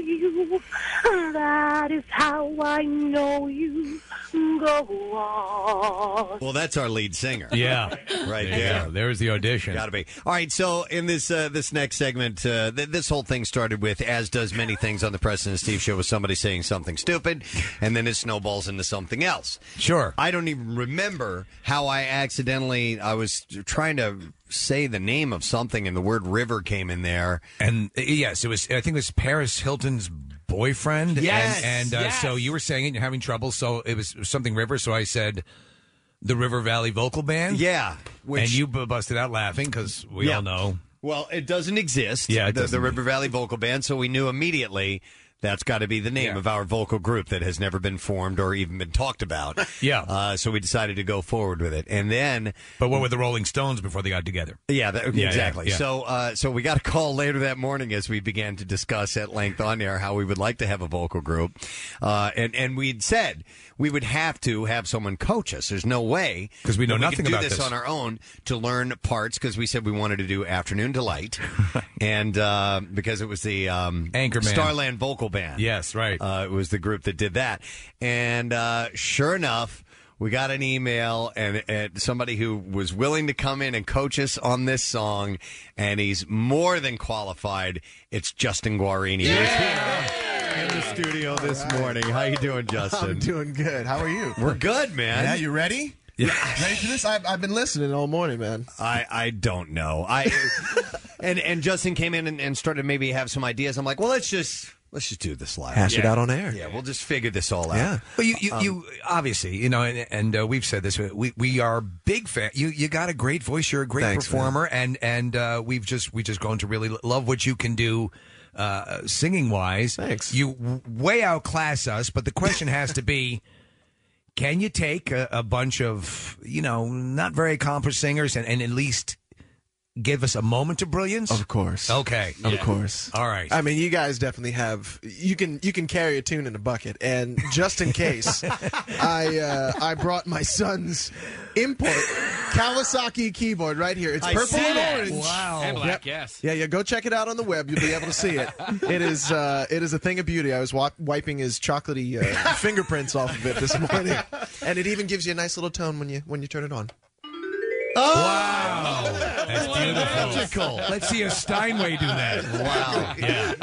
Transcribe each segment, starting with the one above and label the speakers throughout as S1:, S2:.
S1: you. That is how I know you. Go on.
S2: Well, that's our lead singer.
S3: Yeah,
S2: right
S3: There you
S2: there.
S3: go. There's the audition.
S2: Got to be. All right. So in this uh, this next segment, uh, th- this whole thing started with, as does many things on the President and Steve show, with somebody saying something stupid, and then it snowballs into something else.
S3: Sure.
S2: I don't even remember how I accidentally I was trying to say the name of something, and the word river came in there.
S3: And uh, yes, it was. I think it was Paris Hilton's boyfriend.
S2: Yes,
S3: And, and uh,
S2: yes.
S3: so you were saying it. You're having trouble. So it was something river. So I said. The River Valley Vocal Band,
S2: Yeah, which-
S3: and you bu- busted out laughing because we
S2: Yeah.
S3: all know.
S2: Well, it doesn't exist.
S3: Oh. Yeah, it
S2: the, the
S3: doesn't.
S2: River Valley Vocal Band. So we knew immediately that's got to be the name of our vocal group that has never been formed or even been talked about.
S3: Yeah.
S2: Uh, so we decided to go forward with it, and then.
S3: But what were the Rolling Stones before they got together?
S2: Yeah, that,
S3: Yeah,
S2: exactly.
S3: yeah, yeah.
S2: So, uh, so we got a call later that morning as we began to discuss at length on air how we would like to have a vocal group, uh, and and we'd said we would have to have someone coach us. There's no way
S3: 'Cause we know
S2: that
S3: nothing
S2: could do
S3: about
S2: this,
S3: this.
S2: on our own to learn parts because we said we wanted to do afternoon delight, and uh, because it was the um,
S3: Anchorman.
S2: Starland Vocal Band.
S3: Yes, right.
S2: Uh, it was the group that did that. And uh, sure enough, we got an email and, and somebody who was willing to come in and coach us on this song, and he's more than qualified. It's Justin Guarini. He was here in the studio this morning. How you doing,
S4: I'm
S2: Justin?
S4: doing good. How are you?
S2: We're good, man.
S4: Yeah, you ready? Yeah. Ready for this? I've, I've been listening all morning, man.
S2: I, I don't know. I and and Justin came in and, and started maybe have some ideas. I'm like, well, let's just let's just do this live.
S4: Hash it out on air.
S2: Yeah, we'll just figure this all out.
S4: Yeah. Um,
S3: Well, you, you, you obviously, you know, and, and uh, we've said this. We we are big fan. You you got a great voice. You're a great
S4: Thanks,
S3: performer, and and uh, we've just we just grown to really lo- love what you can do. Uh, singing wise,
S4: Thanks.
S3: You w- way outclass us, but the question has to be: Can you take a, a bunch of you know not very accomplished singers and, and at least give us a moment of brilliance?
S4: Of course.
S3: Okay.
S4: Of course.
S3: All right.
S4: I mean, you guys definitely have you can you can carry a tune in a bucket, and just in case, I uh, I brought my son's import Kawasaki keyboard right here. It's purple and orange.
S3: Wow.
S5: yes.
S4: Yeah, yeah. Go check it out on the web. You'll be able to see it. It is uh, it is a thing of beauty. I was wa- wiping his chocolatey uh, fingerprints off of it this morning, and it even gives you a nice little tone when you when you turn it on.
S3: That's beautiful. Let's see a Steinway do that.
S2: Wow.
S3: Yeah.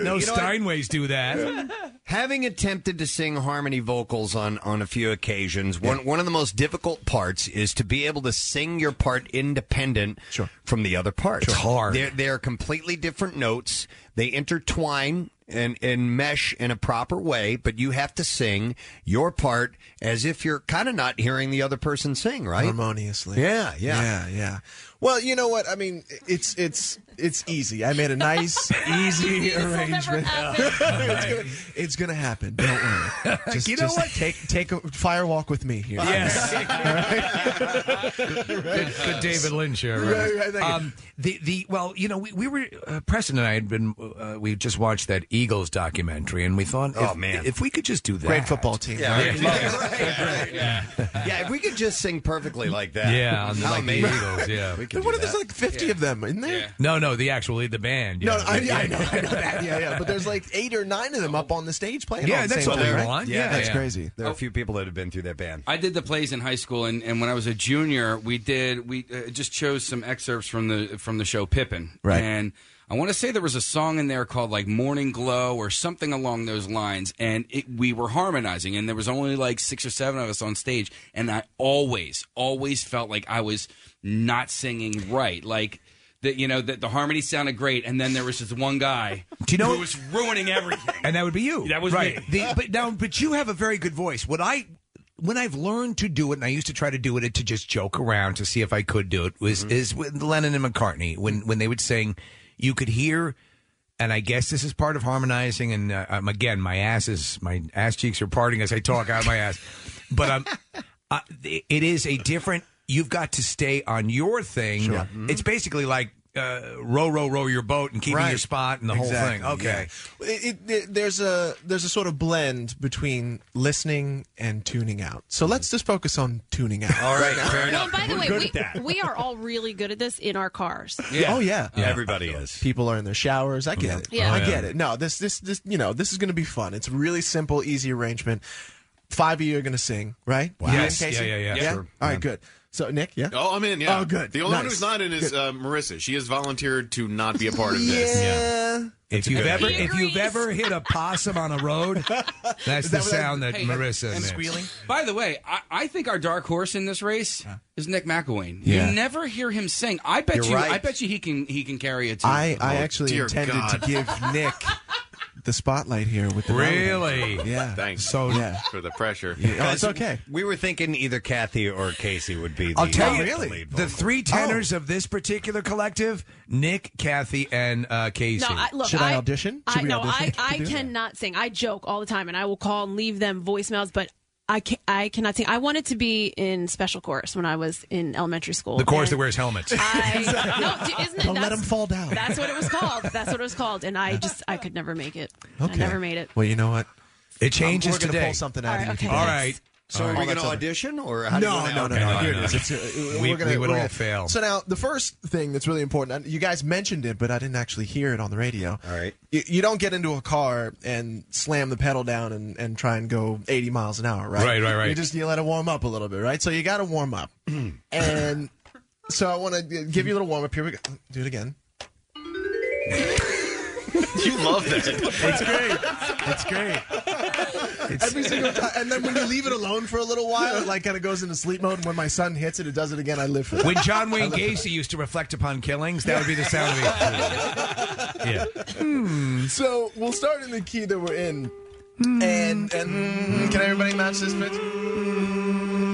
S3: no Steinways do that.
S2: Having attempted to sing harmony vocals on, on a few occasions, one one of the most difficult parts is to be able to sing your part independent from the other part. It's
S3: hard.
S2: They're, they're completely different notes. They intertwine and, and mesh in a proper way, but you have to sing your part as if you're kind of not hearing the other person sing, right?
S4: harmoniously.
S2: Yeah, yeah.
S4: yeah, yeah. Well, you know what? I mean, it's it's it's easy. I made a nice, easy arrangement. it's, gonna, it's gonna happen. Don't worry. Just,
S3: You know
S4: just
S3: what?
S4: Take take a fire walk with me here.
S3: Yes. good, good David Lynch here.
S4: Right, right, thank you.
S3: um, the the well, you know, we, we were uh, Preston and I had been uh, we just watched that Eagles documentary, and we thought,
S2: Oh,
S3: if,
S2: man.
S3: if we could just do that,
S4: Great football team. Yeah.
S2: Yeah, right. Yeah, if we could just sing perfectly like that.
S3: yeah, on the,
S2: how
S3: like the
S2: amazing.
S3: Eagles, yeah.
S2: We could
S4: What
S2: do
S4: if there's
S2: that.
S4: like 50 of them in there?
S3: No, no, the actual the band.
S4: No,
S3: yeah.
S4: no I, yeah, I know, I know that. Yeah, yeah. But there's like eight or nine of them up on the stage playing.
S3: Yeah,
S4: all at the
S3: that's
S4: same
S3: what we
S4: time, right?
S3: want.
S4: Yeah,
S3: Yeah,
S4: that's
S3: yeah.
S4: crazy.
S2: There are a few people that have been through that band.
S5: I did the plays in high school, and, and when I was a junior, we did we uh, just chose some excerpts from the from the show Pippin.
S4: Right.
S5: And I want to say there was a song in there called like Morning Glow or something along those lines, and it, we were harmonizing, and there was only like six or seven of us on stage, and I always always felt like I was not singing right, like. That you know that the harmony sounded great, and then there was this one guy
S3: Do you know-
S5: who was ruining everything.
S3: and that would be you.
S5: That was
S3: right.
S5: me.
S3: The- but now, but you have a very good voice. What I when I've learned to do it, and I used to try to do it to just joke around to see if I could do it, was is with Lennon and McCartney when when they would sing, you could hear. And I guess this is part of harmonizing. And uh, um, again, my ass is my ass cheeks are parting as I talk out of my ass, but um, uh, it is a different. You've got to stay on your thing. It's basically like uh, row, row, row your boat and keeping
S4: Right.
S3: your spot and the
S4: Exactly,
S3: whole thing. Okay.
S4: yeah. It- it- there's a there's a sort of blend between listening and tuning out. So let's just focus on tuning out.
S6: All right,
S4: now.
S6: fair
S7: No, and Oh, by the
S6: We're
S7: way,
S6: good
S7: we,
S6: at that.
S7: we are all really good at this in our cars.
S4: Yeah. Oh yeah.
S6: Everybody is.
S4: People are in their showers. I get it.
S7: Yeah. Oh,
S4: I
S7: Yeah.
S4: get it. No, this this this you know, this is going to be fun. It's a really simple, easy arrangement. Five of you are going to sing, right? Wow.
S3: Yes. Yeah, yeah, yeah. Sure.
S4: All right, good. So Nick, yeah.
S1: Oh, I'm in. Yeah.
S4: Oh, good.
S1: The only one
S4: Nice.
S1: who's not in is uh, Marissa. She has volunteered to not be a part of this.
S4: Yeah.
S3: If you've
S1: good
S3: ever
S7: idea.
S3: if you've ever hit a possum on a road, that's the sound that
S5: Hey,
S3: Marissa
S5: and
S3: makes.
S5: squealing. By the way, I, I think our dark horse in this race is Nick McElwain.
S3: Yeah.
S5: You never hear him sing. I bet
S6: You're
S5: you.
S6: right.
S5: I bet you he can. He can carry it.
S4: I I actually
S1: Oh, dear
S4: intended
S1: God.
S4: to give Nick the spotlight here with the
S3: Really?
S4: Yeah.
S1: Thanks
S3: So
S4: Yeah.
S1: for the pressure.
S4: Oh, it's okay.
S6: We were thinking either Kathy or Casey would be. The,
S3: I'll tell you,
S6: the
S3: really,
S6: lead
S3: the
S6: vocal.
S3: three tenors of this particular collective: Nick, Kathy, and uh, Casey.
S7: No, I, look,
S4: Should I audition? Should
S7: I,
S4: we
S7: no,
S4: audition
S7: I,
S4: to
S7: I
S4: do that?
S7: cannot sing. I joke all the time, and I will call and leave them voicemails, but I can I cannot sing. I wanted to be in special chorus when I was in elementary school.
S3: the chorus that
S7: and
S3: wears helmets.
S7: I, no, d- isn't it?
S4: Don't let
S7: that's-
S4: him fall down.
S7: That's what it was called. That's what it was called, and I just I could never make it. I
S4: Okay.
S7: never made it.
S4: Well, you know what?
S3: It
S4: We're
S3: changes
S4: going to
S3: today.
S4: pull something out
S7: All
S4: of
S7: right,
S4: you.
S7: okay.
S3: All right.
S6: So are we going to audition or how do
S4: No,
S6: you
S4: no,
S6: wanna-
S4: no,
S6: Okay,
S4: no.
S6: fine.
S4: Here it is. It's, uh,
S3: We-
S4: we're gonna,
S3: we would
S4: we're
S3: all
S4: gonna-
S3: fail.
S4: So now, the first thing that's really important. and You guys mentioned it, but I didn't actually hear it on the radio.
S6: All right.
S4: You, you don't get into a car and slam the pedal down and, and try and go 80 miles an hour, right?
S3: Right, right, right.
S4: You just you let it warm up a little bit, right? So you got to warm up. and so I want to give you a little warm up. Here we go. Do it again.
S1: You love that.
S4: That's great. Every single time. And then when you leave it alone for a little while, it like kind of goes into sleep mode. And when my son hits it, it does it again. I live for that.
S3: When John Wayne Gacy used to reflect upon killings, that would be the sound of it. yeah. Hmm.
S4: So we'll start in the key that we're in. And,
S3: Hmm.
S4: and can everybody match this pitch?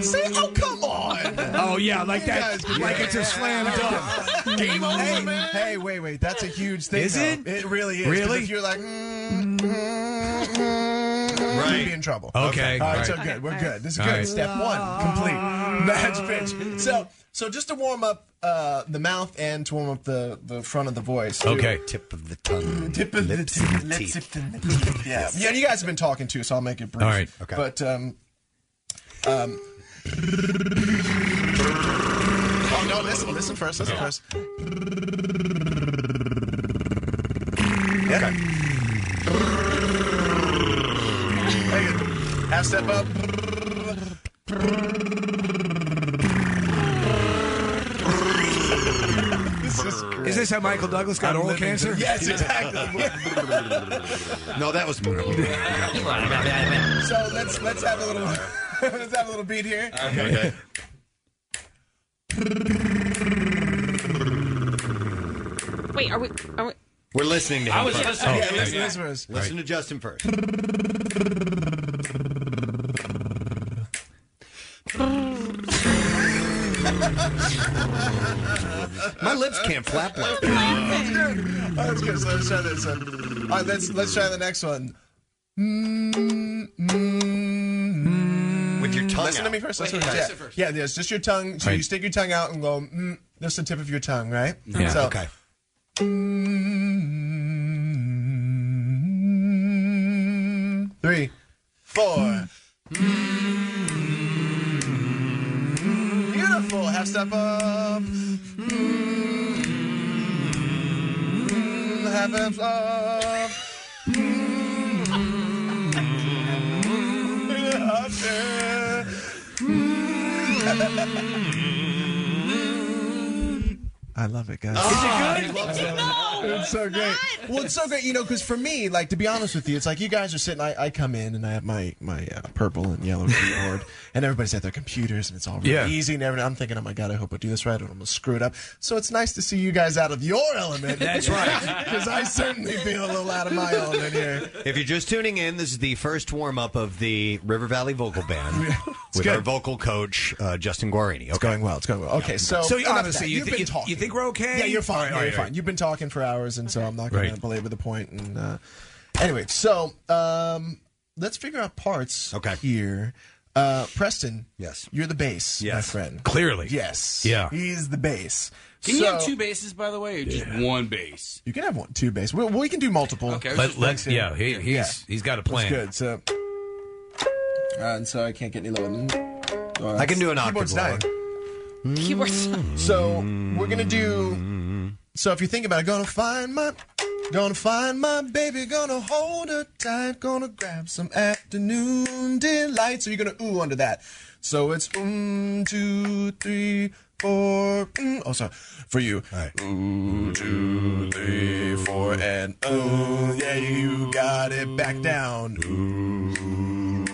S4: See? Oh, come on.
S3: Oh yeah, like
S4: that-
S3: that. Like it's a slam dunk.
S4: Game over, man. Hey, wait, wait. That's a huge thing.
S3: Is
S4: though.
S3: it?
S4: It really is. 'Cause
S3: Really?
S4: If you're like, mm, mm, mm,
S6: Right.
S4: you'd be in trouble.
S3: Okay,
S4: All right,
S3: right.
S4: so good. We're good. This is
S3: All
S4: good.
S3: right.
S4: Step one, complete. Match pitch. So, so just to warm up uh, the mouth and to warm up the, the front of the voice. too.
S3: Okay.
S6: Tip of the tongue.
S4: Tip of
S6: lips
S4: the-
S6: and the
S4: lips
S6: teeth.
S4: of the teeth, Yeah. Yeah, you guys have been talking too, so I'll make it brief.
S3: All right,
S6: okay.
S4: But um, um Oh no, listen, listen first, listen first. Yeah. Very good. Half step up. this is great.
S3: Is this how Michael Douglas got oral cancer?
S4: Yes, exactly.
S6: No, that was.
S4: So let's let's have a little let's have a little beat here.
S1: okay.
S7: Wait, are we? Are we?
S6: We're listening to him.
S5: I was
S6: first. Oh,
S5: listening.
S4: Yeah, listen, listen first.
S6: Listen to Justin first. My lips can't flap like that.
S4: Oh, that's good. So let's try this one. All right, let's let's try the next one.
S6: with your tongue.
S4: Listen to
S6: out.
S4: me first.
S5: Wait,
S4: Listen to me
S5: yeah,
S4: first.
S5: listen first.
S4: Yeah, there's just your tongue. So you
S3: Right.
S4: stick your tongue out and go. Mm, that's the tip of your tongue, right?
S5: Yeah.
S4: So,
S6: Okay.
S4: mm, Three, four. Beautiful. Half step up. Half step up. Up there. I love it, guys.
S7: No,
S4: It's so great. Well, it's so great, you know, because for me, like to be honest with you, it's like you guys are sitting. I, I come in and I have my my uh, purple and yellow keyboard, and everybody's at their computers, and it's all really
S3: Yeah.
S4: easy. And everything. I'm thinking, oh my god, I hope I do this right, or I'm gonna screw it up. So it's nice to see you guys out of your element. That's right, because I certainly feel a little out of my element here.
S6: If you're just tuning in, this is the first warm up of the River Valley Vocal Band with
S4: good.
S6: our vocal coach uh, Justin Guarini.
S4: It's going well. It's going well. Okay, so
S3: So you-
S4: enough of
S3: honestly,
S4: that.
S3: you
S4: You've
S3: thi-
S4: been
S3: you-
S4: talking.
S3: you think we're okay?
S4: Yeah, you're fine.
S3: All right,
S4: you're
S3: all right, all
S4: fine.
S3: right.
S4: You've been talking for hours, and so I'm not going to
S3: Right.
S4: belabor the point. And uh, anyway, so um, let's figure out parts
S6: Okay.
S4: here. Uh, Preston,
S6: Yes.
S4: you're the bass, my
S6: Yes.
S4: friend.
S3: Clearly.
S4: Yes.
S3: Yeah.
S4: He's the bass.
S5: Can you
S4: So-
S5: have two bases, by the way, or just one base?
S4: You can have one, two bass. We, we can do multiple.
S5: Okay. I was
S3: Let,
S5: just
S3: let's,
S5: thinking.
S3: yeah, he, he's, he's got a
S4: It's
S3: plan.
S4: good. So, uh, and so I can't get any lower than. Uh,
S6: I can do an octave
S4: keyboard's dying.
S6: lower.
S7: Keyboards.
S4: So we're gonna do. So if you think about it, gonna find my, gonna find my baby, gonna hold her tight, gonna grab some afternoon delight. So you're gonna ooh under that. So it's mm, two, three, four. Mm. Oh, sorry, for you. Ooh, two, three, four, and ooh, yeah, you got it. Back down. Ooh,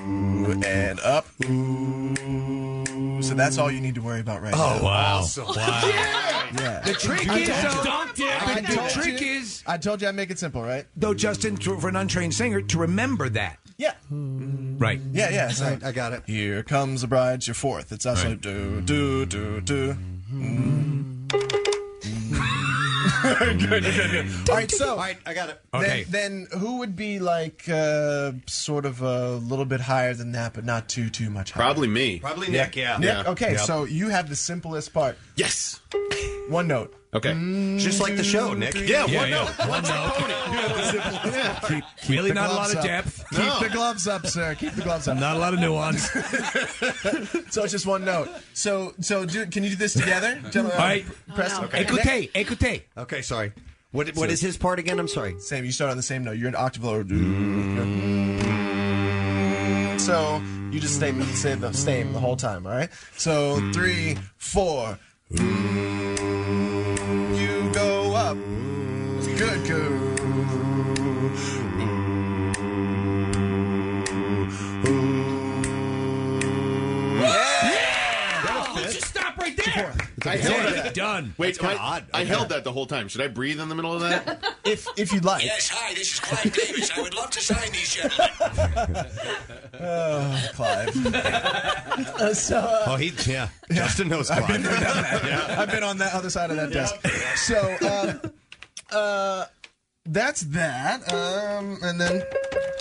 S4: and
S1: uh,
S4: up. Ooh. So that's all you need to worry about right now.
S3: Oh, wow. Wow.
S4: Yeah.
S3: The trick
S4: I
S3: is,
S4: told-
S3: though,
S4: I
S3: the
S4: told
S3: trick
S4: you-
S3: is,
S4: I told you I'd make it simple, right?
S3: though, Justin, to, for an untrained singer, to remember that.
S4: Yeah.
S3: Right.
S4: Yeah, yeah. So,
S6: I, I got it.
S4: Here comes the bride, your fourth. It's also do, do, do, do.
S3: Mm-hmm.
S4: good, good, good. All right, so.
S6: Mm-hmm. All right, I got it.
S3: Okay.
S4: Then, then who would be like uh, sort of a little bit higher than that, but not too too much higher?
S1: Probably me.
S6: Probably Nick, yeah.
S4: Nick. Okay,
S3: Yep.
S4: so you have the simplest part.
S1: Yes.
S4: One note. Mm-hmm.
S1: Okay.
S6: Just like the show, Nick.
S1: Yeah,
S3: Yeah,
S1: one
S3: yeah.
S1: note.
S3: One note. Keep- keep really
S4: the
S3: not a lot
S4: gloves
S3: of
S4: up.
S3: depth.
S4: Keep the gloves up, sir. Keep the gloves up.
S3: Not a lot of nuance.
S4: So it's just one note. So so do, can you do this together? Gentlemen,
S3: All right.
S4: Press
S7: Oh, no.
S4: okay. Nick,
S3: Écoutez, écoutez.
S6: Okay, sorry. What what is his part again? I'm sorry.
S4: Same. You start on the same note. You're an octave lower.
S3: Mm.
S4: So you just stay say the same the whole time. All right. So three, four. You go up. Good. Good.
S5: Oh, let's just stop right there.
S1: I held that.
S3: Done.
S1: Wait,
S6: kinda
S1: I,
S6: odd.
S1: I held that the whole time. Should I breathe in the middle of that?
S4: If if you like.
S8: Yes, hi, this is Clive Davis. I would love to sign these gentlemen.
S4: Oh, Clive. Uh, so uh,
S6: Oh, he yeah. Justin knows Clive.
S4: I've been on that other side of that desk. So um, uh, that's that. Um, and then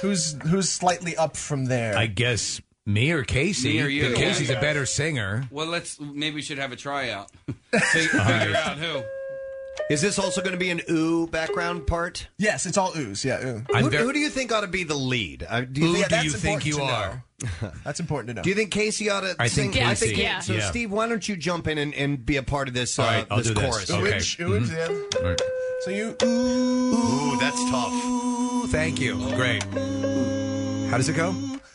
S4: who's who's slightly up from there?
S3: I guess me or Casey.
S5: Me or you.
S3: but
S5: Yeah.
S3: Casey's a better singer.
S5: Well, let's maybe we should have a tryout. Fig- Figure out who.
S6: Is this also going to be an ooh background part?
S4: yes, it's all ooze. Yeah. Ooh.
S3: I'm
S6: Who,
S3: very-
S6: who do you think ought to be the lead? Uh, do you
S3: Who
S6: think,
S3: do
S4: that's
S3: you think
S4: important
S3: you
S4: to know.
S3: are?
S4: That's important to know.
S6: do you think Casey ought to?
S3: I
S6: sing?
S3: think
S6: I
S7: Casey.
S6: think he-
S7: Yeah.
S6: So
S3: Yeah.
S6: Steve, why don't you jump in and, and be a part of this? Uh,
S3: All right, I'll
S6: this
S3: do this.
S6: chorus.
S3: Okay. Mm-hmm.
S4: Which, ooze, yeah.
S3: All right.
S4: So you ooh.
S6: Ooh, that's tough.
S3: Thank you. Great. How does it go?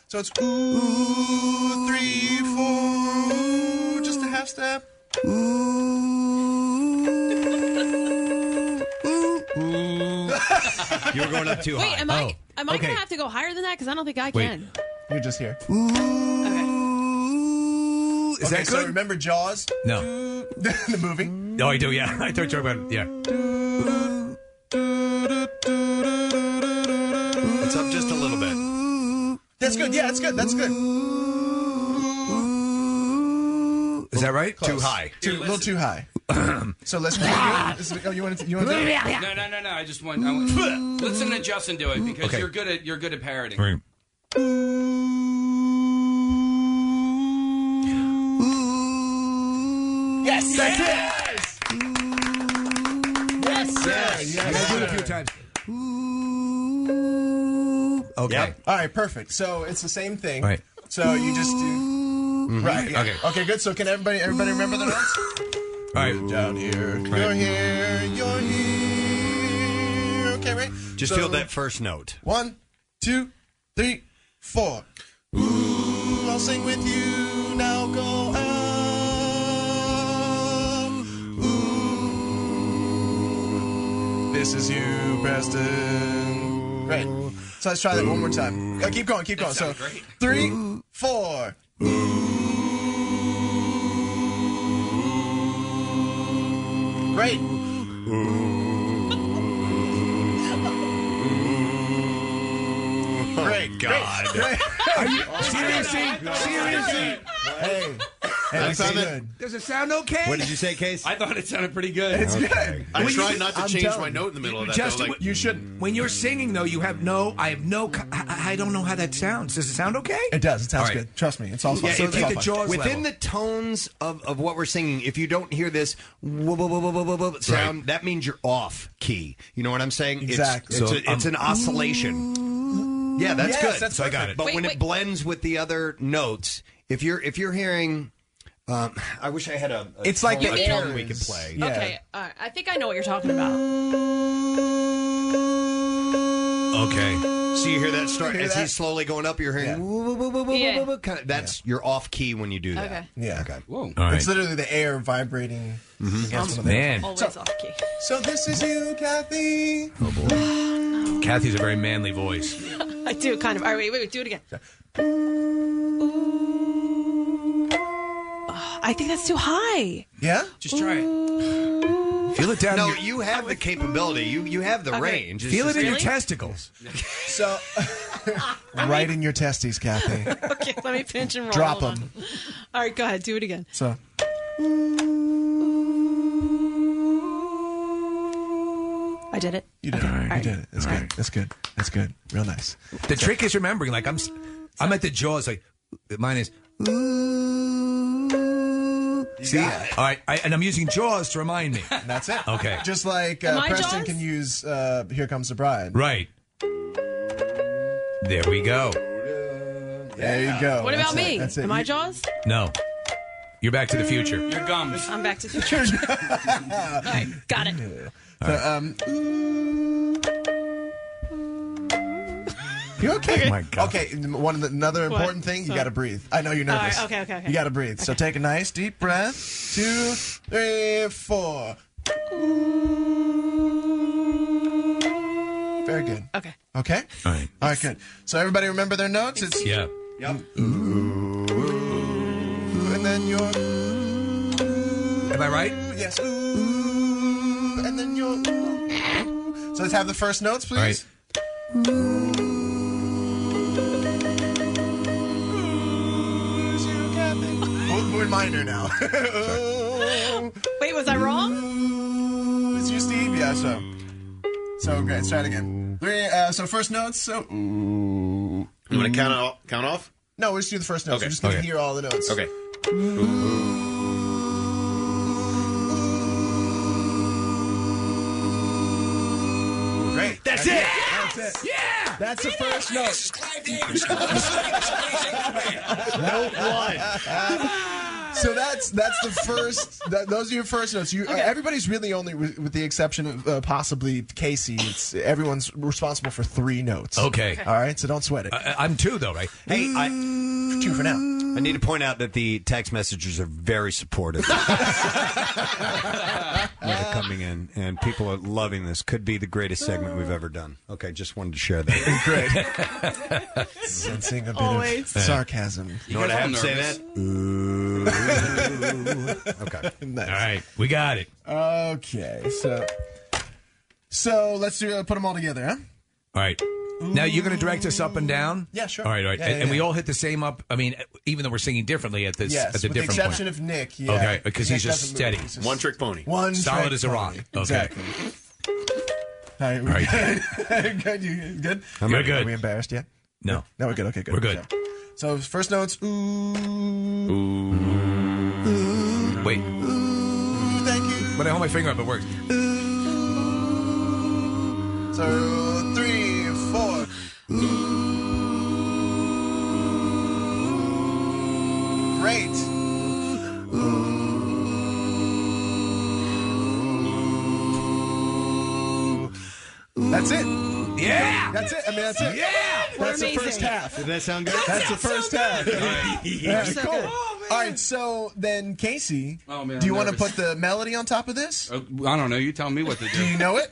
S4: So it's ooh three four. Just a half step.
S6: You're going up too
S7: Wait,
S6: high. Oh,
S7: am
S4: Oh,
S7: I am I
S3: okay.
S7: gonna have to go higher than that? Because I don't think I
S3: Wait.
S7: can.
S4: You're just here.
S7: Okay.
S3: Ooh, is
S4: okay,
S3: that
S4: so
S3: good?
S4: remember Jaws,
S3: no.
S4: the movie.
S3: No, I do. Yeah, I don't talk about. Yeah.
S6: It's up just a little bit.
S4: That's good. Yeah, that's good. That's good.
S3: Is that right?
S6: Too high.
S4: Too, a little too high. so let's. oh, you want to? You want to?
S5: No, no, no, no. I just want. I want listen to Justin do it because
S3: Okay.
S5: you're good at you're good at parroting.
S3: Right.
S4: Yes, that's it. Yes, yes,
S3: Yeah, do it a few times. Ooh. Okay.
S6: Yep.
S4: All right, perfect. So it's the same thing.
S3: Right.
S4: So you just do. Right. yeah.
S3: Okay.
S4: Mm-hmm. Okay. Good. So can everybody everybody remember the notes?
S3: All right.
S4: Down here. You're here. You're here. Okay. Right.
S6: Just
S4: So
S6: feel that first note.
S4: One, two, three, four. Ooh, I'll sing with you. Now go up. Ooh. This is you, Preston. Great. So let's try that one more time. Uh, keep going, keep going. So three, four. Great.
S6: Great God.
S3: Seriously, seriously.
S4: Hey,
S9: I found that
S3: Does it sound okay?
S10: What did you say, Case?
S5: I thought it sounded pretty good.
S3: It's good.
S9: I
S3: When
S9: try
S3: you-
S9: not to
S3: I'm
S9: change
S3: telling
S9: my
S3: you.
S9: note in the middle of that,
S3: Justin,
S9: though, like-
S3: you should. When you're singing, though, you have no. I have no. co- I, I don't know how that sounds. Does it sound okay?
S4: It does. It sounds
S3: All right.
S4: good. Trust me. It's all fun.
S3: Yeah,
S4: So
S3: if
S4: it's
S3: you
S4: all
S3: could
S4: fun.
S3: jaws
S2: Within the tones of, of what we're singing, if you don't hear this wub- wub- wub- wub- wub- wub sound, that means you're off key. You know what I'm saying? It's-
S4: Exactly.
S2: It's,
S3: So,
S2: a- it's
S3: um,
S2: an oscillation. Yeah, that's
S3: Yes,
S2: good.
S3: that's So I got perfect. it.
S2: But
S7: Wait,
S2: when it
S7: wait.
S2: blends with the other notes, if you're if you're hearing, um, I wish I had a. a
S4: It's like
S2: tone-
S4: the
S2: a tone we
S4: airs.
S2: could play.
S4: Yeah.
S7: Okay, all right. I think I know what you're talking about.
S3: okay.
S2: So you hear that start as
S4: that?
S2: he's slowly going up. You're hearing
S4: Yeah.
S2: wub- wub- wub- wub-
S7: Yeah.
S2: wub- wub- kind of- that's you're off key when you do that.
S7: Okay.
S4: Yeah.
S5: Whoa.
S3: All right.
S4: It's literally the air vibrating
S2: Mm-hmm.
S4: against one another.
S3: Man,
S7: Always off key.
S4: So this is you, Kathy.
S3: Kathy's a very manly voice.
S7: I do kind of. All right, wait, wait, wait do it again. Oh, I think that's too high.
S4: Yeah.
S5: Just try it.
S3: Feel it down.
S2: No,
S3: your,
S2: you have the capability. You you have the range. It's
S3: feel it
S2: just-
S3: in your
S7: Really?
S3: testicles.
S4: So right in your testes, Kathy.
S7: Okay, let me pinch and roll.
S4: Drop
S7: Hold
S4: them.
S7: on. All right, go ahead. Do it again.
S4: So
S7: I did it.
S4: you did it. You did it. That's good. That's good. That's good. Real nice.
S3: The trick is remembering. Like I'm, s- I'm at the jaws. Like mine is. Ooh. See, all right, I, and I'm using jaws to remind me.
S4: And that's it.
S3: Okay.
S4: Just like
S7: Am
S4: uh,
S7: I
S4: Preston
S7: Jaws?
S4: can use uh, "Here Comes the Bride."
S3: Right. There we go.
S4: There you go.
S7: What
S4: That's
S7: about
S4: it.
S7: me?
S4: That's it.
S7: Am I
S4: You-
S7: Jaws?
S3: No, you're back to the future.
S5: Your gums.
S7: I'm back to the future. All right, got it.
S4: um, You okay?
S3: Oh my God.
S4: Okay. and One of the, another
S7: What?
S4: important thing, you
S7: Sorry.
S4: got to breathe. I know you're nervous.
S7: All right, okay, okay, okay.
S4: You got to breathe. So take a nice deep breath. Two, three, four. Very good.
S7: Okay.
S4: Okay.
S3: All right.
S4: All right, good. So everybody remember their notes. It's
S3: Yeah.
S4: ooh, and then your
S3: Am I right?
S4: yes, ooh, and then your. ooh. So let's have the first notes, please.
S3: All right.
S4: We're, we're in minor now. Ooh,
S7: Wait, was I wrong?
S4: it's you, Steve. Yeah. So, so great. Start again. Three. Uh, so first notes. So ooh.
S9: You want to count off? Count off?
S4: No, we'll just do the first notes.
S9: Okay,
S4: We're just gonna
S3: okay.
S4: hear all the notes.
S9: Okay.
S4: Great.
S3: That's it.
S4: That's it. Yeah. That's the first note.
S1: This is Clive Davis. Amazing.
S4: So that's that's the first. That, those are your first notes. You, uh, everybody's really only, with, with the exception of uh, possibly Casey. It's everyone's responsible for three notes.
S3: Okay.
S4: All right. So don't sweat it.
S2: Uh,
S3: I, I'm two though, right?
S2: Hey, I,
S4: two for now.
S2: I need to point out that the text messages are very supportive. They're coming in, and people are loving this. Could be the greatest segment we've ever done. Okay, just wanted to share that.
S4: Great. Sensing a bit
S7: Always.
S4: of sarcasm.
S2: You know what I have to say that? Ooh. okay.
S4: Nice.
S3: All right, we got it.
S4: Okay. So so let's do uh, put them all together, huh?
S3: All right. Now you're going to direct us up and down.
S4: Yeah, sure.
S3: All right, all right,
S4: Yeah,
S3: and,
S4: yeah,
S3: and we
S4: yeah.
S3: all hit the same up. I mean, even though we're singing differently at this
S4: Yes.
S3: at the
S4: with the
S3: different
S4: exception
S3: point.
S4: of Nick. Yeah.
S3: Okay, because he's
S4: Nick
S3: just
S4: doesn't move.
S3: steady.
S4: He's just-
S9: One trick pony.
S4: One
S3: Solid
S4: track
S3: as a rock.
S4: pony.
S3: Okay.
S4: Exactly. All right, we're
S3: All right.
S4: good. good, you good?
S3: We're
S4: Are we
S3: good.
S4: embarrassed yet?
S3: No.
S4: No, we're good. Okay, good.
S3: We're good.
S4: So first notes, ooh,
S3: Wait,
S4: thank you.
S3: but I hold my finger up, it works.
S4: So three, four. Ooh. Great. That's it.
S3: Yeah.
S4: That's it. I mean, that's it.
S3: Yeah.
S4: That's the
S7: amazing.
S4: first half.
S2: Did that sound good?
S4: That's the first half. Yeah,
S7: so
S4: cool.
S7: good.
S4: All right, so then Casey,
S5: Oh, man,
S4: do you
S5: I'm
S4: want to
S5: nervous.
S4: put the melody on top of this?
S5: Oh, I don't know. You tell me what to
S4: Do
S5: do.
S4: you know it?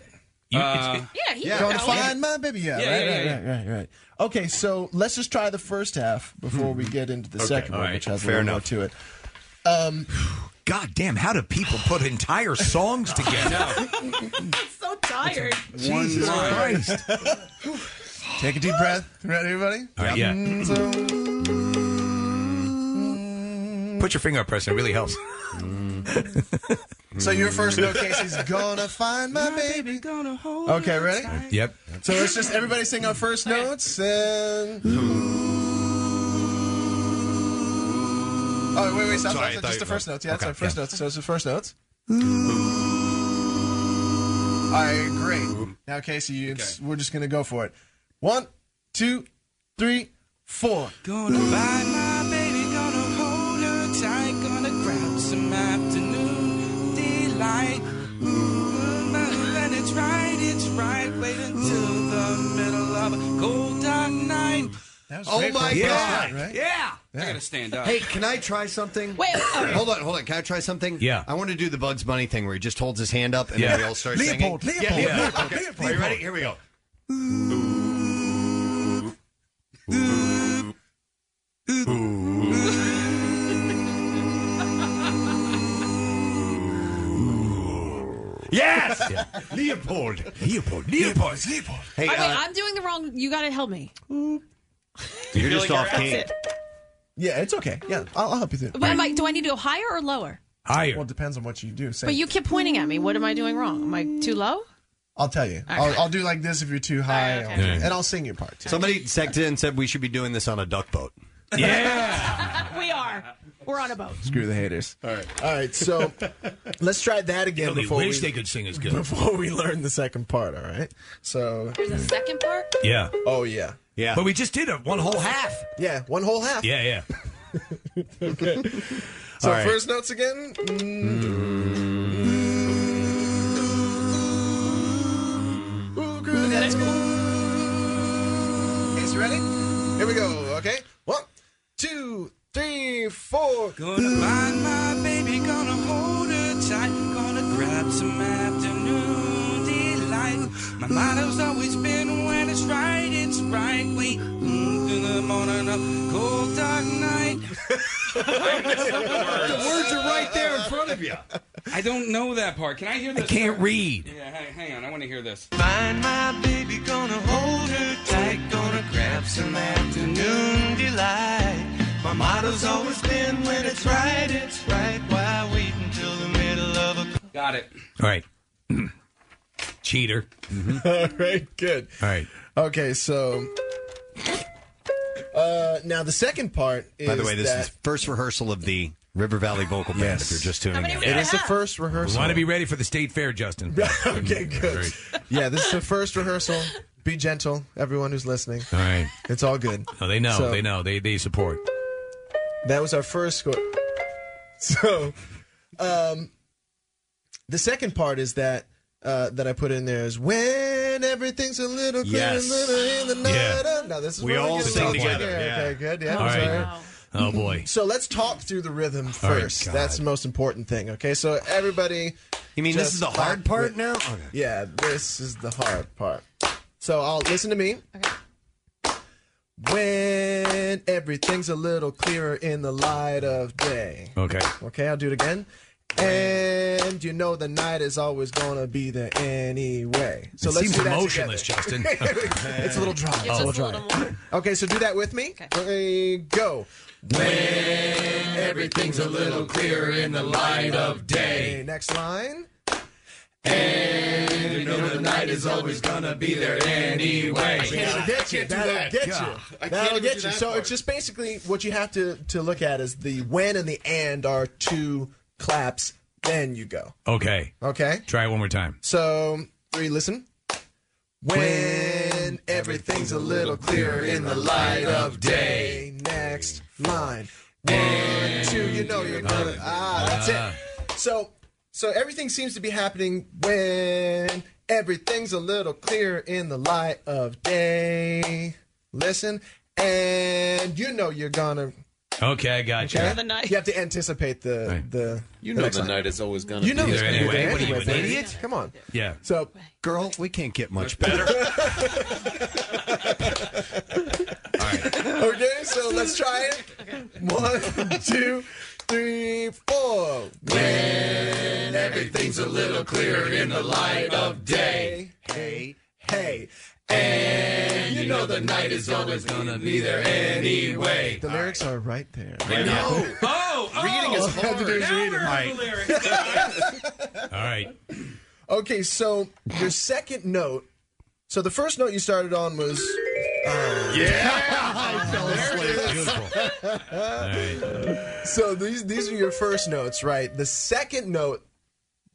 S3: You-
S5: Uh,
S3: it's-
S7: Yeah, he
S4: Going
S7: knows.
S4: to find my baby. Yeah,
S5: Yeah,
S4: right,
S5: yeah,
S4: right,
S5: yeah,
S4: right, right, right. Okay, so let's just try the first half before we get into the second
S3: all
S4: one,
S3: right.
S4: which has
S2: Fair
S4: a little
S2: enough.
S4: more to it. Um,
S3: God damn, how do people put entire songs together?
S7: so tired.
S5: One line.
S3: Christ.
S4: Take a deep breath. Ready, everybody?
S3: All right, yeah.
S4: So,
S3: Put your finger up, Preston. It really helps.
S4: So your first note, Casey's gonna find my baby.
S8: Gonna hold
S4: Okay, ready?
S3: Yep.
S4: So let's just everybody sing our first notes and. Oh wait, wait, stop,
S1: Sorry, I
S4: stop, stop,
S1: thought
S4: just
S1: you-
S4: the first notes. Yeah,
S1: Okay,
S4: that's our first notes. So it's the first notes. All right, great. Now, Casey, it's, we're just gonna go for it. One, two, three, four.
S8: Gonna buy my baby, gonna hold her tight, gonna grab some afternoon delight. And it's right, it's right, wait until the middle of a cold dark night.
S2: Oh my god!
S8: Yeah! I gotta stand up.
S2: Hey, can I try something?
S7: Wait,
S2: hold on, hold on. Can I try something?
S3: Yeah.
S2: I want to do the Bugs Bunny thing where he just holds his hand up and
S3: Yeah.
S2: then we all start
S4: Leopold,
S2: singing.
S4: Leopold,
S2: yeah, yeah.
S4: Leopold,
S2: okay.
S4: Leopold.
S2: Are you ready? Here we go. Yes, Leopold.
S3: Leopold, Leopold, Leopold.
S2: Hey,
S7: I mean,
S2: uh,
S7: I'm doing the wrong. You gotta help me.
S2: you're just off key.
S4: Yeah, it's okay. Yeah, I'll, I'll help you through.
S7: But am I, do I need to go higher or lower?
S3: Higher.
S4: Well, it depends on what you do. Say,
S7: But you keep pointing at me. What am I doing wrong? Am I too low?
S4: I'll tell you. I'll, I'll do like this if you're too high,
S7: All right,
S4: I'll- and I'll sing your part. Too.
S2: Somebody checked in and said we should be doing this on a duck boat.
S7: We are. We're on a boat.
S4: Screw the haters. All right. All right. So let's try that again
S3: They
S4: before
S3: wish
S4: we,
S3: they could sing as good.
S4: before we learn the second part. All right. So
S7: There's a second part.
S3: Yeah.
S4: oh yeah,
S2: Yeah,
S3: But we just did a one whole half.
S4: yeah. One whole half.
S3: Yeah, yeah.
S4: So
S2: All right.
S4: first notes again. That's Okay, so ready? Here we go. Okay. One, two, three, four.
S8: Gonna find my baby, gonna hold her tight, gonna grab some afternoon delight. My motto's always been when it's right, it's right. We move to the morning of cold dark night.
S2: the words are right there in front of you.
S8: I don't know that part. Can I hear this?
S3: Can't read.
S8: Yeah, hang, hang on. I want to hear this. Find my baby, gonna hold her tight, gonna grab some afternoon delight. My motto's always been when it's right, it's right. Why wait until the middle of a. Got it.
S3: All right. Cheater.
S4: All right. Good.
S3: All right.
S4: Okay. So. Uh, now the second part is
S2: By the way, this
S4: that
S2: is first rehearsal of the River Valley Vocal Band. If you're just
S7: How
S2: tuning
S7: many
S2: in,
S7: we
S4: it is the
S7: have?
S4: first rehearsal.
S3: Want to be ready for the state fair, Justin?
S4: okay, good. Yeah, this is the first rehearsal. Be gentle, everyone who's listening.
S3: All right.
S4: It's all good.
S3: No, they know.
S4: So-
S3: they know. They they support.
S4: That was our first score. So, um, the second part is that uh, that I put in there is when everything's a little clear
S2: Yes.
S4: and little in the night.
S3: Yeah.
S4: Now this is
S2: We
S4: where
S2: all
S4: get
S2: sing
S4: started.
S2: together, yeah.
S4: Okay, good. Yeah.
S3: All right.
S4: sorry.
S3: Oh boy.
S4: So let's talk through the rhythm
S3: right,
S4: first.
S3: God.
S4: That's the most important thing. Okay, so everybody,
S2: you mean this
S4: Just
S2: is the
S4: start
S2: hard part
S4: with-
S2: now? Okay.
S4: yeah, this is the hard part. So I'll listen to me.
S7: Okay.
S4: When everything's a little clearer in the light of day.
S3: Okay.
S4: Okay, I'll do it again. And you know the night is always gonna be there anyway. So
S3: it
S4: let's
S3: seems
S4: do that
S3: emotionless,
S4: together.
S3: Justin. Oh,
S4: it's a little dry.
S7: It's
S1: Oh,
S4: it's a
S7: just a
S4: little
S7: little
S4: dry.
S7: more.
S4: Okay, so do that with me.
S7: Okay.
S4: Okay, go. When everything's a little clearer in the light of day. Next line. And you know the night is always gonna be there anyway. That'll get you. That'll get you. That'll
S9: even
S4: get
S9: do
S4: you.
S9: that
S4: So
S9: part.
S4: it's just basically what you have to to look at is the when and the and are two claps. Then you go.
S3: okay.
S4: Okay.
S3: Try it one more time.
S4: So three. Listen. When everything's a little clearer in the light of day. Next line. One, two. You know you're gonna. Ah, that's it. So, so everything seems to be happening when everything's a little clearer in the light of day. Listen, and you know you're gonna.
S3: Okay, I got you.
S7: Of the night.
S4: You have to anticipate the
S3: Right.
S4: the.
S9: You
S4: the
S9: know
S4: next
S9: the
S4: line.
S9: night is always gonna
S4: You know
S9: be
S4: it's
S3: there
S4: gonna be
S3: anyway.
S4: there
S3: What are you, an
S4: baby.
S3: idiot?
S4: Come on.
S3: Yeah.
S4: So
S2: Girl, we can't get much better.
S4: Okay, so let's try it. One, two, three, four. When everything's a little clearer in the light of day. Hey, hey. And you know the night is always gonna be there anyway. The lyrics are right there.
S8: Oh,
S9: Reading is hard.
S1: All right.
S4: Okay, so your second note. So the first note you started on was. Oh.
S11: Yeah.
S4: I fell asleep. So these these are your first notes, right? The second note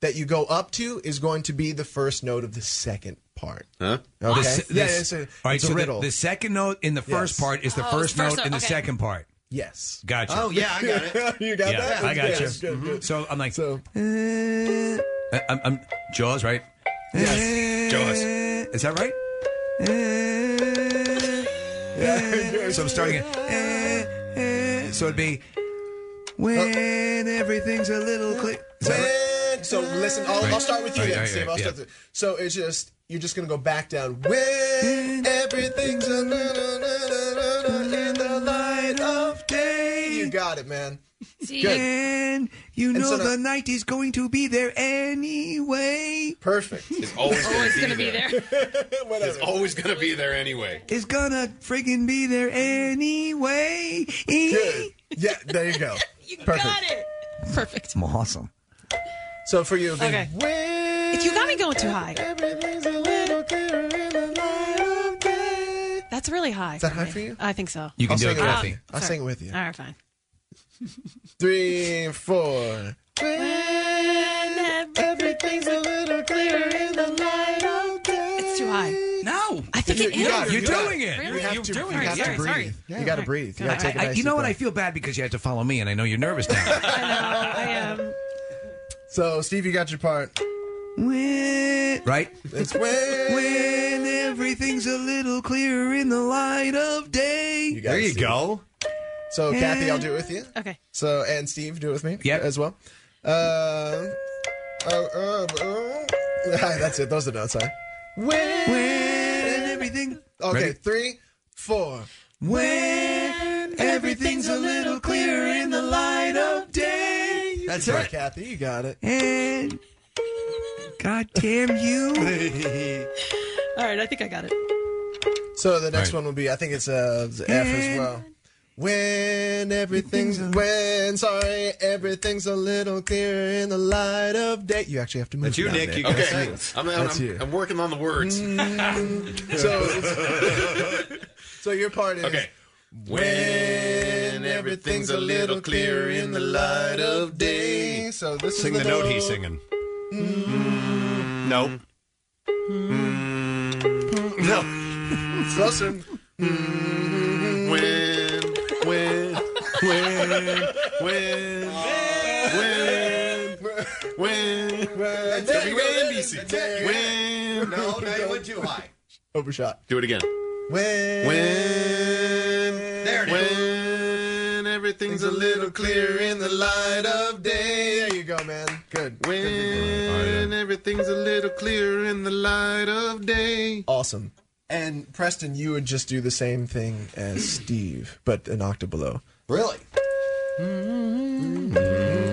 S4: that you go up to is going to be the first note of the second part.
S9: Huh?
S4: Okay.
S1: This-
S4: yeah,
S1: this-
S4: it's a,
S1: all right,
S4: it's a
S1: so the-
S4: riddle.
S1: The, second note in the first
S4: Yes.
S1: part is the
S4: Oh,
S1: first,
S4: it's the first
S1: note in
S4: note,
S1: the
S4: okay.
S1: second part.
S4: Yes.
S1: Gotcha.
S4: Oh, yeah, I got it. You got
S1: yeah,
S4: that?
S1: I got
S4: That's
S1: you.
S4: good, good, good.
S1: So I'm like,
S4: So-
S1: uh, I'm, I'm Jaws, right? Yes. Jaws. Is that right? so I'm starting it. Eh, So it'd be when everything's a little clear. Is that right?
S4: When- So listen, I'll, I'll start with you
S1: Right,
S4: then,
S1: right,
S4: Steve.
S1: right,
S4: I'll
S1: yeah.
S4: start with- So it's just you're just gonna go back down when everything's a na- na- na- na- na- na in the light of day. You got it, man. Good.
S1: And you
S4: And
S1: know
S4: so now-
S1: the night is going to be there anyway.
S4: Perfect.
S9: It's always going to be there. It's
S4: Whatever.
S9: always going to be there anyway.
S1: Is gonna friggin' be there anyway.
S4: Good. Yeah, there you go.
S7: You
S4: Perfect.
S7: got it. Perfect.
S1: I'm awesome.
S4: So for you, it'd be,
S7: Okay.
S4: when
S7: If you got me going too high,
S4: everything's a little clearer in the light of day.
S7: that's really high. Is
S4: that high for you?
S7: I think so.
S1: You can
S4: I'll
S1: do
S4: sing
S1: it,
S4: it with
S1: Kathy.
S4: you. I'll sing it with you.
S7: All right, fine.
S4: Three, four. Everything's a little clearer in the light of day.
S7: It's too high.
S12: No.
S7: I think
S4: You-
S7: it
S4: you
S7: is.
S4: got it.
S1: You're
S4: You got
S1: doing it.
S7: Really?
S4: You have
S7: You're
S4: to,
S7: doing
S4: you
S7: it.
S4: have to
S7: Sorry,
S4: breathe.
S7: sorry.
S4: You got to
S7: Yeah.
S4: breathe. You
S7: Got
S4: got
S7: it.
S4: to take a
S1: I-
S4: nice
S1: you know
S4: deep
S1: what? I
S4: breath.
S1: feel bad because you had to follow me, and I know you're nervous now.
S7: I know. I am.
S4: So, Steve, you got your part.
S1: when, right?
S4: It's when.
S1: When everything's a little clearer in the light of day.
S4: gotta
S2: There you
S4: see.
S2: go.
S4: So, Kathy, I'll do it with you.
S7: Okay.
S4: So, and Steve, do it with me.
S1: Yep.
S4: As well. Uh, oh, oh, oh. That's it. Those are the notes. Huh?
S1: When everything.
S4: Okay,
S1: Ready?
S4: three, four.
S1: When everything's a little clearer in the light of day.
S2: That's
S4: Sorry,
S2: it.
S4: Kathy, you got it.
S1: And God damn you.
S7: All right. I think I got it.
S4: So the next
S1: Right.
S4: one will be, I think it's uh, F as well. When everything's when sorry everything's a little clearer in the light of day. You actually have to move.
S2: That's you,
S4: down
S2: Nick.
S4: there.
S2: You got
S9: Okay,
S2: it.
S9: I'm, I'm,
S4: That's you. Mm.
S9: I'm, I'm working on the words.
S4: So, it's- so your part is
S9: Okay. When everything's a little clearer in the light of day.
S4: So Oh, this
S2: Sing
S4: is Mm.
S2: the
S4: the
S2: note he's singing. No. No.
S4: Closer.
S9: When, when, when, when, when, when,
S4: That's
S9: WNBC. When.
S2: No, now you went too high.
S4: Overshot.
S9: Do it again.
S4: When.
S9: When,
S2: There it is.
S9: when everything's a little clearer in the light of day.
S4: There you go, man. Good.
S9: When everything's a little clearer in the light of day.
S4: Awesome. And Preston, you would just do the same thing as Steve, but an octave below. Mm-hmm.
S13: Really?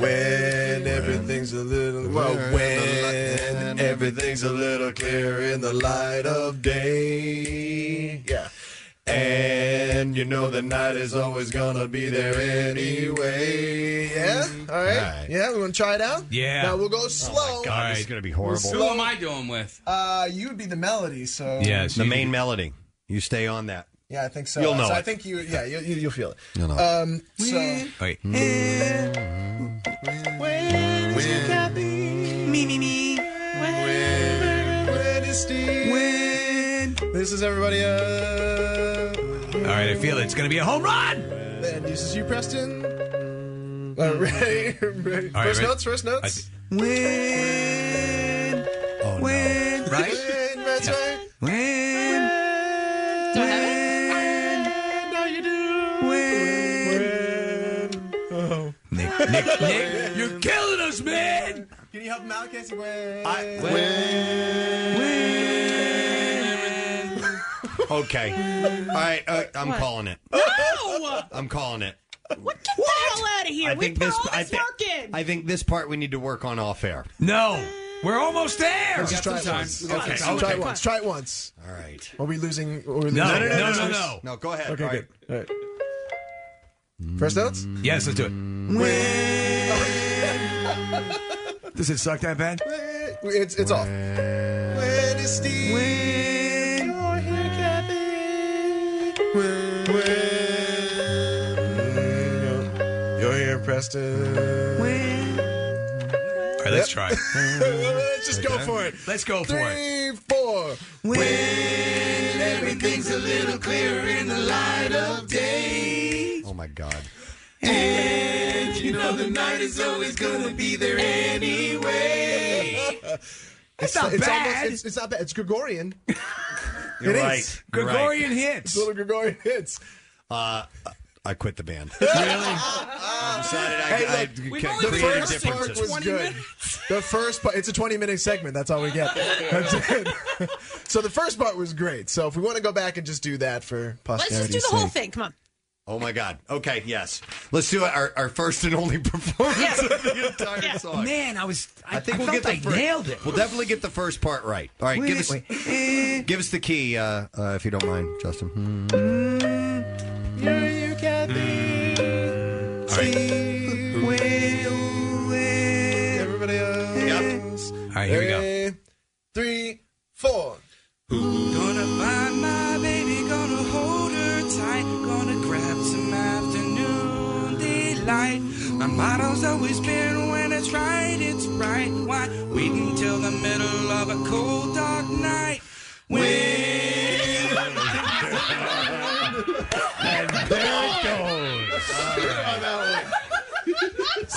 S4: When everything's a little well, when everything's a little clearer in the light of day. Yeah. And you know the night is always gonna be there anyway. Yeah? Alright.
S2: Alright.
S4: Mm-hmm. Yeah, we wanna try it out?
S1: Yeah.
S4: Now we'll go slow.
S2: Oh God, this is going to be horrible.
S12: Who am I doing with?
S4: Uh you would be the melody, so
S1: Yes.
S2: The main melody. You stay on that.
S4: yeah, I think so.
S2: You'll know
S4: So I
S2: it.
S4: think you yeah, you, you you'll feel it.
S2: You'll know it.
S4: Um so
S1: Wait. When.
S4: This is everybody. Uh,
S1: All right, I feel it. It's going to be a home run.
S4: and this is you, Preston. Uh, ready, ready.
S1: All right,
S4: first
S1: ready.
S4: notes, first notes.
S1: When.
S2: Oh, no.
S1: When. Right?
S4: And that's right.
S1: When.
S7: Do I have it?
S1: When. Nick, Nick, Nick, you're killing us, man.
S4: Can you help him out, Casey? When?
S2: Okay. All right. Uh, I'm calling it.
S7: No!
S2: I'm calling it.
S7: Get the hell out of here. we put all this
S2: thi-
S7: work in.
S2: I think this part we need to work on off air.
S1: No, we're almost there.
S4: Just try it
S12: some
S4: once.
S12: time.
S4: Okay,
S1: Okay,
S4: Try it
S1: okay.
S4: once. Try it once.
S2: All right.
S4: Are we losing? Are we losing?
S1: No, no, no, no, no.
S2: No, go ahead.
S4: Okay,
S2: All right.
S4: good. All right. First notes?
S3: Yes, let's do it. Does it suck that bad?
S4: It's, it's off.
S1: When is Steve? When? Your haircut. When? When?
S4: Your hair, Preston.
S3: All right, let's try.
S4: Let's just go for it.
S3: Let's go for
S4: Three,
S3: it.
S4: four.
S1: When everything's a little clearer in the light of day.
S14: Oh my God.
S1: And you know the night is always gonna be there anyway.
S4: It's,
S3: not
S4: it's
S3: bad.
S4: Almost, it's, it's not bad. It's Gregorian.
S2: You're
S4: It
S2: right.
S4: is.
S2: You're right.
S3: Gregorian hits.
S4: It's little Gregorian hits.
S2: Uh, I quit the band. really? I decided I,
S4: Hey,
S2: I,
S4: look,
S2: I
S15: we've
S2: could
S15: only
S4: The
S15: Three
S2: create
S15: been
S2: a
S4: first
S15: different
S4: part
S2: difference.
S4: was
S15: 20
S4: good.
S15: minutes.
S4: The first part, it's a 20 minute segment. That's all we get. That's it. so the first part was great. So if we want to go back and just do that for
S7: Let's
S4: posterity.
S7: just do the whole thing. Come on.
S2: Oh my God. Okay, yes. Let's do our, our first and only performance
S7: Yeah.
S2: of the entire
S7: Yeah.
S2: song.
S3: Man, I was. I,
S2: I think we'll
S3: felt
S2: get the
S3: I
S2: first.
S3: nailed it.
S2: We'll definitely get the first part right. All right, give us eh,
S3: Wait,
S2: give us the key uh, uh, if you don't mind, Justin. Hmm.
S1: Mm.
S4: Everybody else.
S3: All right, here we go.
S4: Three, three, four.
S8: Gonna find my baby, gonna hold her tight, gonna grab some afternoon delight. My motto's always been when it's right, it's right. Why wait until the middle of a cold dark night? When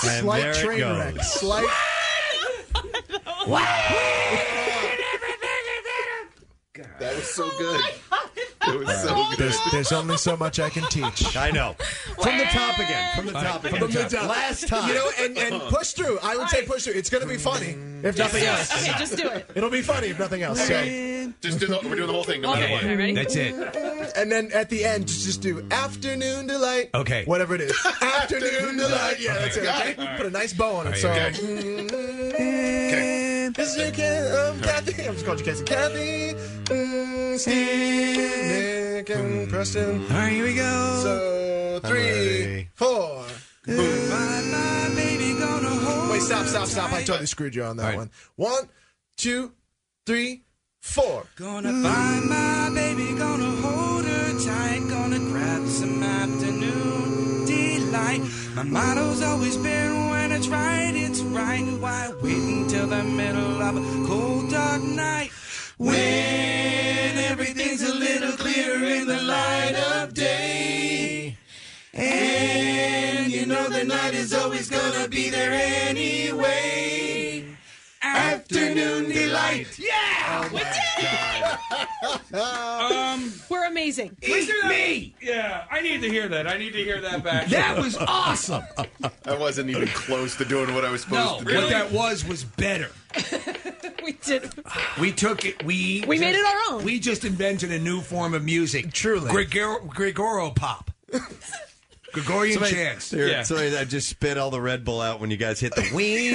S2: And
S4: Slight
S2: there it
S4: train
S2: goes.
S4: wreck. Slight.
S1: That was so good. It was so good.
S4: There's, there's only so much I can teach.
S2: I know. From the top again. From the top again.
S4: From the top.
S2: Last time.
S4: You know, and, and
S9: Uh-huh.
S4: push through. I would say push through. It's going to be funny, if nothing else.
S7: Okay, just do it.
S4: It'll be funny, if nothing else. So-
S1: Just do the, we're doing the whole thing no matter
S7: Okay,
S1: what.
S7: all right, ready?
S3: That's it.
S4: And then at the end, just just do afternoon delight.
S3: Okay.
S4: Whatever it is. afternoon delight. Yeah, that's it.
S1: Got
S4: Okay?
S1: it. All right.
S4: Put a nice bow on it.
S3: right,
S4: so.
S3: okay.
S4: Mm, This is your Kathy. Um, Kathy. I'm just calling you Casey. Kathy. Mm, Steve. Nick and Preston.
S3: All right, here we go.
S4: So three,
S2: Alright.
S4: four.
S8: find my baby, gonna hold
S4: Wait, stop, stop, stop. I totally screwed you on that
S3: Alright.
S4: one. One, two, three, four.
S8: Gonna find my baby, gonna hold her tight, gonna grab some afternoon delight. My motto's always been when it's right, it's right. Why wait until the middle of a cold dark night? When everything's a little clearer in the light of day. And you know the night is always gonna be there anyway. Afternoon delight.
S4: Um,
S2: Um,
S7: We're amazing.
S8: me. Yeah, I need to hear that. I need to hear that back.
S3: that was awesome.
S1: I wasn't even close to doing what I was supposed
S3: no,
S1: to do.
S3: what that was was better.
S7: We did.
S3: We took it. We
S7: We made it our own.
S3: We just invented a new form of music. Truly, Gregor- Gregoro pop, Gregorian chants.
S2: Here,
S8: Yeah.
S2: Sorry, I just spit all the Red Bull out when you guys hit the wing.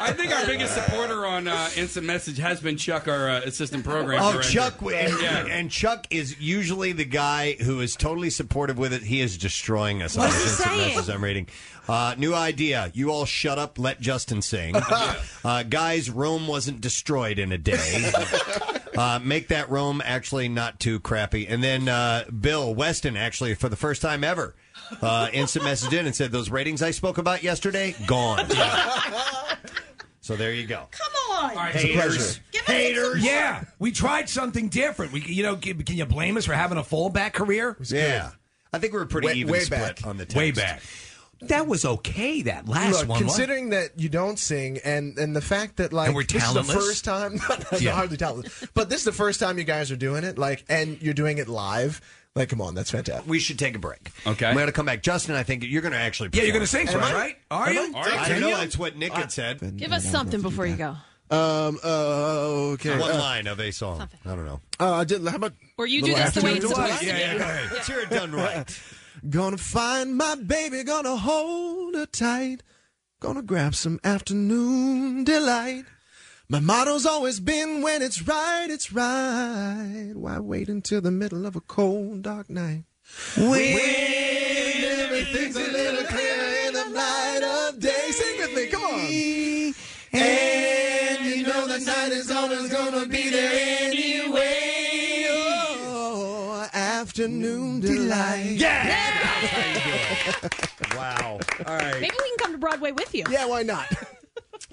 S8: I think our biggest supporter on uh, Instant Message has been Chuck, our uh, assistant program
S2: Oh,
S8: director.
S2: Chuck, and,
S8: Yeah.
S2: and Chuck is usually the guy who is totally supportive with it. He is destroying us. on
S7: What is he
S2: Instant
S7: saying?
S2: Messages I'm reading. Uh, new idea. You all shut up. Let Justin sing. uh, guys, Rome wasn't destroyed in a day. uh, make that Rome actually not too crappy. And then uh, Bill Weston, actually, for the first time ever, uh, instant message in and said, Those ratings I spoke about yesterday, gone. so there you go.
S7: Come on.
S8: All right,
S2: Haters.
S7: Give us
S2: Haters.
S3: Yeah, we tried something different. We, you know, can, can you blame us for having a fallback career?
S2: Yeah. I think we were pretty
S4: Way-
S2: even
S4: way
S2: split
S4: back.
S2: on the text.
S3: Way back. That was okay. That last
S4: Look,
S3: one.
S4: considering that you don't sing, and and the fact that like
S3: And we're
S4: this is the
S3: talentless?
S4: first time, not
S3: Yeah.
S4: hardly talentless, but this is the first time you guys are doing it, like, and you're doing it live. Like, come on, that's fantastic.
S2: we should take a break.
S8: Okay.
S2: We're going to come back. Justin, I think you're going to actually.
S3: yeah, you're
S2: perform.
S3: going to sing for
S4: Am
S3: us,
S4: I?
S3: right? Are
S4: Am
S3: you?
S4: I?
S3: All right.
S2: I know that's what Nick had said.
S7: Give us something before you go.
S4: Um. Uh, okay.
S2: One line of a song. I don't know.
S4: Uh, I did, how about
S7: Or you do this the way it's supposed to be.
S3: Yeah, yeah, go ahead.
S2: Let's hear it done right.
S4: Gonna find my baby, gonna hold her tight. Gonna grab some afternoon delight. My motto's always been when it's right, it's right. Why wait until the middle of a cold, dark night?
S1: When everything's a little clearer in the light of day, sing with me, come on. And you know the night is always gonna be there anyway. Oh, afternoon delight.
S2: Wow. All right.
S7: Maybe we can come to Broadway with you.
S4: Yeah, why not?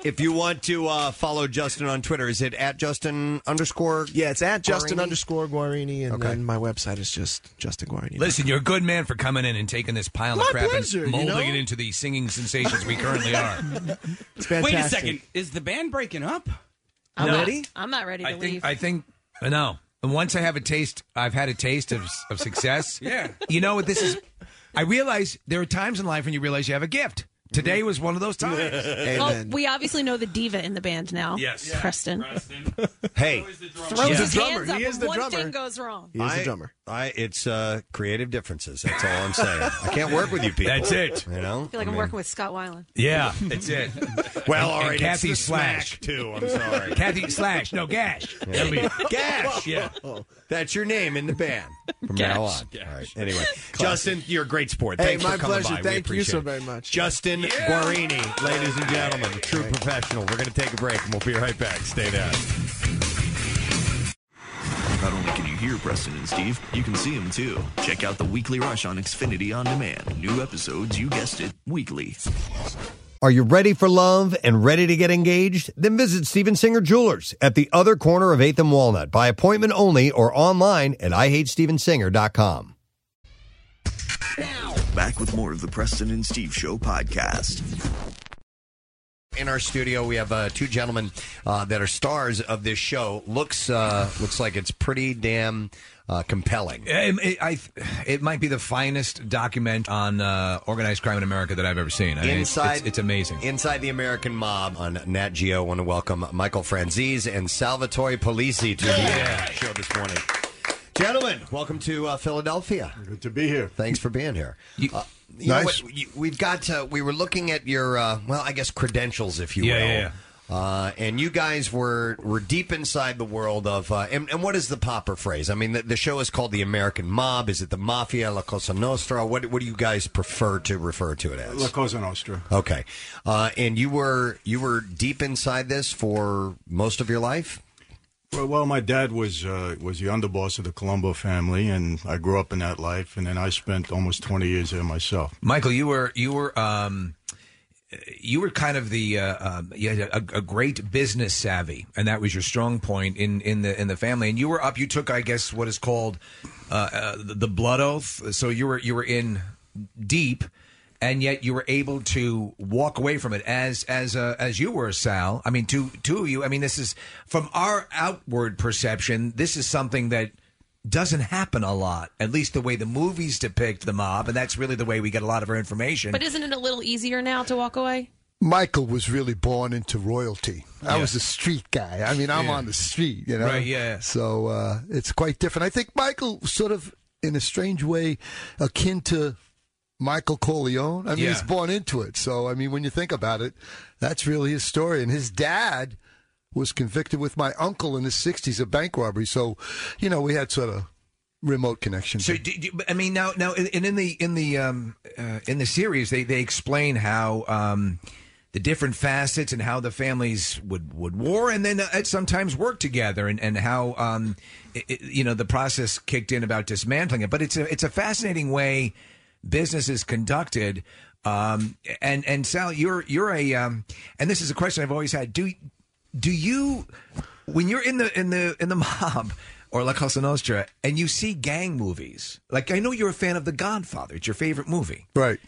S2: If you want to uh, follow Justin on Twitter, is it at Justin underscore?
S4: Yeah, it's at Justin
S2: Guarini?
S4: underscore Guarini, and then my website is just Justin Guarini.
S3: Listen, you're a good man for coming in and taking this pile
S4: My
S3: of crap
S4: pleasure, you
S3: and molding
S4: know?
S3: it into the singing sensations we currently are.
S4: It's
S5: Wait a
S3: fantastic.
S5: second. Is the band breaking up?
S3: I'm No. ready.
S7: I'm not ready to
S3: I
S7: leave.
S3: think, I think, I know. And once I have a taste, I've had a taste of, of success.
S5: Yeah.
S3: You know what? This is, I realize there are times in life when you realize you have a gift. Today was one of those times.
S7: well, we obviously know the diva in the band now.
S3: Yes.
S7: Preston.
S2: Hey.
S7: Throws
S2: He's
S7: his
S2: the drummer.
S7: hands up
S2: He is
S7: if
S2: the
S7: one
S2: drummer.
S7: thing goes wrong.
S2: I- I, it's uh, creative differences. That's all I'm saying. I can't work with you people.
S3: That's it.
S2: You know?
S7: I feel like I'm working with Scott Weiland.
S3: Yeah, that's it.
S2: Well,
S3: And-
S2: all
S3: and
S2: right. it's
S3: Kathy
S2: the
S3: Slash.
S2: smack, too. Oh, I'm sorry.
S3: Kathy Slash. No, Gash. That'll be-
S2: Gash. Yeah. That's your name in the band from now
S3: Gash.
S2: on. All right. Anyway, Justin, you're a great sport.
S4: Hey,
S2: Thanks
S4: my
S2: for coming
S4: pleasure.
S2: by. we
S4: Thank you
S2: appreciate
S4: so
S2: it.
S4: very much.
S2: Justin Guarini, ladies and gentlemen, a true professional. We're going to take a break and we'll be right back. Stay there.
S16: Not only can you hear Preston and Steve, you can see them too. Check out the Weekly Rush on Xfinity On Demand. New episodes, you guessed it, weekly.
S17: Are you ready for love and ready to get engaged? Then visit Steven Singer Jewelers at the other corner of 8th and Walnut by appointment only or online at IHateStevenSinger.com.
S16: Back with more of the Preston and Steve Show podcast.
S2: In our studio, we have uh, two gentlemen uh, that are stars of this show. Looks uh, looks like it's pretty damn uh, compelling.
S3: Um, It, I, it might be the finest document on uh, organized crime in America that I've ever seen. I mean, it's-
S2: Inside,
S3: it's, it's amazing.
S2: Inside the American Mob on Nat Geo. Want to welcome Michael Franzese and Salvatore Polisi to the show this morning. Gentlemen, welcome to uh, Philadelphia. Good to be here. Thanks for being here. Uh, you know
S18: Nice.
S2: what, you- we've got. uh we were looking at your, uh, well, I guess credentials, if you
S3: Yeah,
S2: will.
S3: yeah,
S2: Uh, and you guys were were deep inside the world of uh, and, and what is the proper phrase? I mean, the, the show is called the American Mob. Is it the Mafia, La Cosa Nostra? What what do you guys prefer to refer to it as?
S19: La Cosa Nostra.
S2: Okay, uh, and you were you were deep inside this for most of your life.
S19: Well, well, my dad was uh, was the underboss of the Colombo family, and I grew up in that life. And then I spent almost twenty years there myself.
S3: Michael, you were you were um, you were kind of the uh, um, you had a, a great business savvy, and that was your strong point in in the in the family. And you were up. You took, I guess, what is called uh, uh, the blood oath. So you were you were in deep. And yet, you were able to walk away from it as as uh, as you were, Sal. I mean, two two of you. I mean, this is from our outward perception. This is something that doesn't happen a lot, at least the way the movies depict the mob, and that's really the way we get a lot of our information.
S7: But isn't it a little easier now to walk away?
S18: Michael was really born into royalty. I
S3: Yeah.
S18: was a street guy. I mean, I'm
S3: Yeah.
S18: on the street, you know.
S3: Right, yeah.
S18: So uh, it's quite different. I think Michael, sort of in a strange way, akin to Michael Corleone. I mean,
S3: Yeah.
S18: he's born into it. So, I mean, when you think about it, that's really his story. And his dad was convicted with my uncle in the 60s of bank robbery. So, you know, we had sort of remote connections.
S3: So, do, do, but, I mean, now, now, and in the in the um, uh, in the series, they they explain how um, the different facets and how the families would would war and then uh, sometimes work together, and and how um, i i you know the process kicked in about dismantling it. But it's a it's a fascinating way business is conducted. Um, and and Sal, you're you're a um, and this is a question I've always had. Do do you when you're in the in the in the mob or La Cosa Nostra and you see gang movies? Like I know you're a fan of The Godfather. It's your favorite movie.
S18: Right.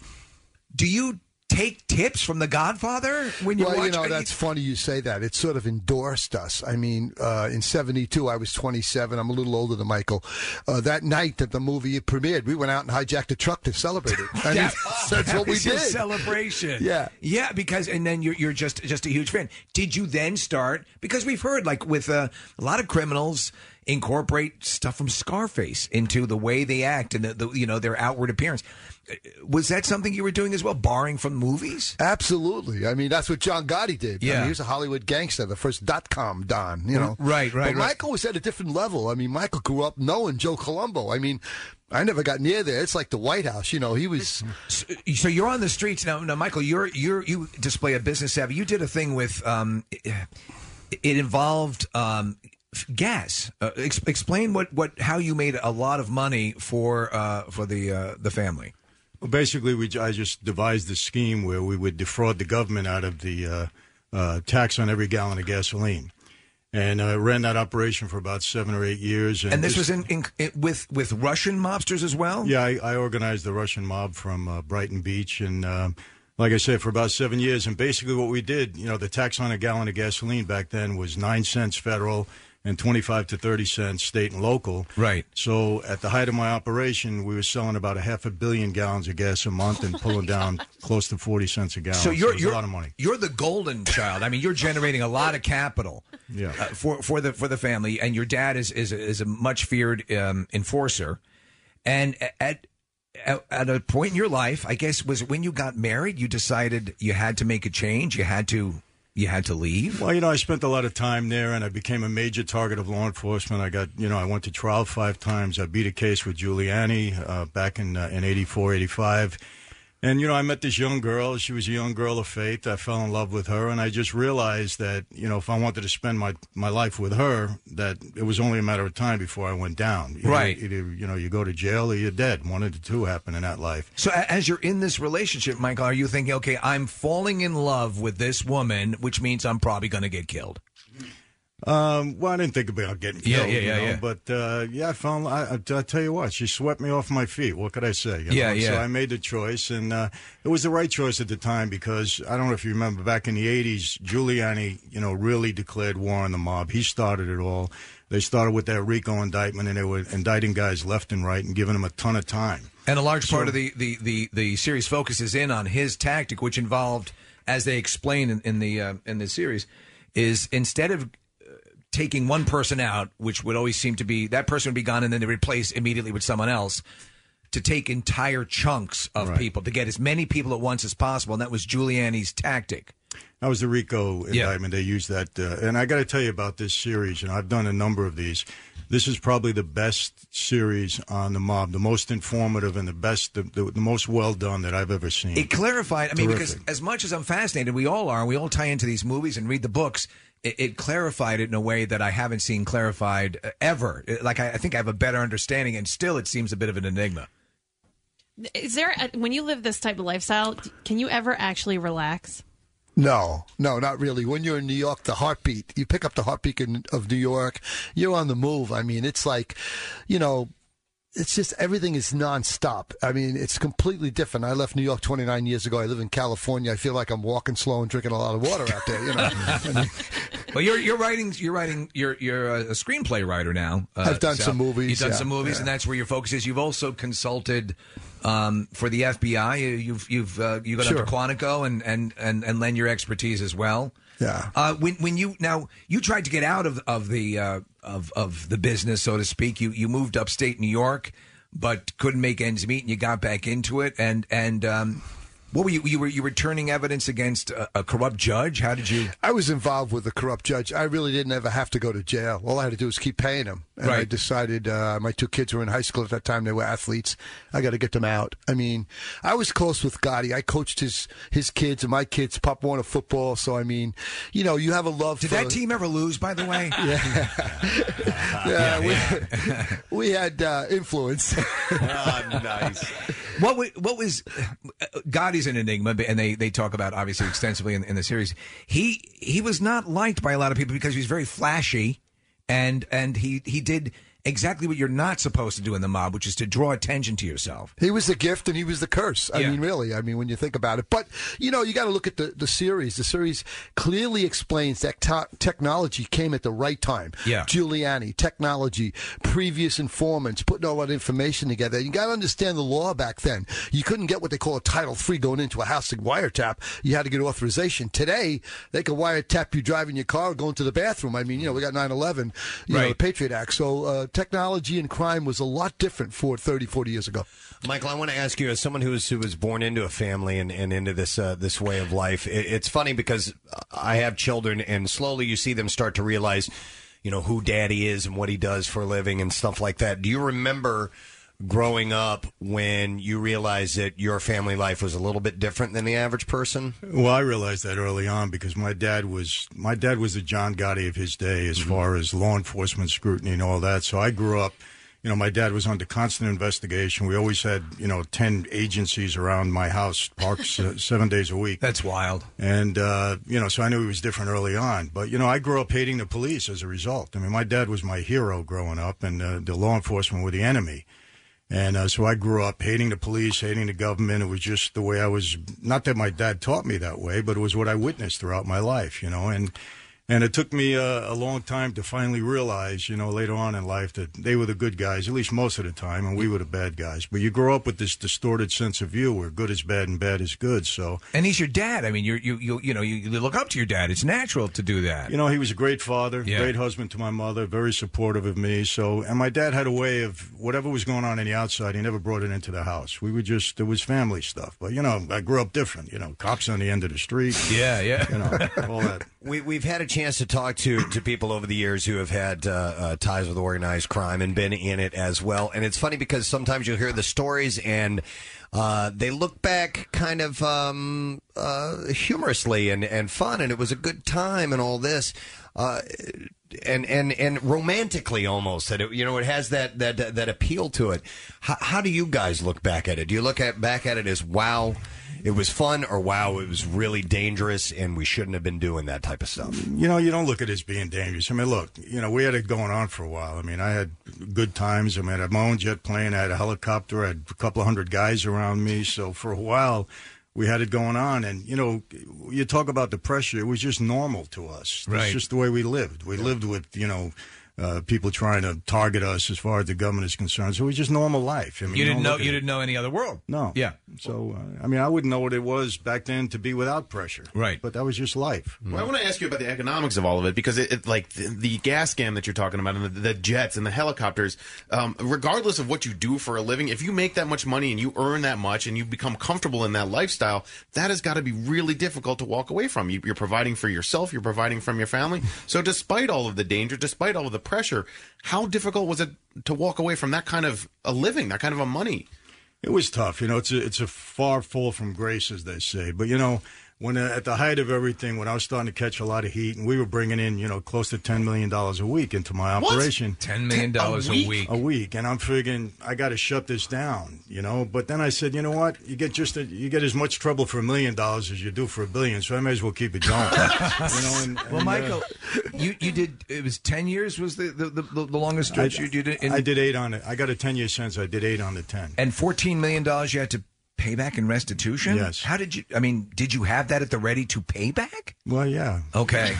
S3: Do you take tips from The Godfather when you
S18: well,
S3: watch?
S18: you know,
S3: are
S18: that's funny you say that. It sort of endorsed us. I mean, uh, in 72, I was 27. I'm a little older than Michael. Uh, that night that the movie premiered, we went out and hijacked a truck to celebrate it. I mean,
S3: That-
S18: that's
S3: that
S18: what we
S3: is your
S18: did.
S3: celebration.
S18: Yeah.
S3: yeah, because and then you're you're just just a huge fan. Did you then start because we've heard like with uh, a lot of criminals. incorporate stuff from Scarface into the way they act and the, the you know their outward appearance. Uh, Was that something you were doing as well, borrowing from movies?
S18: Absolutely. I mean, that's what John Gotti did. I
S3: Yeah. Mm,
S18: mean, he was a Hollywood gangster, the first dot com don, you know.
S3: Right, right,
S18: But
S3: right.
S18: Michael was at a different level. I mean, Michael grew up knowing Joe Colombo. I mean, I never got near there. It's like the White House, you know. He was.
S3: So, so you're on the streets now. Now, Michael, you're you're you display a business savvy. You did a thing with um, it, it involved um, f- gas. Uh, ex- explain what what how you made a lot of money for uh, for the uh, the family.
S19: Well, basically, we I just devised this scheme where we would defraud the government out of the uh, uh, tax on every gallon of gasoline, and I ran that operation for about seven or eight years.
S3: And this was
S19: just-
S3: in, in, in- with with Russian mobsters as well.
S19: yeah, I, I organized the Russian mob from uh, Brighton Beach, and um, like I said, for about seven years. And basically, what we did, you know, the tax on a gallon of gasoline back then was nine cents federal and twenty-five to thirty cents state and local.
S3: Right.
S19: So at the height of my operation, we were selling about a half a billion gallons of gas a month and pulling down close to forty cents a gallon.
S3: So you're
S19: it was
S3: you're
S19: a lot of money.
S3: you're the golden child. I mean, you're generating a lot of capital.
S19: Yeah.
S3: uh, for for the for the family, and your dad is is is a much feared um, enforcer. And at, at at a point in your life, I guess was when you got married, you decided you had to make a change. You had to you had to leave.
S19: Well, you know, I spent a lot of time there, and I became a major target of law enforcement. I got, you know, I went to trial five times. I beat a case with Giuliani uh, back in uh, in '84, '85, and you know, I met this young girl. She was a young girl of faith. I fell in love with her, and I just realized that, you know, if I wanted to spend my my life with her, that it was only a matter of time before I went down. Either-
S3: Right.
S19: Either you know, you go to jail or you're dead. One of the two happened in that life.
S3: So a- as you're in this relationship, Michael, are you thinking, okay, I'm falling in love with this woman, which means I'm probably going to get killed?
S19: Um, well, I didn't think about getting
S3: Yeah,
S19: killed.
S3: yeah, yeah,
S19: you know,
S3: yeah.
S19: But uh, yeah, I found. I, I, I tell you what, she swept me off my feet. What could I say? you
S3: Yeah,
S19: know? So
S3: yeah.
S19: I made the choice, and uh, it was the right choice at the time because I don't know if you remember back in the '80s, Giuliani, you know, really declared war on the mob. He started it all. They started with that RICO indictment, and they were indicting guys left and right and giving them a ton of time.
S3: And a large part of the, the, the, the series focuses in on his tactic, which involved, as they explain in, in the uh, in the series, is instead of uh, taking one person out, which would always seem to be that person would be gone, and then they replace immediately with someone else. To take entire chunks of people to get as many people at once as possible, and that was Giuliani's tactic.
S19: That was the RICO indictment. They used that. Uh, and I got to tell you about this series, and I've done a number of these. This is probably the best series on the mob, the most informative and the best, the, the, the most well done that I've ever seen.
S3: It clarified. I mean,
S19: Terrific.
S3: because as much as I'm fascinated, we all are. We all tie into these movies and read the books. It, it clarified it in a way that I haven't seen clarified uh, ever. Uh, Like I, I think I have a better understanding, and still, it seems a bit of an enigma.
S7: Is there a, when you live this type of lifestyle, can you ever actually relax?
S18: No, no, not really. When you're in New York, the heartbeat, you pick up the heartbeat in, of New York, you're on the move. I mean, it's like, you know, it's just everything is nonstop. I mean, it's completely different. I left New York 29 years ago. I live in California. I feel like I'm walking slow and drinking a lot of water out there, you know.
S3: well, you're you're writing you're writing you're you're a screenplay writer now. uh,
S18: I've done some movies,
S3: You've done
S18: yeah,
S3: some movies,
S18: yeah.
S3: and that's where your focus is. You've also consulted um, for the FBI. You've you've uh, you got
S18: Sure.
S3: up to Quantico and and and and lend your expertise as well.
S18: Yeah.
S3: Uh, when when you now you tried to get out of of the uh, of of the business, so to speak. You you moved upstate New York, but couldn't make ends meet, and you got back into it. And and um, what were you you were you were turning evidence against a, a corrupt judge? How did you?
S18: I was involved with a corrupt judge. I really didn't ever have to go to jail. All I had to do was keep paying him. And I
S3: Right.
S18: decided uh, my two kids were in high school at that time. They were athletes. I got to get them out. I mean, I was close with Gotti. I coached his his kids and my kids. Pop wanted football. So I mean, you know, you have a love.
S3: Did
S18: for,
S3: that team ever lose? By the way, yeah,
S18: Yeah, we, we had uh, influence.
S3: Oh,
S6: nice.
S3: Ah, What was, what was Gotti's an enigma, but- and they, they talk about obviously extensively in, in the series. He he was not liked by a lot of people because he was very flashy, and and he he did exactly what you're not supposed to do in the mob, which is to draw attention to yourself.
S18: He was the gift and he was the curse. I mean, really. I mean, when you think about it. But, you know, you got to look at the, the series. The series clearly explains that to- technology came at the right time.
S3: Yeah.
S18: Giuliani, technology, previous informants, putting all that information together. You got to understand the law back then. You couldn't get what they call a Title Three going into a house and wiretap. You had to get authorization. Today, they can wiretap you driving your car or going to the bathroom. I mean, you know, we got 9 11, you know, the Patriot Act. So uh, technology and crime was a lot different for 30, 40 years ago.
S2: Michael, I want to ask you, as someone who was who was born into a family and, and into this uh, this way of life, it, it's funny because I have children, and slowly you see them start to realize, you know, who Daddy is and what he does for a living and stuff like that. Do you remember growing up when you realized that your family life was a little bit different than the average person?
S19: Well, I realized that early on because my dad was my dad was the John Gotti of his day as
S3: Mm-hmm.
S19: far as law enforcement scrutiny and all that. So I grew up, you know, my dad was under constant investigation. We always had, you know, ten agencies around my house, parks uh, seven days a week.
S3: That's wild.
S19: And uh, you know, so I knew he was different early on. But you know, I grew up hating the police as a result. I mean, my dad was my hero growing up, and uh, the law enforcement were the enemy. And uh, so I grew up hating the police, hating the government. It was just the way I was. Not that my dad taught me that way, but it was what I witnessed throughout my life, you know. And and it took me uh, a, a long time to finally realize, you know, later on in life that they were the good guys, at least most of the time, and we were the bad guys. But you grow up with this distorted sense of view where good is bad and bad is good. So
S3: And he's your dad. I mean, you're, you you you know you, you look up to your dad. It's natural to do that.
S19: You know, he was a great father,
S3: Yeah.
S19: great husband to my mother, very supportive of me. So, and my dad had a way of whatever was going on in the outside, he never brought it into the house. We were just it was family stuff. But you know, I grew up different. You know, cops on the end of the street.
S3: Yeah, yeah.
S19: You know, all that.
S2: We, we've had a chance to talk to, to people over the years who have had uh, uh, ties with organized crime and been in it as well. And it's funny because sometimes you'll hear the stories and uh, they look back kind of um, uh, humorously and, and fun, and it was a good time and all this. Uh, and and and romantically almost that it, you know it has that that that, that appeal to it. How, how do you guys look back at it? Do you look at back at it as wow, it was fun, or wow, it was really dangerous and we shouldn't have been doing that type of stuff?
S19: You know, you don't look at it as being dangerous. I mean, look, you know, we had it going on for a while. I mean, I had good times. I mean, I had my own jet plane. I had a helicopter. I had a couple of hundred guys around me. So for a while, we had it going on. And, you know, you talk about the pressure. It was just normal to us.
S3: Right.
S19: It's just the way we lived. We lived with, you know, uh, people trying to target us as far as the government is concerned. So it was just normal life. I mean,
S3: you didn't
S19: don't
S3: know
S19: look at
S3: you
S19: it-
S3: didn't know any other world.
S19: No.
S3: Yeah.
S19: So, uh, I mean, I wouldn't know what it was back then to be without pressure.
S3: Right.
S19: But that was just life.
S9: Well, I want to ask you about the economics of all of it because it, it like the, the gas scam that you're talking about and the, the jets and the helicopters. Um, regardless of what you do for a living, if you make that much money and you earn that much and you become comfortable in that lifestyle, that has got to be really difficult to walk away from. You, you're providing for yourself, you're providing from your family. So, despite all of the danger, despite all of the pressure, how difficult was it to walk away from that kind of a living, that kind of a money?
S19: It was tough, you know. It's a, it's a far fall from grace, as they say. But you know, when uh, at the height of everything, when I was starting to catch a lot of heat, and we were bringing in, you know, close to ten million dollars a week into my
S3: What?
S19: operation,
S3: $10 million a week?
S19: a week, and I'm figuring I got to shut this down, you know. But then I said, you know what? You get just a, you get as much trouble for a million dollars as you do for a billion, so I may as well keep it going. you know, and,
S3: well,
S19: and, uh,
S3: Michael, you, you did it was ten years was the the, the, the longest stretch
S19: I,
S3: you did it in,
S19: I did eight on it. I got a ten year sentence. I did eight on the ten.
S3: and fourteen million dollars you had to pay back in restitution.
S19: Yes.
S3: How did you? I mean, did you have that at the ready to pay back?
S19: Well, yeah.
S3: Okay.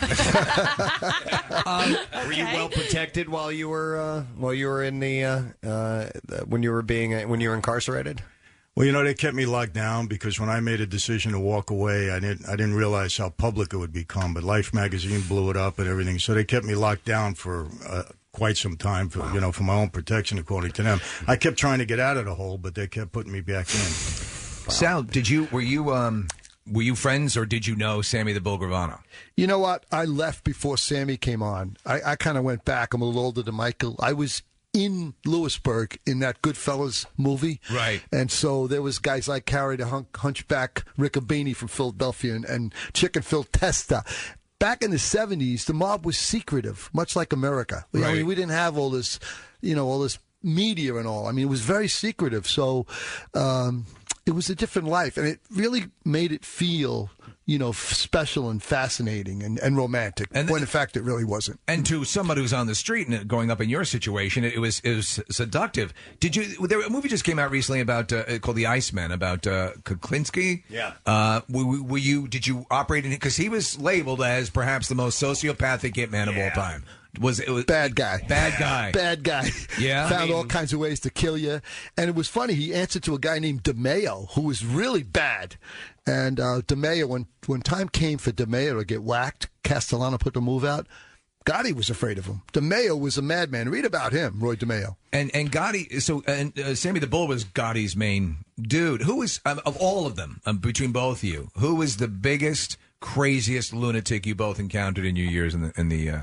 S2: Were you well protected while you were uh, while you were in the uh, uh, when you were being uh, when you were incarcerated?
S19: Well, you know, they kept me locked down because when I made a decision to walk away, I didn't I didn't realize how public it would become. But Life magazine blew it up and everything, so they kept me locked down for uh, quite some time for you know for my own protection, according to them. I kept trying to get out of the hole, but they kept putting me back in.
S3: Sal, did you were you um were you friends or did you know Sammy the Bull Gravano?
S18: You know what? I left before Sammy came on. I, I kind of went back. I'm a little older than Michael. I was in Lewisburg in that Goodfellas movie.
S3: Right.
S18: And so there was guys like Carrie the hunk, Hunchback, Riccobini from Philadelphia, and, and Chicken Phil Testa. Back in the 70s, the mob was secretive, much like America. You know, I mean,
S3: Right.
S18: we didn't have all this, you know, all this media and all. I mean, it was very secretive. So um, it was a different life, and it really made it feel you know, f- special and fascinating and, and romantic. And when in fact, it really wasn't.
S3: And to somebody who's on the street and going up in your situation, it was it was seductive. Did you? There, a movie just came out recently about uh, called The Iceman about uh, Kuklinski.
S1: Yeah.
S3: Uh, were, were- were you? Did you operate in it? Because he was labeled as perhaps the most sociopathic hitman of all time. Was it was
S18: bad guy?
S3: Bad guy.
S18: Bad guy.
S3: Yeah.
S18: Found
S3: I mean-
S18: all kinds of ways to kill you. And it was funny. He answered to a guy named DeMeo, who was really bad. And uh, DeMeo, when, when time came for DeMeo to get whacked, Castellano put the move out. Gotti was afraid of him. DeMeo was a madman. Read about him, Roy DeMeo.
S3: And and Gotti, so and uh, Sammy the Bull was Gotti's main dude. Who was um, of all of them um, between both of you? Who was the biggest, craziest lunatic you both encountered in your years in the in the uh,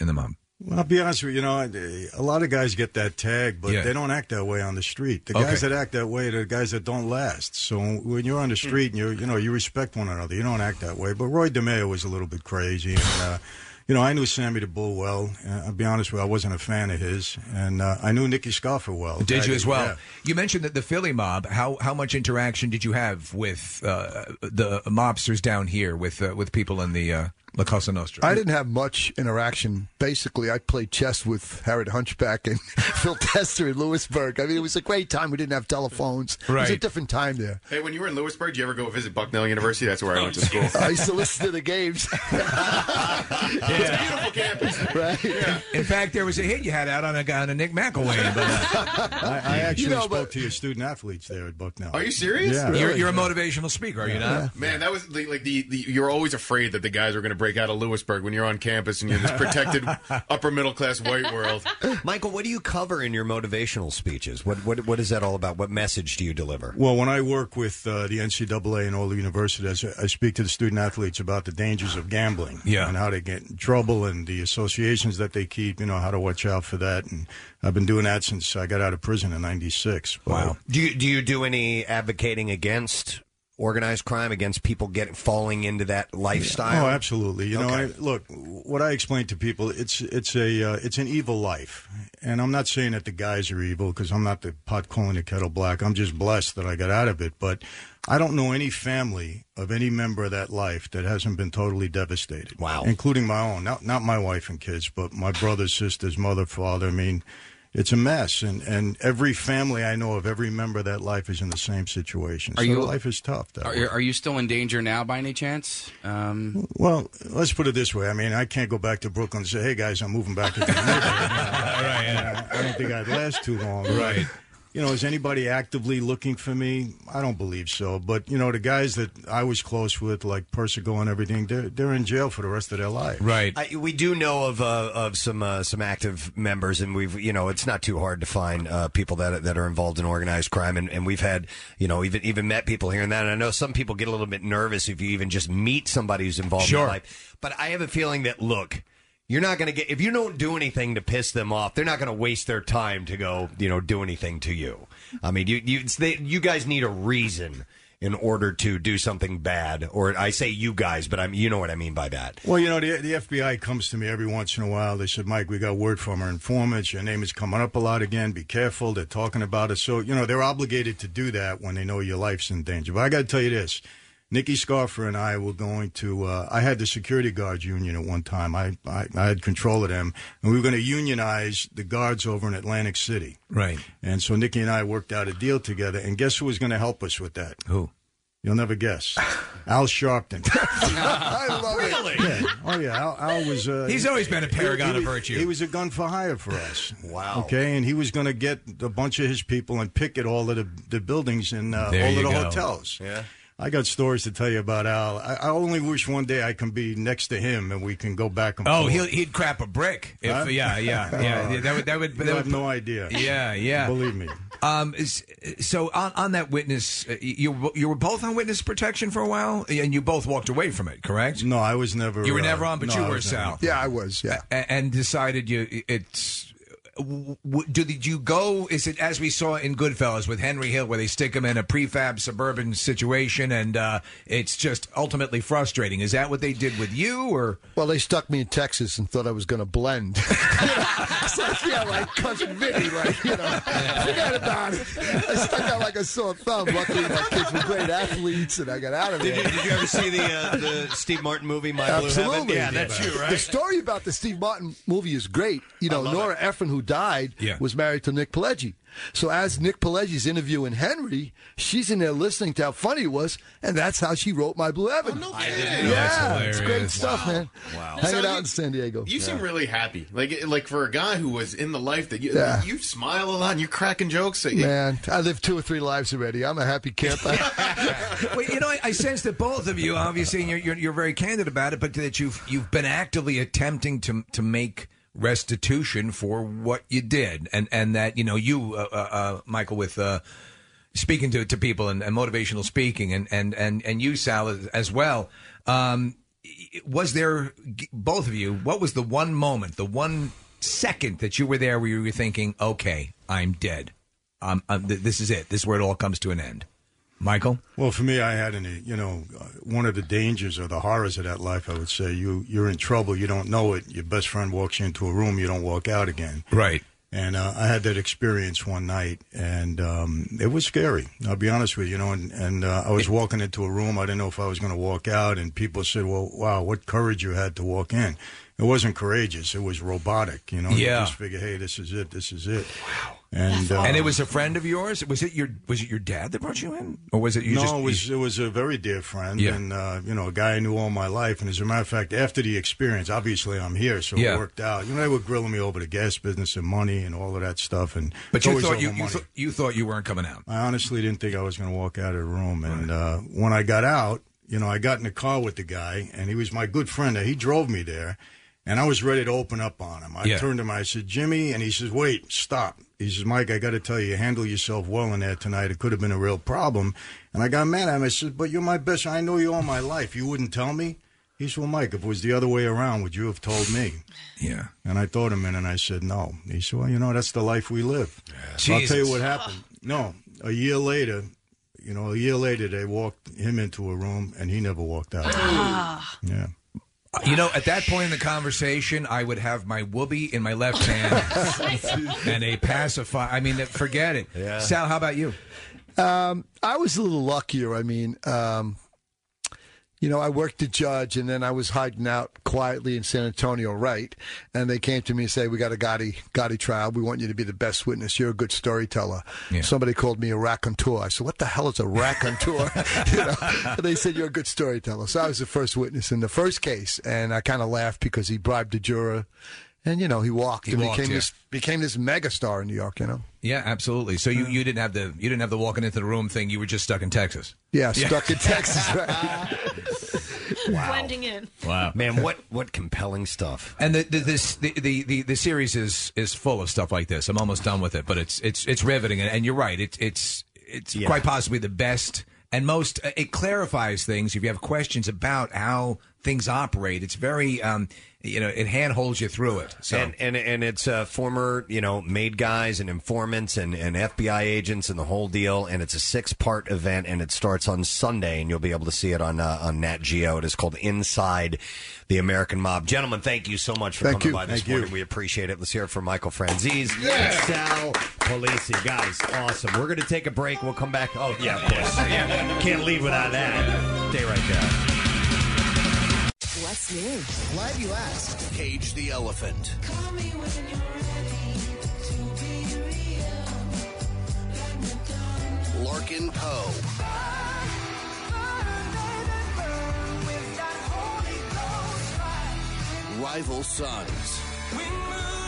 S3: in the mob?
S19: Well, I'll be honest with you. You know, I- a lot of guys get that tag, but
S3: Yeah.
S19: they don't act that way on the street. The
S3: Okay.
S19: guys that act that way, are the guys that don't last. So when you're on the
S9: Hmm.
S19: street and you you know you respect one another, you don't act that way. But Roy DeMeo was a little bit crazy, and uh, you know I knew Sammy the Bull well. Uh, I'll be honest with you, I wasn't a fan of his, and uh, I knew Nicky Scoffer well.
S3: Did you
S19: That-
S3: as well?
S19: yeah.
S3: You mentioned that the Philly mob. How how much interaction did you have with uh, the mobsters down here with uh, with people in the uh, La Cosa Nostra?
S18: I didn't have much interaction. Basically, I played chess with Harriet Hunchback and Phil Tester in Lewisburg. I mean, it was a great time. We didn't have telephones. It was a
S9: Right.
S18: different time there.
S9: Hey, when you were in Lewisburg, did you ever go visit Bucknell University? That's where I went to school.
S18: I used to listen to the games.
S9: It's a beautiful campus.
S18: Right.
S3: In fact, there was a hit you had out on a guy on a Nick McElwain. But, uh,
S19: I, I actually
S3: You know,
S19: spoke to your student athletes there at Bucknell.
S9: Are you serious?
S19: Yeah.
S3: You're, you're a motivational speaker, are you not?
S9: Man, that was the, like the, the you're always afraid that the guys are going to break out of Lewisburg when you're on campus and you're in this protected upper middle class white world.
S6: Michael, what do you cover in your motivational speeches? What what what is that all about? What message do you deliver?
S19: Well, when I work with uh, the NCAA and all the universities, I I speak to the student athletes about the dangers of gambling
S3: Yeah.
S19: and how they get in trouble and the associations that they keep, you know, how to watch out for that. And I've been doing that since I got out of prison in 96. Wow.
S6: Do you do you do any advocating against organized crime, against people getting falling into that lifestyle?
S19: Oh, absolutely. You know, I, look, what I explain to people, it's it's a uh, it's an evil life, and I'm not saying that the guys are evil because I'm not the pot calling the kettle black. I'm just blessed that I got out of it, but I don't know any family of any member of that life that hasn't been totally devastated. Wow, including my own. Not not my wife and kids, but my brothers, sisters, mother, father. I mean. It's a mess, and, and every family I know of, every member of that life is in the same situation.
S5: Are
S19: so
S5: you-
S19: life is tough. That way.
S5: Are, are you still in danger now, by any chance? Um,
S19: Well, let's put it this way. I mean, I can't go back to Brooklyn and say, "Hey guys, I'm moving back." To the neighborhood." I don't think I'd last too long.
S1: Right.
S19: You know, is anybody actively looking for me? I don't believe so. But you know, the guys that I was close with, like Persico and everything, they're they're in jail for the rest of their life.
S6: I, we do know of uh, of some uh, some active members, and we've you know it's not too hard to find uh, people that that are involved in organized crime, and, and we've had you know even even met people here and that. And I know some people get a little bit nervous if you even just meet somebody who's involved in
S1: Sure.
S6: that life, but I have a feeling that look. You're not going to get if you don't do anything to piss them off. They're not going to waste their time to go, you know, do anything to you. I mean, you you it's- they, you guys need a reason in order to do something bad. Or I say you guys, but I'm you know what I mean by that.
S19: Well, you know, the, the FBI comes to me every once in a while. They said, Mike, we got word from our informants. Your name is coming up a lot again. Be careful. They're talking about it. So, you know, they're obligated to do that when they know your life's in danger. But I got to tell you this Nikki Scarfer and I were going to, uh, I had the security guards union at one time. I, I, I had control of them. And we were going to unionize the guards over in Atlantic City.
S3: Right.
S19: And so Nikki and I worked out a deal together. And guess who was going to help us with that?
S3: Who?
S19: You'll never guess. Al Sharpton.
S1: I love
S19: really? Yeah. Oh yeah. Al, Al was. Uh,
S3: He's always been a paragon
S19: he- he
S3: of
S19: was-
S3: virtue.
S19: He was a gun for hire for us. wow. Okay, and he was going to get a bunch of his people and picket all of the, the buildings and uh, all
S3: There
S19: of
S3: you
S19: the
S3: go.
S19: hotels.
S3: Yeah.
S19: I got stories to tell you about Al. I, I only wish one day I can be next to him and we can go back and
S3: Oh,
S19: forth.
S3: he'll, he'd crap a brick. If,
S19: Huh?
S3: Yeah, yeah, yeah. That would that would.
S19: You
S3: that
S19: have
S3: would-
S19: no idea.
S3: Yeah, yeah.
S19: Believe me.
S3: Um, is- so on, on that witness, uh, you you were both on witness protection for a while, and you both walked away from it, correct?
S19: No, I was never.
S3: You were
S19: uh,
S3: never on, but
S19: no,
S3: you
S19: I
S3: were
S19: was never.
S3: Sal.
S18: Yeah, I was. Yeah.
S3: A- and decided you it's w- w- do did you go? Is it as we saw in Goodfellas with Henry Hill, where they stick him in a prefab suburban situation, and uh, it's just ultimately frustrating? Is that what they did with you, or
S18: well, they stuck me in Texas and thought I was going to blend.
S7: so I feel like cousin Vinny, like you know, forget about it.
S18: I stuck out like a sore thumb. Luckily, my kids were great athletes, and I got out of
S2: Did
S18: there.
S2: you, did you ever see the uh, the Steve Martin movie My Blue Heaven?
S18: Absolutely.
S2: Yeah, that's you, right?
S18: The story about the Steve Martin movie is great. You know, Nora Ephron, who died,
S2: Yeah.
S18: was married to Nick Pileggi. So as Nick Pileggi's interviewing Henry, she's in there listening to how funny it was, and that's how she wrote My Blue Heaven.
S2: Oh,
S18: I
S9: didn't know that.
S18: yeah,
S9: That's
S18: it's great
S9: hilarious.
S18: stuff,
S9: Wow.
S18: man.
S9: Wow.
S18: Hanging
S9: So
S18: out
S9: you-
S18: in San Diego.
S9: You seem
S18: Yeah.
S9: really happy, like like for a guy who was in the life that you
S18: Yeah.
S9: you smile a lot and you're cracking jokes. At
S18: Man, I lived two or three lives already. I'm a happy camper.
S3: well, you know, I, I sense that both of you, obviously, and you're, you're you're very candid about it, but that you've you've been actively attempting to to make restitution for what you did, and and that you know you, uh, uh, uh, Michael, with. Uh, Speaking to, to people and, and motivational speaking and, and, and, and you Sal as- as well, um, was there g- both of you? What was the one moment, the one second that you were there where you were thinking, "Okay, I'm dead. Um, um, th- this is it. This is where it all comes to an end." Michael?
S19: Well, for me, I had any, you know, uh, one of the dangers or the horrors of that life, I would say, you, you're in trouble, you don't know it. Your best friend walks you into a room, you don't walk out again.
S3: Right.
S19: And uh, I had that experience one night, and um, it was scary. I'll be honest with you, you know. And, and uh, I was walking into a room, I didn't know if I was going to walk out, and people said, "Well, wow, what courage you had to walk in." It wasn't courageous; it was robotic. Oh, You know,
S3: Yeah.
S19: You just figure, hey, this is it, this is it. Wow. And uh,
S3: and it was a friend of yours. Was it your Was it your dad that brought you in, or was it you
S19: no,
S3: just?
S19: it was it was a very dear friend,
S3: Yeah.
S19: and uh, you know, a guy I knew all my life. And as a matter of fact, after the experience, obviously I'm here, so
S3: Yeah.
S19: it worked out. You know, they were grilling me over the gas business and money and all of that stuff. And
S3: but
S19: it's
S3: you
S19: always
S3: thought
S19: over
S3: you you,
S19: money.
S3: th- you thought you weren't coming out.
S19: I honestly didn't think I was going to walk out of the room. And uh, when I got out, you know, I got in the car with the guy, and he was my good friend. He drove me there, and I was ready to open up on him. I
S3: Yeah.
S19: turned to him, I said, Jimmy, and he says, wait, stop. He says, Mike, I got to tell you, you handle yourself well in there tonight. It could have been a real problem. And I got mad at him. I said, but you're my best. I know you all my life. You wouldn't tell me? He said, well, Mike, if it was the other way around, would you have told me?
S3: Yeah.
S19: And I thought a minute, and I said, no. He said, well, you know, that's the life we live. So I'll tell
S3: Jesus.
S19: you what happened. No, a year later, you know, a year later, they walked him into a room, and he never walked out. yeah.
S3: Uh, You know, at that point in the conversation, I would have my whoopee in my left hand and a pacifier. I mean, forget it. Sal, how about you?
S18: Um, I was a little luckier. I mean, um, you know, I worked the judge, and then I was hiding out quietly in San Antonio, right? And they came to me and say, "We got a Gotti Gotti trial. We want you to be the best witness. You're a good storyteller."
S3: Yeah.
S18: Somebody called me a raconteur. I said, "What the hell is a raconteur?" you know? And they said, "You're a good storyteller." So I was the first witness in the first case, and I kind of laughed because he bribed the juror, and you know, he walked
S3: He
S18: and
S3: walked,
S18: became
S3: yeah.
S18: this became this megastar in New York. You know.
S3: Yeah, absolutely. So you, you didn't have the you didn't have the walking into the room thing. You were just stuck in Texas.
S18: Yeah, stuck in Texas.
S8: Blending in.
S2: Wow, man, what what compelling stuff!
S3: And the, the this the, the, the, the series is is full of stuff like this. I'm almost done with it, but it's it's it's riveting. And, and you're right, it's it's it's
S2: Yeah.
S3: quite possibly the best and most. uh, It clarifies things if you have questions about how things operate. It's very um, you know it handholds you through it. So
S2: And and and it's uh, former you know made guys and informants and, and FBI agents and the whole deal. And it's a six part event, and it starts on Sunday, and you'll be able to see it on uh, on Nat Geo. It is called Inside the American Mob. Gentlemen, thank you so much for
S18: Thank
S2: coming
S18: you.
S2: by this
S18: Thank you.
S2: morning. We appreciate it. Let's hear it from Michael Franzese and Sal Polisi. Guys, awesome. We're going to take a break. We'll come back. Oh yeah, of course. Yeah, can't leave without that. Stay right there.
S7: What's new? Glad you asked. Cage the elephant. Larkin Poe. Rival sons.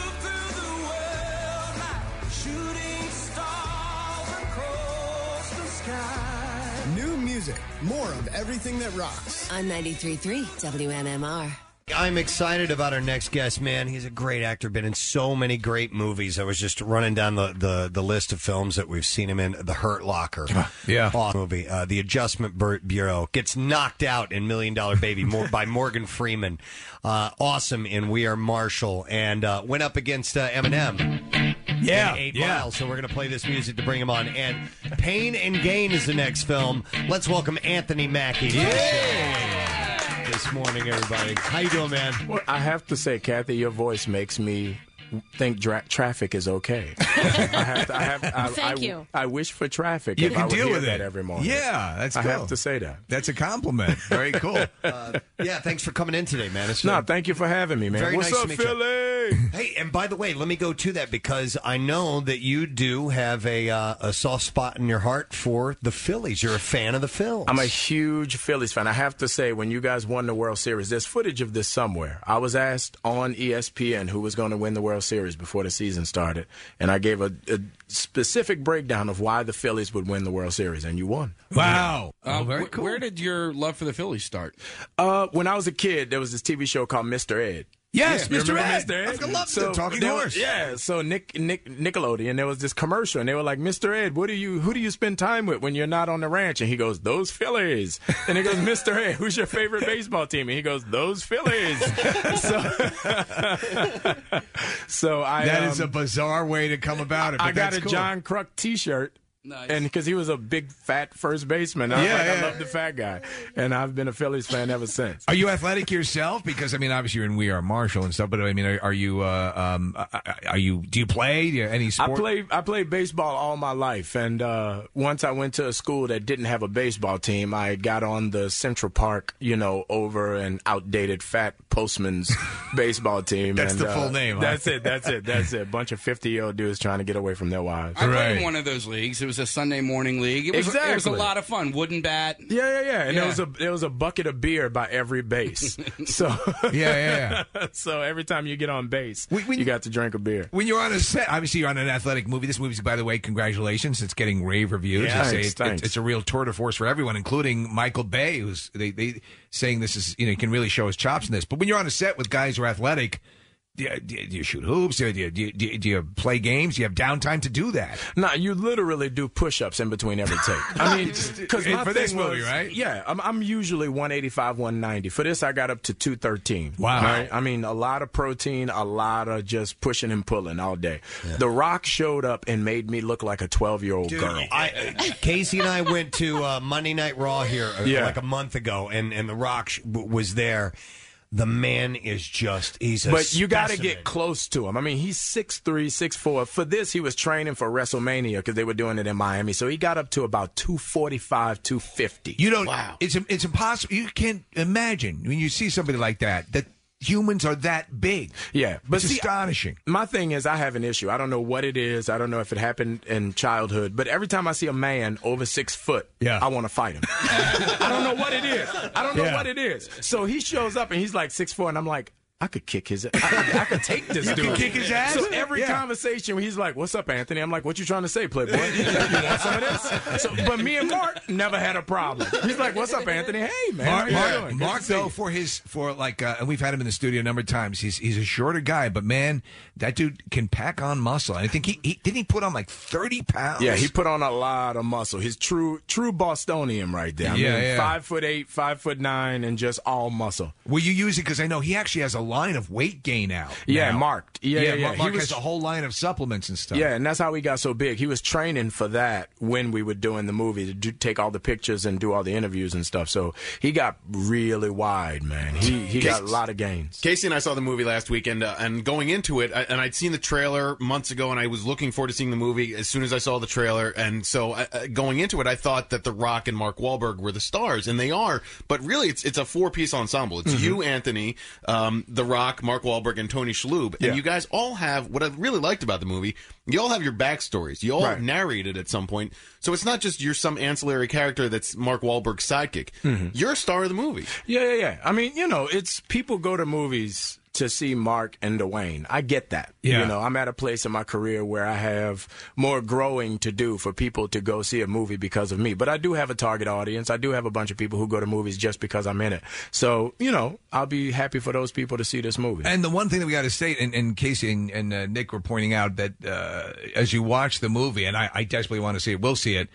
S1: New music, more of everything that rocks. On 93.3 WMMR.
S2: I'm excited about our next guest, man. He's a great actor, been in so many great movies. I was just running down the, the, the list of films that we've seen him in. The Hurt Locker,
S3: Ah, yeah,
S2: movie. Uh, the Adjustment Bur- Bureau gets knocked out in Million Dollar Baby more, by Morgan Freeman. Uh, awesome in We Are Marshall, and uh, went up against uh, Eminem.
S3: Yeah,
S6: in eight
S3: Ah, yeah.
S6: miles. So we're going to play this music to bring him on. And Pain and Gain is the next film. Let's welcome Anthony Mackie. To the show this morning, everybody. How you doing, man?
S20: Well, I have to say, Kathy, your voice makes me think dra- traffic is okay. I have to, I have, I,
S7: Thank
S20: I-
S7: you.
S20: I wish for traffic.
S3: You
S20: if
S3: can
S20: I would
S3: deal
S20: hear
S3: with
S20: that
S3: it.
S20: every morning.
S3: Yeah, that's
S20: I
S3: cool.
S20: have to say that.
S3: That's a compliment. Very cool.
S6: Uh, yeah, thanks for coming in today, man. It's
S20: no, thank you for having me, man.
S6: Very
S20: What's
S6: nice
S20: up,
S6: to meet
S20: Philly?
S6: you. Hey, and by the way, let me go to that because I know that you do have a uh, a soft spot in your heart for the Phillies. You're a fan of the Phillies.
S20: I'm a huge Phillies fan. I have to say, when you guys won the World Series, there's footage of this somewhere. I was asked on E ESPN who was going to win the World Series before the season started, and I gave a, a specific breakdown of why the Phillies would win the World Series, and you won.
S3: Wow.
S20: Oh, very
S5: Uh, wh- Where did your love for the Phillies start?
S20: Uh, when I was a kid, there was this TV show called Mr. Ed.
S5: Yes,
S20: You
S5: Mr.
S20: remember
S5: Ed.
S20: Mr. Ed.
S5: I loved the Talking
S20: they were-
S5: Horse.
S20: yeah, so Nick Nick Nickelodeon, there was this commercial, and they were like, "Mr. Ed, what do you who do you spend time with when you're not on the ranch?" And he goes, "Those Phillies." And he goes, "Mr. Ed, who's your favorite baseball team?" And he goes, "Those Phillies." so, so I
S3: That
S20: um,
S3: is a bizarre way to come about it. But
S20: I got
S3: that's
S20: a
S3: cool.
S20: John Cruck T-shirt.
S5: Nice.
S20: And because he was a big fat first baseman, I was
S3: Yeah,
S20: like,
S3: yeah.
S20: I love the fat guy, and I've been a Phillies fan ever since.
S3: Are you athletic yourself? Because I mean, obviously you're in We Are Marshall and stuff. But I mean, are, are you? Uh, um, uh, uh, are you? Do you play Do you- any
S20: I
S3: sport?
S20: played I played baseball all my life, and uh, once I went to a school that didn't have a baseball team, I got on the Central Park, you know, over an outdated fat postman's baseball team.
S3: That's
S20: and,
S3: the
S20: uh,
S3: full name, huh?
S20: That's it. That's it. That's it. Bunch of fifty year old dudes trying to get away from their wives.
S5: I played in one of those leagues. It was a Sunday morning league. It was, It was a
S20: Exactly.
S5: lot of fun. Wooden bat.
S20: Yeah, yeah, yeah. And
S5: Yeah.
S20: there was a there was a bucket of beer by every base. so
S3: Yeah, yeah,
S20: so every time you get on base, you got to drink a beer.
S3: When you're on a set, obviously you're on an athletic movie. This movie's, by the way, congratulations! It's getting rave reviews.
S20: Yeah.
S3: They say
S20: Thanks,
S3: it- it-
S20: thanks.
S3: it's a real tour de force for everyone, including Michael Bay, who's they, they saying this is you know he can really show his chops in this. But when you're on a set with guys who are athletic, do you, do you- do you shoot hoops? Do you, do, you, do, you, do you play games? Do you have downtime to do that?
S20: No, you literally do push-ups in between every take. I mean, because
S3: And for this movie, right?
S20: Yeah, I'm, I'm usually 185, 190. For this, I got up to 213.
S3: Wow.
S20: Right? I mean, a lot of protein, a lot of just pushing and pulling all day. The Rock showed up and made me look like a 12 year old
S6: Dude,
S20: Oh, girl.
S6: I, uh, Casey and I went to uh, Monday Night Raw here uh,
S20: Yeah.
S6: like a month ago, and and The Rock sh- w- was there. The man is just he's a
S20: but you got to
S6: specimen.
S20: get close to him. I mean, he's 6'3, 6'4. For this, he was training for WrestleMania because they were doing it in Miami. So he got up to about 245, 250.
S3: You don't. It's it's impossible. You can't imagine when you see somebody like that that humans are that big.
S20: Yeah, but
S3: it's
S20: see,
S3: astonishing.
S20: My thing is, I have an issue. I don't know what it is. I don't know if it happened in childhood. But every time I see a man over six foot, yeah. I want to fight him. I don't know what it is. I don't know
S1: Yeah.
S20: what it is. So he shows up and he's like six four, and I'm like. I could kick his. I, I could take this
S1: You
S20: dude.
S1: could kick his ass?
S20: So every
S1: Yeah.
S20: conversation, he's like, "What's up, Anthony?" I'm like, "What you trying to say, Playboy?" you want some of this? So, but me and Mark never had a problem. He's like, "What's up, Anthony?" Hey, man.
S3: Mark,
S20: how you
S3: Mark,
S20: doing? Good
S3: Mark
S20: to see
S3: though,
S20: you."
S3: for his for like, uh, and we've had him in the studio a number of times. He's he's a shorter guy, but man, that dude can pack on muscle. And I think he, he didn't he put on like thirty pounds.
S20: Yeah, he put on a lot of muscle. He's true, true Bostonian right there. I
S3: Yeah,
S20: mean,
S3: yeah.
S20: five foot eight, five foot nine, and just all muscle.
S3: Will you use it? Because I know he actually has a line of weight gain out.
S20: Yeah,
S3: now.
S20: marked. Yeah, yeah, yeah.
S3: Mark, Mark
S20: He was-
S3: has a whole line of supplements and stuff.
S20: Yeah, and that's how he got so big. He was training for that when we were doing the movie to do, take all the pictures and do all the interviews and stuff. So he got really wide, man. He he got a lot of gains.
S9: Casey and I saw the movie last weekend, uh, and going into it, I, and I'd seen the trailer months ago, and I was looking forward to seeing the movie as soon as I saw the trailer. And so, uh, uh, going into it, I thought that The Rock and Mark Wahlberg were the stars, and they are. But really, it's it's a four piece ensemble. It's
S16: Mhm.
S9: you,
S20: Mm-hmm.
S9: Anthony, um, The Rock, Mark Wahlberg, and Tony Shalhoub, and
S16: Yeah.
S9: you guys all have what I really liked about the movie. You all have your backstories. You all
S16: Right.
S9: narrated at some point, so it's not just you're some ancillary character that's Mark Wahlberg's sidekick. You're a star of the movie.
S20: Mm-hmm. Yeah, yeah, yeah. I mean, you know, it's people go to movies to see Mark and Dwayne. I get that.
S1: Yeah.
S20: You know, I'm at a place in my career where I have more growing to do for people to go see a movie because of me. But I do have a target audience. I do have a bunch of people who go to movies just because I'm in it. So, you know, I'll be happy for those people to see this movie.
S3: And the one thing that we got to state, and, and Casey and, and uh, Nick were pointing out that uh, as you watch the movie, and I, I desperately want to see it, we'll see it.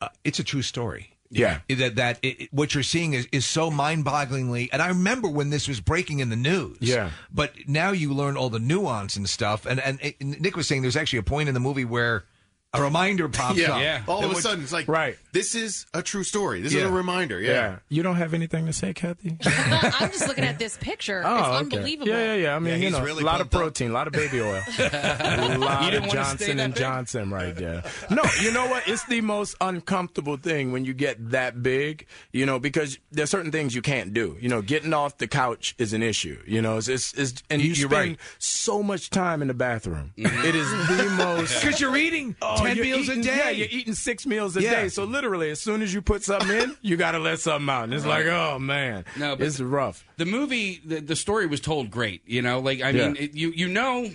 S3: Uh, it's a true story.
S20: Yeah.
S3: that that it, it- what you're seeing is is so mind-bogglingly. And I remember when this was breaking in the news.
S20: Yeah.
S3: but now you learn all the nuance and stuff. And and it, Nick was saying there's actually a point in the movie where a reminder pops
S9: yeah.
S3: up.
S9: yeah. All of a
S3: Which-
S9: sudden, it's like,
S20: Right.
S9: This is a true story. This
S20: Yeah.
S9: is a reminder. Yeah.
S20: You don't have anything to say, Kathy?
S7: I'm just looking at this picture. it's
S20: Oh, okay.
S7: unbelievable.
S20: Yeah, yeah, yeah. I mean, you know, a lot of protein, a lot of baby oil, a lot
S7: didn't
S20: of
S7: wanna stay
S20: Johnson
S7: that
S20: and
S7: big?
S20: Johnson right there. No, you know what? It's the most uncomfortable thing when you get that big, you know, because there's certain things you can't do. You know, getting off the couch is an issue. You know, it's, it's, it's and you
S3: You're
S20: spend
S3: right.
S20: so much time in the bathroom. it is the most Oh,
S3: 'Cause you're eating 10
S20: you're
S3: meals a
S20: eating-
S3: day.
S20: Yeah, you're eating six meals a
S3: Yeah.
S20: day. So literally, as soon as you put something in, you got to let something out, and it's like, oh man,
S5: No, but-
S20: it's rough.
S5: The movie, the, the story was told great. You know, like I
S20: Yeah.
S5: mean, it, you you know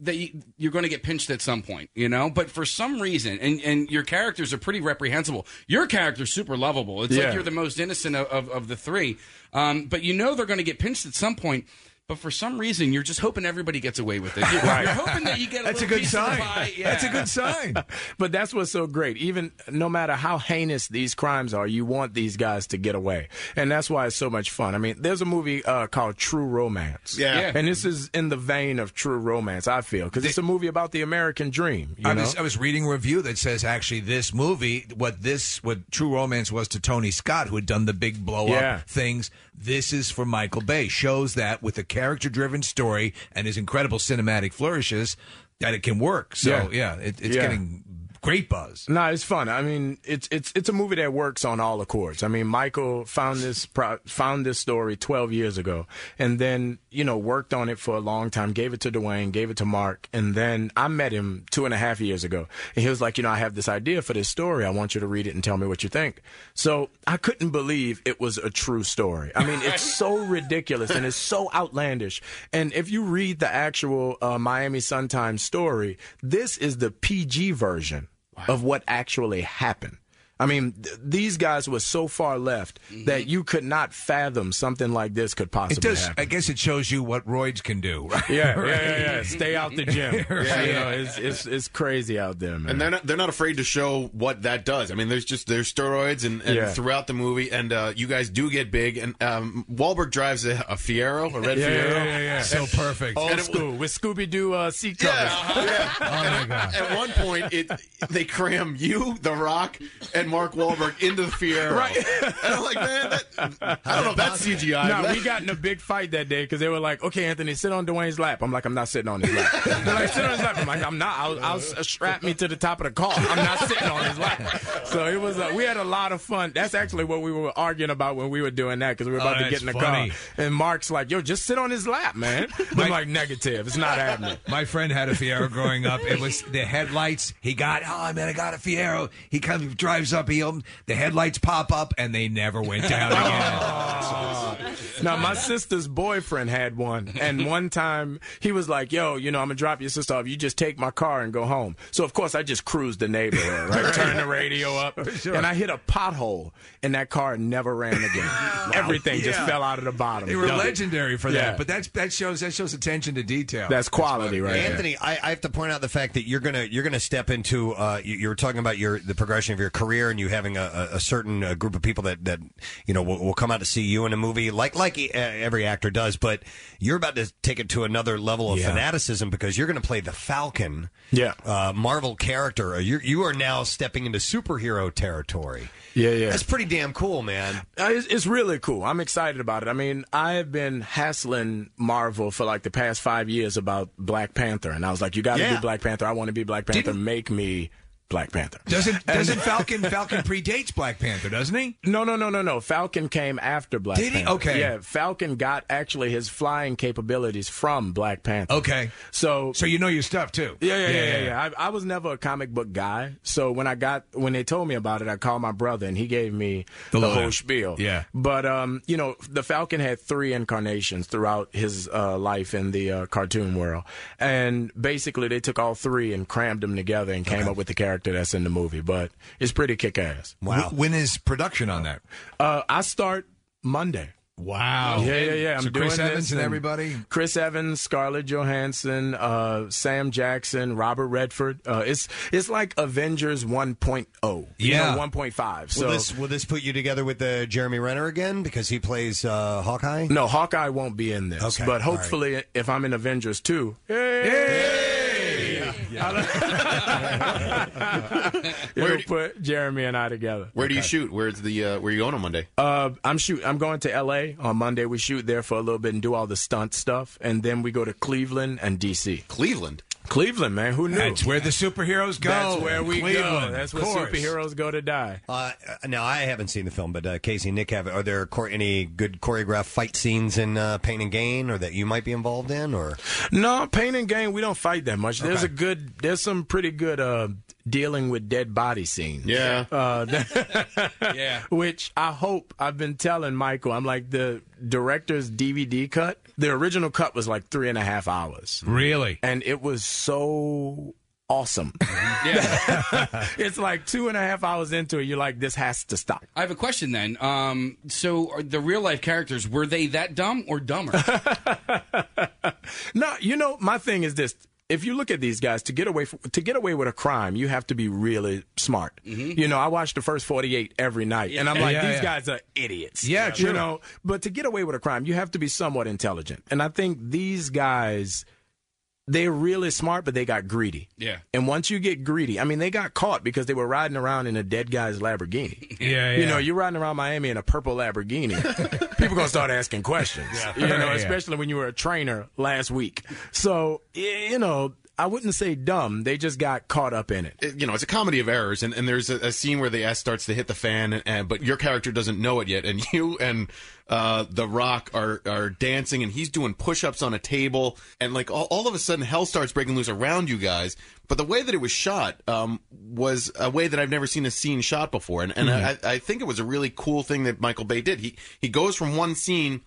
S5: that you, you're going to get pinched at some point. You know, but for some reason, and and your characters are pretty reprehensible. Your character's super lovable. It's
S20: Yeah.
S5: like you're the most innocent of of, of the three. Um, but you know they're going to get pinched at some point. But for some reason, you're just hoping everybody gets away with it. You're, you're hoping that you get a
S20: That's a
S5: little
S20: good
S5: piece of the
S20: sign.
S5: pie. Yeah.
S20: That's a good sign. but that's what's so great. Even no matter how heinous these crimes are, you want these guys to get away, and that's why it's so much fun. I mean, there's a movie uh, called True Romance.
S9: Yeah. Yeah.
S20: and this is in the vein of True Romance. I feel because it's a movie about the American dream. You
S3: I
S20: know?
S3: was, I was reading a review that says actually this movie, what this, what True Romance was to Tony Scott, who had done the big blow up
S20: Yeah.
S3: things. This is for Michael Bay. Shows that with a character driven story and his incredible cinematic flourishes, that it can work. So yeah, it, it's
S20: Yeah.
S3: getting great buzz.
S20: No, it's fun. I mean, it's it's it's a movie that works on all accords. I mean, Michael found this pro- found this story 12 years ago, and then you know worked on it for a long time. Gave it to Dwayne, gave it to Mark, and then I met him two and a half years ago, and he was like, you know, I have this idea for this story. I want you to read it and tell me what you think. So I couldn't believe it was a true story. I mean, it's so ridiculous and it's so outlandish. And if you read the actual uh, Miami Sun Times story, this is the PG version of what actually happened. I mean, th- these guys were so far left that you could not fathom something like this could possibly
S3: It does.
S20: happen.
S3: I guess it shows you what roids can do. Right?
S20: Yeah, yeah,
S3: Right.
S20: yeah, yeah. Stay out the gym.
S9: Yeah,
S20: You
S9: yeah.
S20: know, it's, it's it's crazy out there, man.
S9: And they're not, they're not afraid to show what that does. I mean, there's just there's steroids and, and
S20: Yeah.
S9: throughout the movie, and uh, you guys do get big. And um, Wahlberg drives a, a Fiero, a red
S20: Yeah,
S9: Fiero,
S20: yeah, yeah, yeah. So
S3: perfect.
S20: Old school with Scooby Doo uh, seat Oh, covers.
S9: At one point, it they cram you, The Rock, and Mark Wahlberg into the Fiero.
S20: Right.
S9: And I'm like, man, that, I don't know if that's CGI.
S20: No,
S9: but-
S20: we got in a big fight that day because they were like, "Okay, Anthony, sit on Dwayne's lap." I'm like, "I'm not sitting on his lap." They're like, "Sit on his lap." I'm like, "I'm not. I'll, I'll strap me to the top of the car. I'm not sitting on his lap." So it was. Uh, we had a lot of fun. That's actually what we were arguing about when we were doing that because we were about
S3: Oh,
S20: to get in the
S3: that's funny.
S20: car. And Mark's like, "Yo, just sit on his lap, man." I'm like, "Negative. It's not happening."
S3: My friend had a Fiero growing up. It was the headlights. He got, oh man, I got a Fiero. He comes, drives up, he opens, the headlights pop up, and they never went down again.
S20: Now my sister's boyfriend had one, and one time he was like, "Yo, you know, I'm gonna drop your sister off. You just take my car and go home." So of course I just cruised the neighborhood, right? Turn the radio up,
S3: Sure.
S20: and I hit a pothole, and that car never ran again. Everything just
S3: Yeah.
S20: fell out of the bottom.
S3: They were
S20: Done.
S3: legendary for
S20: Yeah.
S3: that, but that's that shows that shows attention to detail.
S20: That's quality, right? there.
S2: Anthony, I, I have to point out the fact that you're gonna you're gonna step into uh, you, you were talking about your the progression of your career and you having a, a, a certain uh, group of people that that you know will, will come out to see you in a movie like like uh, every actor does, but you're about to take it to another level of
S20: Yeah.
S2: fanaticism because you're gonna play the Falcon,
S20: Yeah.
S2: uh, Marvel character. You you are now stepping into superhero territory.
S20: Yeah, yeah.
S2: That's pretty damn cool, man.
S20: Uh, It's, it's really cool. I'm excited about it. I mean, I have been hassling Marvel for like the past five years about Black Panther, and I was like, "You got to
S3: Yeah.
S20: do Black Panther. I want to be Black Panther. Make me Black Panther."
S3: Doesn't doesn't Falcon Falcon predates Black Panther, doesn't he?
S20: No, no, no, no, no. Falcon came after Black
S3: Did he?
S20: Panther.
S3: Okay.
S20: Yeah, Falcon got actually his flying capabilities from Black Panther.
S3: Okay.
S20: So
S3: So you know your stuff too.
S20: Yeah, yeah, yeah, yeah. yeah. I, I was never a comic book guy, so when I got when they told me about it, I called my brother and he gave me
S3: The
S20: the,
S3: lowdown.
S20: whole spiel.
S3: Yeah.
S20: But um, you know, the Falcon had three incarnations throughout his uh, life in the uh, cartoon world, and basically they took all three and crammed them together and came up with the character that's in the movie. But it's pretty kick ass.
S3: Wow. when is production on that?
S20: Uh, I start Monday.
S3: Wow.
S20: Yeah, yeah, yeah. I'm
S3: So
S20: doing
S3: Chris
S20: this
S3: Evans and everybody?
S20: Chris Evans, Scarlett Johansson, uh, Sam Jackson, Robert Redford. Uh, it's it's like Avengers 1.0. Oh, you
S2: Yeah.
S20: know, 1.5. So
S2: will this will this put you together with uh, Jeremy Renner again because he plays uh, Hawkeye?
S20: No, Hawkeye won't be in this.
S2: Okay,
S20: But
S2: all right.
S20: hopefully, if I'm in Avengers 2, it'll put Jeremy and I together.
S9: Where do you shoot? Where's the uh, where you going on Monday?
S20: Uh, I'm shoot. I'm going to L.A. on Monday. We shoot there for a little bit and do all the stunt stuff, and then we go to Cleveland and D.C.
S9: Cleveland,
S20: Cleveland, man. Who knew?
S3: That's where the superheroes go.
S20: That's where we go.
S3: Cleveland,
S20: That's
S3: of
S20: where
S3: course.
S20: superheroes go to die.
S2: Uh, now I haven't seen the film, but uh, Casey, Nick, have are there chor- any good choreographed fight scenes in uh, Pain and Gain, or that you might be involved in, or
S20: No, pain and gain. We don't fight that much. There's a good. There's some pretty good uh, dealing with dead body scenes.
S9: Yeah.
S20: Uh, yeah. Which I hope I've been telling Michael. I'm like the director's DVD cut. The original cut was like three and a half hours.
S3: Really?
S20: And it was so awesome. it's like two and a half hours into it, you're like, this has to stop.
S5: I have a question then. Um, so are the real life characters were they that dumb or dumber?
S20: No, Uh, you know, my thing is this. If you look at these guys to get away f to get away with a crime, you have to be really smart. You know, I watch the first 48 every night and I'm like
S3: Mm-hmm. Yeah,
S20: these
S3: yeah.
S20: guys are idiots.
S3: Yeah,
S20: you
S3: true.
S20: know, but to get away with a crime, you have to be somewhat intelligent. And I think these guys they're really smart but they got greedy.
S5: Yeah.
S20: And once you get greedy, I mean they got caught because they were riding around in a dead guy's Lamborghini.
S3: Yeah,
S20: You
S3: yeah.
S20: know, you're riding around Miami in a purple Lamborghini. People going to start asking questions.
S3: Yeah.
S20: You know,
S3: Yeah.
S20: especially when you were a trainer last week. So, y- you know, I wouldn't say dumb. They just got caught up in it.
S9: It- you know, it's a comedy of errors, and, and there's a, a scene where the ass starts to hit the fan, and, and but your character doesn't know it yet, and you and uh, the Rock are are dancing, and he's doing push-ups on a table, and like all, all of a sudden, hell starts breaking loose around you guys. But the way that it was shot um, was a way that I've never seen a scene shot before, and and
S1: Mhm.
S9: I, I think it was a really cool thing that Michael Bay did. He he goes from one scene.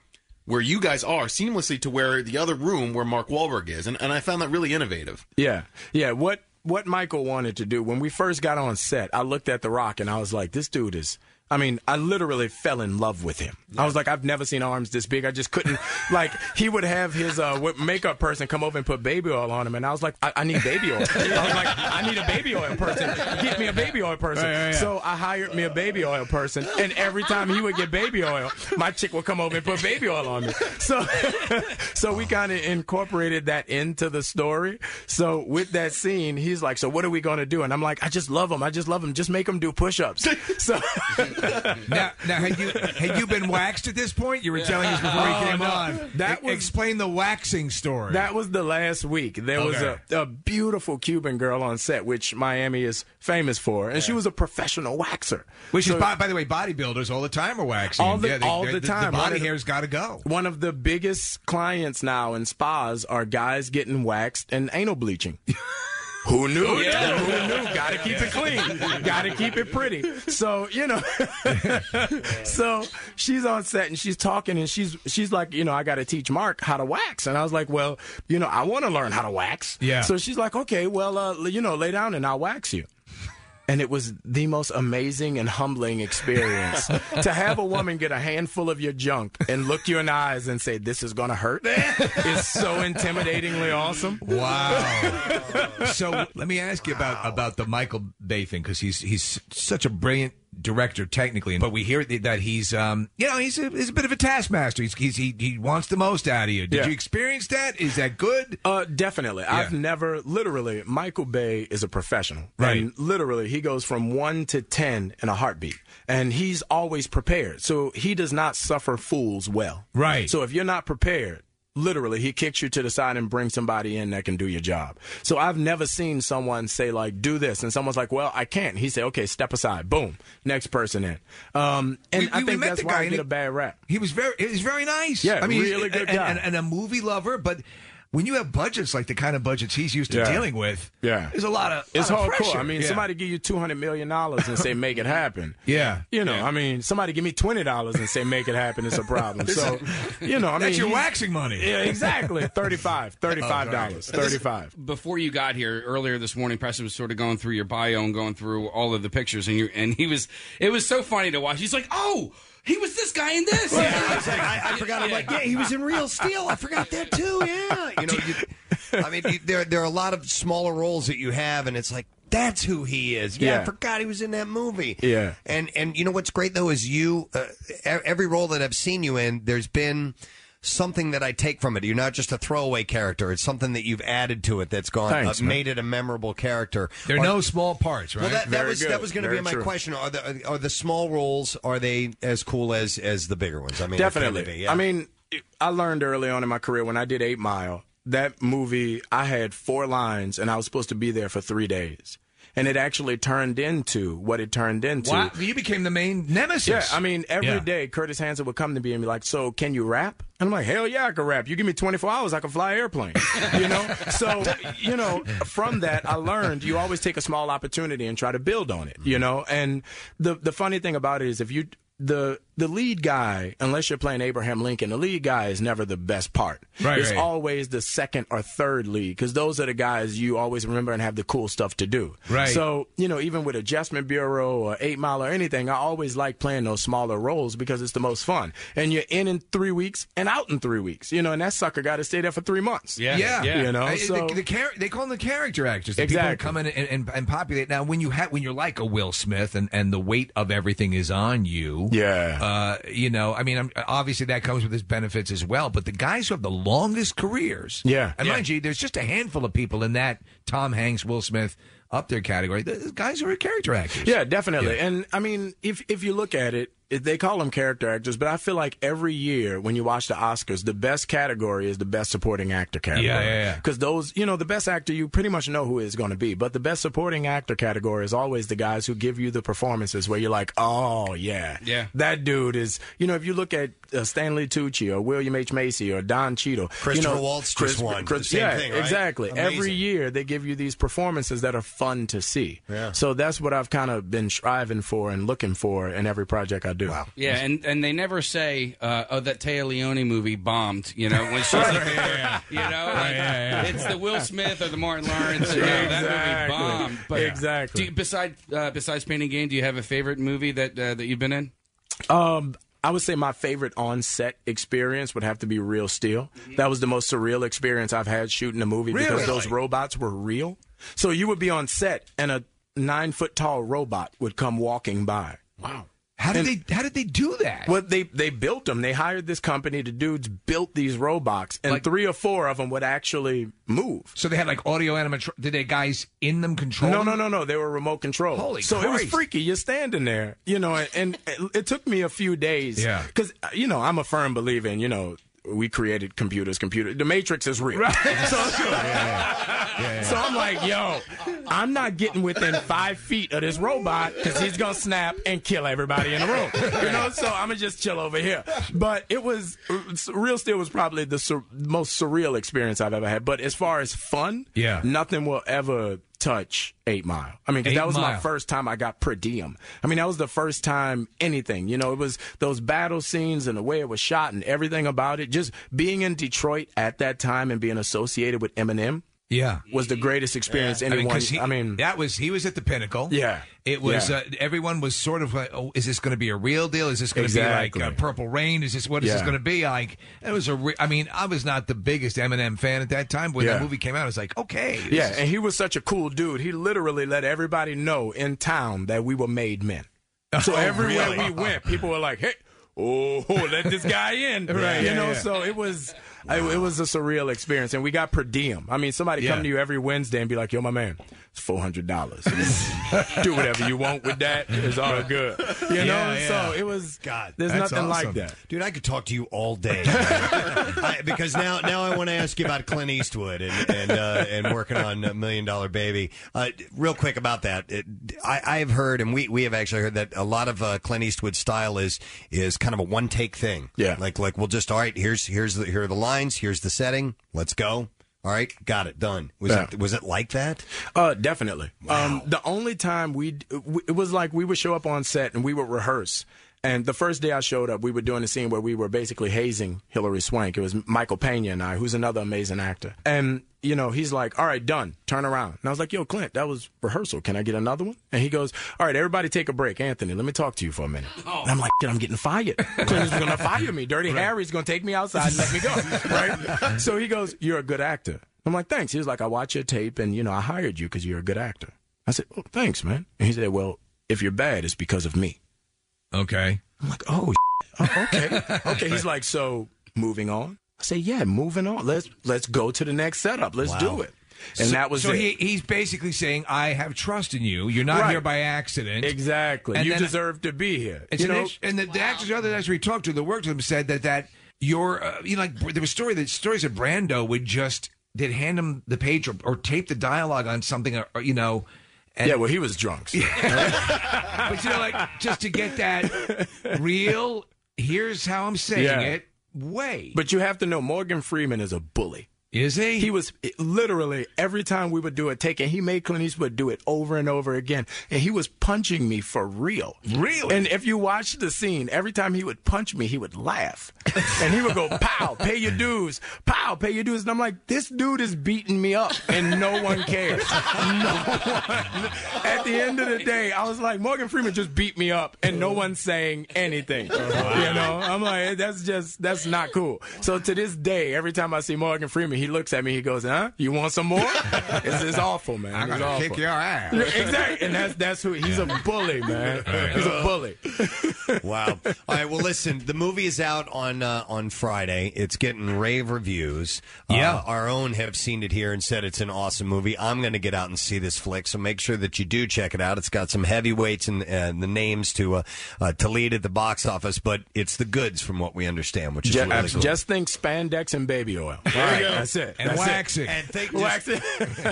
S9: Where you guys are seamlessly to where the other room where Mark Wahlberg is, and, and I found that really innovative.
S20: Yeah, yeah. What what Michael wanted to do when we first got on set, I looked at The Rock and I was like, this dude is. I mean, I literally fell in love with him. I was like, I've never seen arms this big. I just couldn't. like, he would have his uh, wi- makeup person come over and put baby oil on him, and I was like, I, I need baby oil. I was like, I need a baby oil person. Get me a baby oil person.
S1: Right, right, yeah.
S20: So I hired me a baby oil person, and every time he would get baby oil, my chick would come over and put baby oil on me. So, so we kind of incorporated that into the story. So with that scene, he's like, "So what are we gonna do?" And I'm like, "I just love him. I just love him. Just make him do push-ups." So
S3: now, now had you had you been waxed at this point? You were telling us before
S20: Oh,
S3: he came
S20: no.
S3: on.
S20: That
S3: E- explain the waxing story.
S20: That was the last week. There
S3: Okay.
S20: was a, a beautiful Cuban girl on set, which Miami is famous for, and she was a professional waxer.
S3: Which
S20: So-
S3: is, by, by the way, bodybuilders all the time are waxing.
S20: All the- all the
S3: The
S20: time. One
S3: body
S20: of the-
S3: hair's got to go.
S20: One of the biggest clients now in spas are guys getting waxed and anal bleaching. Who knew?
S1: Oh, yeah.
S20: Who knew? Gotta keep it clean. Gotta keep it pretty. So, you know. so she's on set and she's talking and she's she's like, you know, I gotta teach Mark how to wax. And I was like, Well, you know, I wanna learn how to wax.
S1: Yeah.
S20: So she's like, Okay, well, uh, l- you know, lay down and I'll wax you. And it was the most amazing and humbling experience to have a woman get a handful of your junk and look you in the eyes and say, This is going to hurt is so intimidatingly awesome.
S3: Wow. so let me ask you about about the Michael Bay thing because he's he's such a brilliant director technically, but we hear that he's um you know he's a, he's a bit of a taskmaster. He's, he's he he wants the most out of you. Did
S20: Yeah.
S3: you experience that? Is that good?
S20: Uh, definitely. I've
S3: Yeah.
S20: never, literally, Michael Bay is a professional.
S3: Right.
S20: And literally, he goes from one to 10 in a heartbeat. And he's always prepared. So he does not suffer fools well.
S3: Right.
S20: So if you're not prepared, literally, he kicks you to the side and brings somebody in that can do your job. So I've never seen someone say, like, do this. And someone's like, well, I can't. He said, okay, step aside. Boom. Next person in. Um, and
S3: We-
S20: I
S3: we- we
S20: think
S3: met
S20: that's
S3: the
S20: why
S3: guy
S20: I
S3: and
S20: get
S3: he-
S20: a bad rap.
S3: He was very he was very nice.
S20: Yeah,
S3: I mean,
S20: really
S3: he's-
S20: good
S3: and,
S20: guy.
S3: and, and a movie lover, but. When you have budgets like the kind of budgets he's used to
S20: Yeah.
S3: dealing with,
S20: Yeah.
S3: there's a lot of
S20: It's
S3: lot of
S20: hardcore.
S3: pressure.
S20: I mean,
S3: Yeah.
S20: somebody give you two hundred million dollars and say make it happen.
S3: Yeah.
S20: you know, I mean, somebody give me twenty dollars and say make it happen. It's a problem. So, you know, I mean,
S3: That's your
S20: he's-
S3: waxing money.
S20: Yeah, exactly. Thirty-five. Thirty-five dollars.
S5: But this-
S20: Thirty-five.
S5: Before you got here earlier this morning, Preston was sort of going through your bio and going through all of the pictures, and you and he was. It was so funny to watch. He's like, "Oh, He was this guy in this.
S2: I, was like, I, I forgot. I'm like, yeah, he was in Real Steel. I forgot that too. Yeah, you know, you, I mean, you, there there are a lot of smaller roles that you have, and it's like that's who he is. Yeah, I
S1: Yeah.
S2: forgot he was in that movie.
S1: Yeah.
S2: and and you know what's great though is you uh, e- every role that I've seen you in, there's been. Something that I take from it. You're not just a throwaway character. It's something that you've added to it that's gone,
S3: Thanks,
S2: uh,
S3: man.
S2: made it a memorable character.
S3: There
S2: Are-
S3: are no small parts, right?
S2: well, that, that was that was going to be my question. Are the are the small roles are they as cool as as the bigger ones? I mean, can
S20: definitely.
S2: they be? Yeah.
S20: I mean, I learned early on in my career when I did Eight Mile. That movie, I had four lines, and I was supposed to be there for three days, and it actually turned into what it turned into.
S3: Wow, you became the main nemesis.
S20: Yeah, I mean, every day
S3: Yeah.
S20: Curtis Hanson would come to me and be like, "So, can you rap?" And I'm like, "Hell yeah, I can rap. You give me 24 hours, I can fly an airplane." you know. So, you know, from that, I learned you always take a small opportunity and try to build on it.
S3: Mm-hmm.
S20: You know, and the the funny thing about it is if you the the lead guy, unless you're playing Abraham Lincoln, the lead guy is never the best part.
S3: Right,
S20: It's
S3: right.
S20: always the second or third lead because those are the guys you always remember and have the cool stuff to do.
S3: Right.
S20: So, you know, even with Adjustment Bureau or Eight Mile or anything, I always like playing those smaller roles because it's the most fun. And you're in in three weeks and out in three weeks, you know, and that sucker got to stay there for three months.
S3: yeah,
S20: You know,
S3: Uh,
S20: so.
S3: the, the char- they call them the character actors. The people who
S20: Exactly.
S3: come in and, and, and populate. Now, when you ha- when you're like a Will Smith and, and the weight of everything is on you, yeah, uh, you know, I mean, I'm, obviously that comes with its benefits as well. But the guys who have the longest careers,
S20: Yeah.
S3: and mind you, there's just a handful of people in that Tom Hanks, Will Smith up their category. The, the guys who are character actors.
S20: Yeah, definitely. And I mean, if if you look at it, it- they call them character actors, but I feel like every year when you watch the Oscars, the best category is the best supporting actor category.
S3: Yeah, yeah, yeah.
S20: Because those, you know, the best actor you pretty much know who it's going to be, but the best supporting actor category is always the guys who give you the performances where you're like, oh yeah,
S5: Yeah.
S20: that dude is. You know, if you look at uh, Stanley Tucci or William H Macy or Don Cheadle,
S2: Christopher
S20: you know,
S2: Waltz just won. The same
S20: yeah,
S2: thing, right?
S20: exactly. Every
S2: Amazing.
S20: year they give you these performances that are fun to see.
S2: Yeah.
S20: So that's what I've kind of been striving for and looking for in every project I do. Wow.
S5: Yeah, and, and they never say, uh, "Oh, that Taya Leone movie bombed." You know, when she's like, you know, like,
S1: yeah, yeah.
S5: it's the Will Smith or the Martin Lawrence. You know, That
S1: Exactly.
S5: movie bombed.
S20: Exactly.
S5: Do you, beside uh, besides Painting Game, do you have a favorite movie that uh, that you've been in?
S20: Um, I would say my favorite on-set experience would have to be Real Steel. That was the most surreal experience I've had shooting a movie because
S1: Really?
S20: those robots were real. So you would be on set and a nine-foot-tall robot would come walking by. Wow.
S3: How did they How did they do that?
S20: Well, they they built them. They hired this company. The dudes built these robots, and three or four of them would actually move.
S3: So they had like audio animatron. Did they guys in them control?
S20: No,
S3: them?
S20: no, no, no. They were remote control.
S3: Holy
S20: so it was
S3: Christ.
S20: freaky. You're standing there, you know, and, and it, it took me a few days.
S3: Yeah.
S20: Because uh, you know I'm a firm believer in you know we created computers. Computer. The Matrix is real. So, so I'm like, yo, I'm not getting within five feet of this robot because he's gonna snap and kill everybody in the room. You know, so I'm gonna just chill over here. But it was Real Steel was probably the sur- most surreal experience I've ever had. But as far as fun,
S3: Yeah.
S20: nothing will ever touch Eight Mile. I mean, 'cause
S3: Eight
S20: that was my
S3: Mile.
S20: first time I got per diem. I mean, that was the first time anything. You know, it was those battle scenes and the way it was shot and everything about it. Just being in Detroit at that time and being associated with Eminem
S3: Yeah.
S20: was the greatest experience
S3: I mean,
S20: anyone.
S3: 'cause he-
S20: I mean,
S3: that was he was at the pinnacle.
S20: Yeah.
S3: it was.
S20: Yeah.
S3: Uh, everyone was sort of like, "Oh, is this going to be a real deal? Is this going to
S20: Exactly.
S3: be like uh, Purple Rain? Is this what is this
S20: Yeah.
S3: going to be like?" It was a. Re- I mean, I was not the biggest Eminem fan at that time. When that
S20: Yeah.
S3: movie came out, I was like, "Okay, this
S20: yeah,
S3: is-
S20: and he was such a cool dude. He literally let everybody know in town that we were made men. So
S3: Oh,
S20: everywhere
S3: really?
S20: we went, people were like, "Hey, oh, let this guy in!"
S3: Right,
S20: You
S3: yeah,
S20: know,
S3: yeah.
S20: so it was I- it was a surreal experience, and we got per diem. I mean, somebody
S3: Yeah.
S20: come to you every Wednesday and be like, "Yo, my man, it's four hundred dollars. Do whatever you want with that. It's all good." You know, so it was. God, there's nothing like that.
S2: dude. I could talk to you all day I, because now now I want to ask you about Clint Eastwood and and, uh, and working on a Million Dollar Baby. Uh, real quick about that, it, I, I have heard and we we have actually heard that a lot of uh, Clint Eastwood style is is kind of a one take thing. Yeah, like like we'll just all right. Here's here's the, here are the lines. Here's the setting. Let's go. All right, got it done. Was it was it like that?
S20: Uh, definitely. Um, the only time we, it was like we would show up on set and we would rehearse. And the first day I showed up, we were doing a scene where we were basically hazing Hillary Swank. It was Michael Pena and I, who's another amazing actor. And, you know, he's like, all right, done, turn around. And I was like, yo, Clint, that was rehearsal. Can I get another one? And he goes, all right, everybody take a break. Anthony, let me talk to you for a minute. And I'm like, "Shit, I'm getting fired. Clint is going to fire me. Dirty Harry's going to take me outside and let me go. Right? so he goes, you're a good actor. I'm like, thanks. He was like, I watch your tape and, you know, I hired you because you're a good actor. I said, oh, thanks, man. And he said, well, if you're bad, it's because of me.
S3: Okay.
S20: I'm like, oh, oh, okay, okay. He's like, so moving on. I say, yeah, moving on. Let's let's go to the next setup. Let's do it. And
S3: So-
S20: that was
S3: so
S20: it.
S3: He, he's basically saying, "I have trust in you. You're not
S20: Right.
S3: here by accident.
S20: Exactly.
S3: And
S20: you
S3: then-
S20: deserve to be here.
S3: It's
S20: you
S3: an
S20: know?
S3: ish- and the, the actors, the other actors we talked to, that worked with him, said that that your, uh, you know, like there was story that stories of Brando would just did hand him the page or, or tape the dialogue on something, or, or, you know. And,
S20: yeah, well, he was drunk. so-
S3: but you know, like just to get that real. Here's how I'm saying
S20: Yeah.
S3: it. Way.
S20: But you have to know Morgan Freeman is a bully.
S3: Is he?
S20: He was literally every time we would do a take, and he made Clint Eastwood do it over and over again, and he was punching me for real. Really? And if you watch the scene, every time he would punch me, he would laugh, and he would go, "Pow, pay your dues, pow, pay your dues," and I'm like, "This dude is beating me up, and no one cares." no one. At the end of the day, I was like, Morgan Freeman just beat me up, and no one's saying anything. You know, I'm like, that's just that's not cool. So to this day, every time I see Morgan Freeman, he looks at me, he goes, "Huh? You want some more?" It's, it's awful, man.
S3: I'm
S20: It's
S3: gonna
S20: awful.
S3: kick your ass.
S20: Yeah, exactly, and that's that's who he's a bully, man.
S2: Right.
S20: He's a bully.
S2: wow. All right. Well, listen. The movie is out on uh, on Friday. It's getting rave reviews. Yeah. our own have seen it here and said it's an awesome movie. I'm going to get out and see this flick. So make sure that you do check it out. It's got some heavyweights and, and the names to uh, uh, to lead at the box office, but it's the goods from what we understand, which is
S20: Ju-
S2: really cool.
S20: Just think spandex and baby oil. All right, that's it.
S2: And
S20: That's it.
S2: waxing. And think just-
S20: Waxing.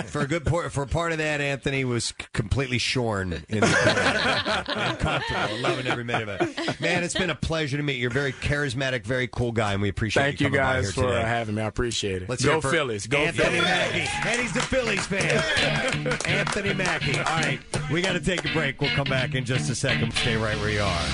S2: for a good por- for part of that, Anthony was c- completely shorn in the corner. and comfortable, loving every minute of it. Man, it's been a pleasure to meet you. You're a very charismatic, very cool guy, and we appreciate
S20: Thank
S2: you
S20: you
S2: coming by
S20: guys
S2: here
S20: for
S2: today.
S20: uh, having me. I appreciate it.
S2: Let's
S20: go
S2: hear for
S20: Phillies. Go
S2: Anthony
S20: Phillies.
S2: Mackie. And he's a Phillies fan. Anthony Mackie. All right, we got to take a break. We'll come back in just a second. Stay right where you are.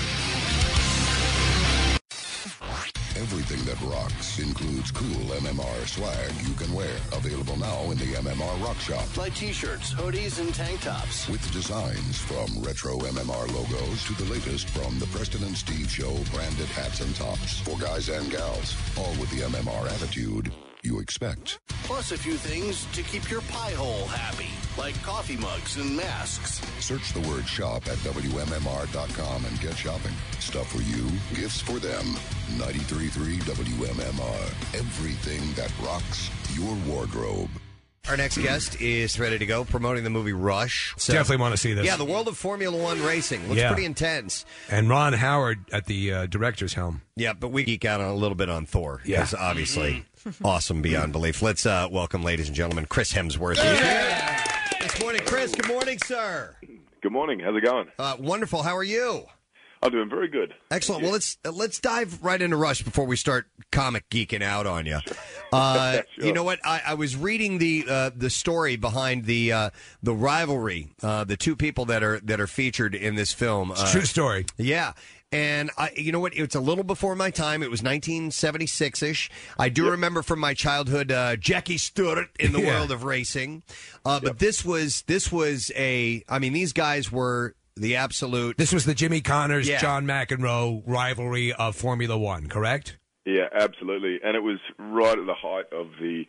S21: Everything that rocks includes cool MMR swag you can wear. Available now in the MMR Rock Shop.
S22: Like t-shirts, hoodies, and tank tops.
S21: With designs from retro MMR logos to the latest from the Preston and Steve Show branded hats and tops for guys and gals. All with the MMR attitude you expect.
S22: Plus a few things to keep your pie hole happy, like coffee mugs and masks.
S21: Search the word shop at WMMR.com and get shopping. Stuff for you, gifts for them. 93.3 WMMR. Everything that rocks your wardrobe.
S2: Our next guest is ready to go, promoting the movie Rush.
S3: Definitely wanna see this.
S2: Yeah, the world of Formula One racing looks
S3: Yeah.
S2: pretty intense.
S3: And Ron Howard at the uh, director's helm.
S2: Yeah, but we geek out on a little bit on Thor.
S3: Yeah.
S2: It's obviously awesome beyond belief. Let's uh, welcome, ladies and gentlemen, Chris Hemsworth. This morning, Chris. Good morning, sir.
S23: Good morning. How's it going?
S2: Uh, wonderful. How are you?
S23: I'm doing very good.
S2: Excellent. Well, let's uh, let's dive right into Rush before we start comic geeking out on you. Uh, You know what? I, I was reading the uh, the story behind the uh, the rivalry, uh, the two people that are that are featured in this film. uh,
S3: True story.
S2: yeah. And I, you know what? It's a little before my time. It was 1976 ish. I do remember from my childhood uh, Jackie Stewart in the
S1: Yeah.
S2: world of racing, uh, but this was this was a. I mean, these guys were the absolute.
S3: This was the Jimmy Connors,
S2: Yeah.
S3: John McEnroe rivalry of Formula One, correct?
S23: Yeah, absolutely. And it was right at the height of the,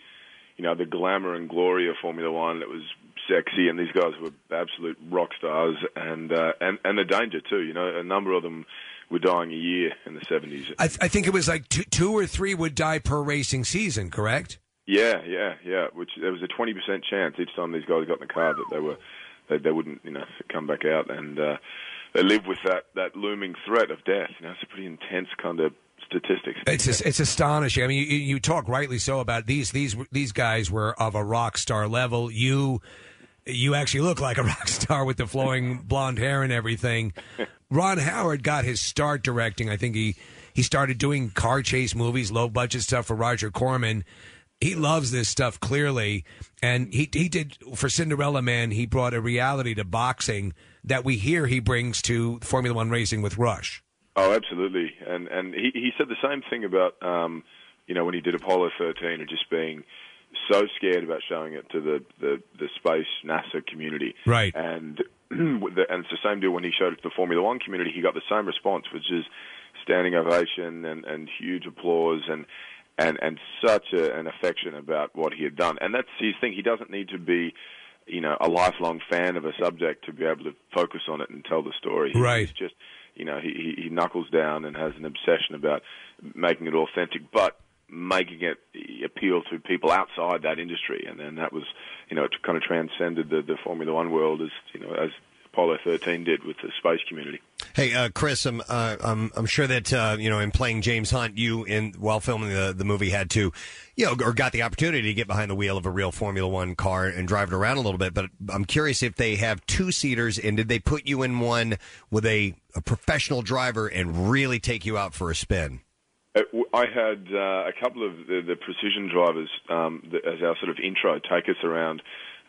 S23: you know, the glamour and glory of Formula One. It was sexy, and these guys were absolute rock stars, and uh, and and the danger too. You know, a number of them were dying a year in the seventies.
S3: I, th- I think it was like two, two or three would die per racing season, correct?
S23: Yeah, yeah, yeah. Which there was a twenty percent chance each time these guys got in the car that they were they, they wouldn't you know come back out, and uh, they live with that that looming threat of death. You know, it's a pretty intense kind of statistics.
S3: It's just, it's astonishing. I mean, you, you talk rightly so about these these these guys were of a rock star level. You you actually look like a rock star with the flowing blonde hair and everything. Ron Howard got his start directing. I think he he started doing car chase movies, low budget stuff for Roger Corman. He loves this stuff clearly, and he he did for Cinderella Man. He brought a reality to boxing that we hear he brings to Formula One racing with Rush.
S23: Oh, absolutely. And and he, he said the same thing about um, you know when he did Apollo 13 of just being so scared about showing it to the the, the space NASA community.
S3: Right.
S23: And with the, and it's the same deal when he showed it to the Formula One community. He got the same response, which is standing ovation and, and huge applause and and and such a, an affection about what he had done. And that's his thing. He doesn't need to be you know a lifelong fan of a subject to be able to focus on it and tell the story.
S3: Right.
S23: He's just you know he he he knuckles down and has an obsession about making it authentic, but making it appeal to people outside that industry. And then that was you know it kind of transcended the the Formula One world as you know as Apollo 13 did with the space community.
S2: Hey, uh, Chris, I'm, uh, I'm I'm sure that uh, you know in playing James Hunt, you in while filming the the movie had to, you know, or got the opportunity to get behind the wheel of a real Formula One car and drive it around a little bit. But I'm curious if they have two seaters and did they put you in one with a, a professional driver and really take you out for a spin?
S23: Uh, w- I had uh, a couple of the, the precision drivers um, th as our sort of intro take us around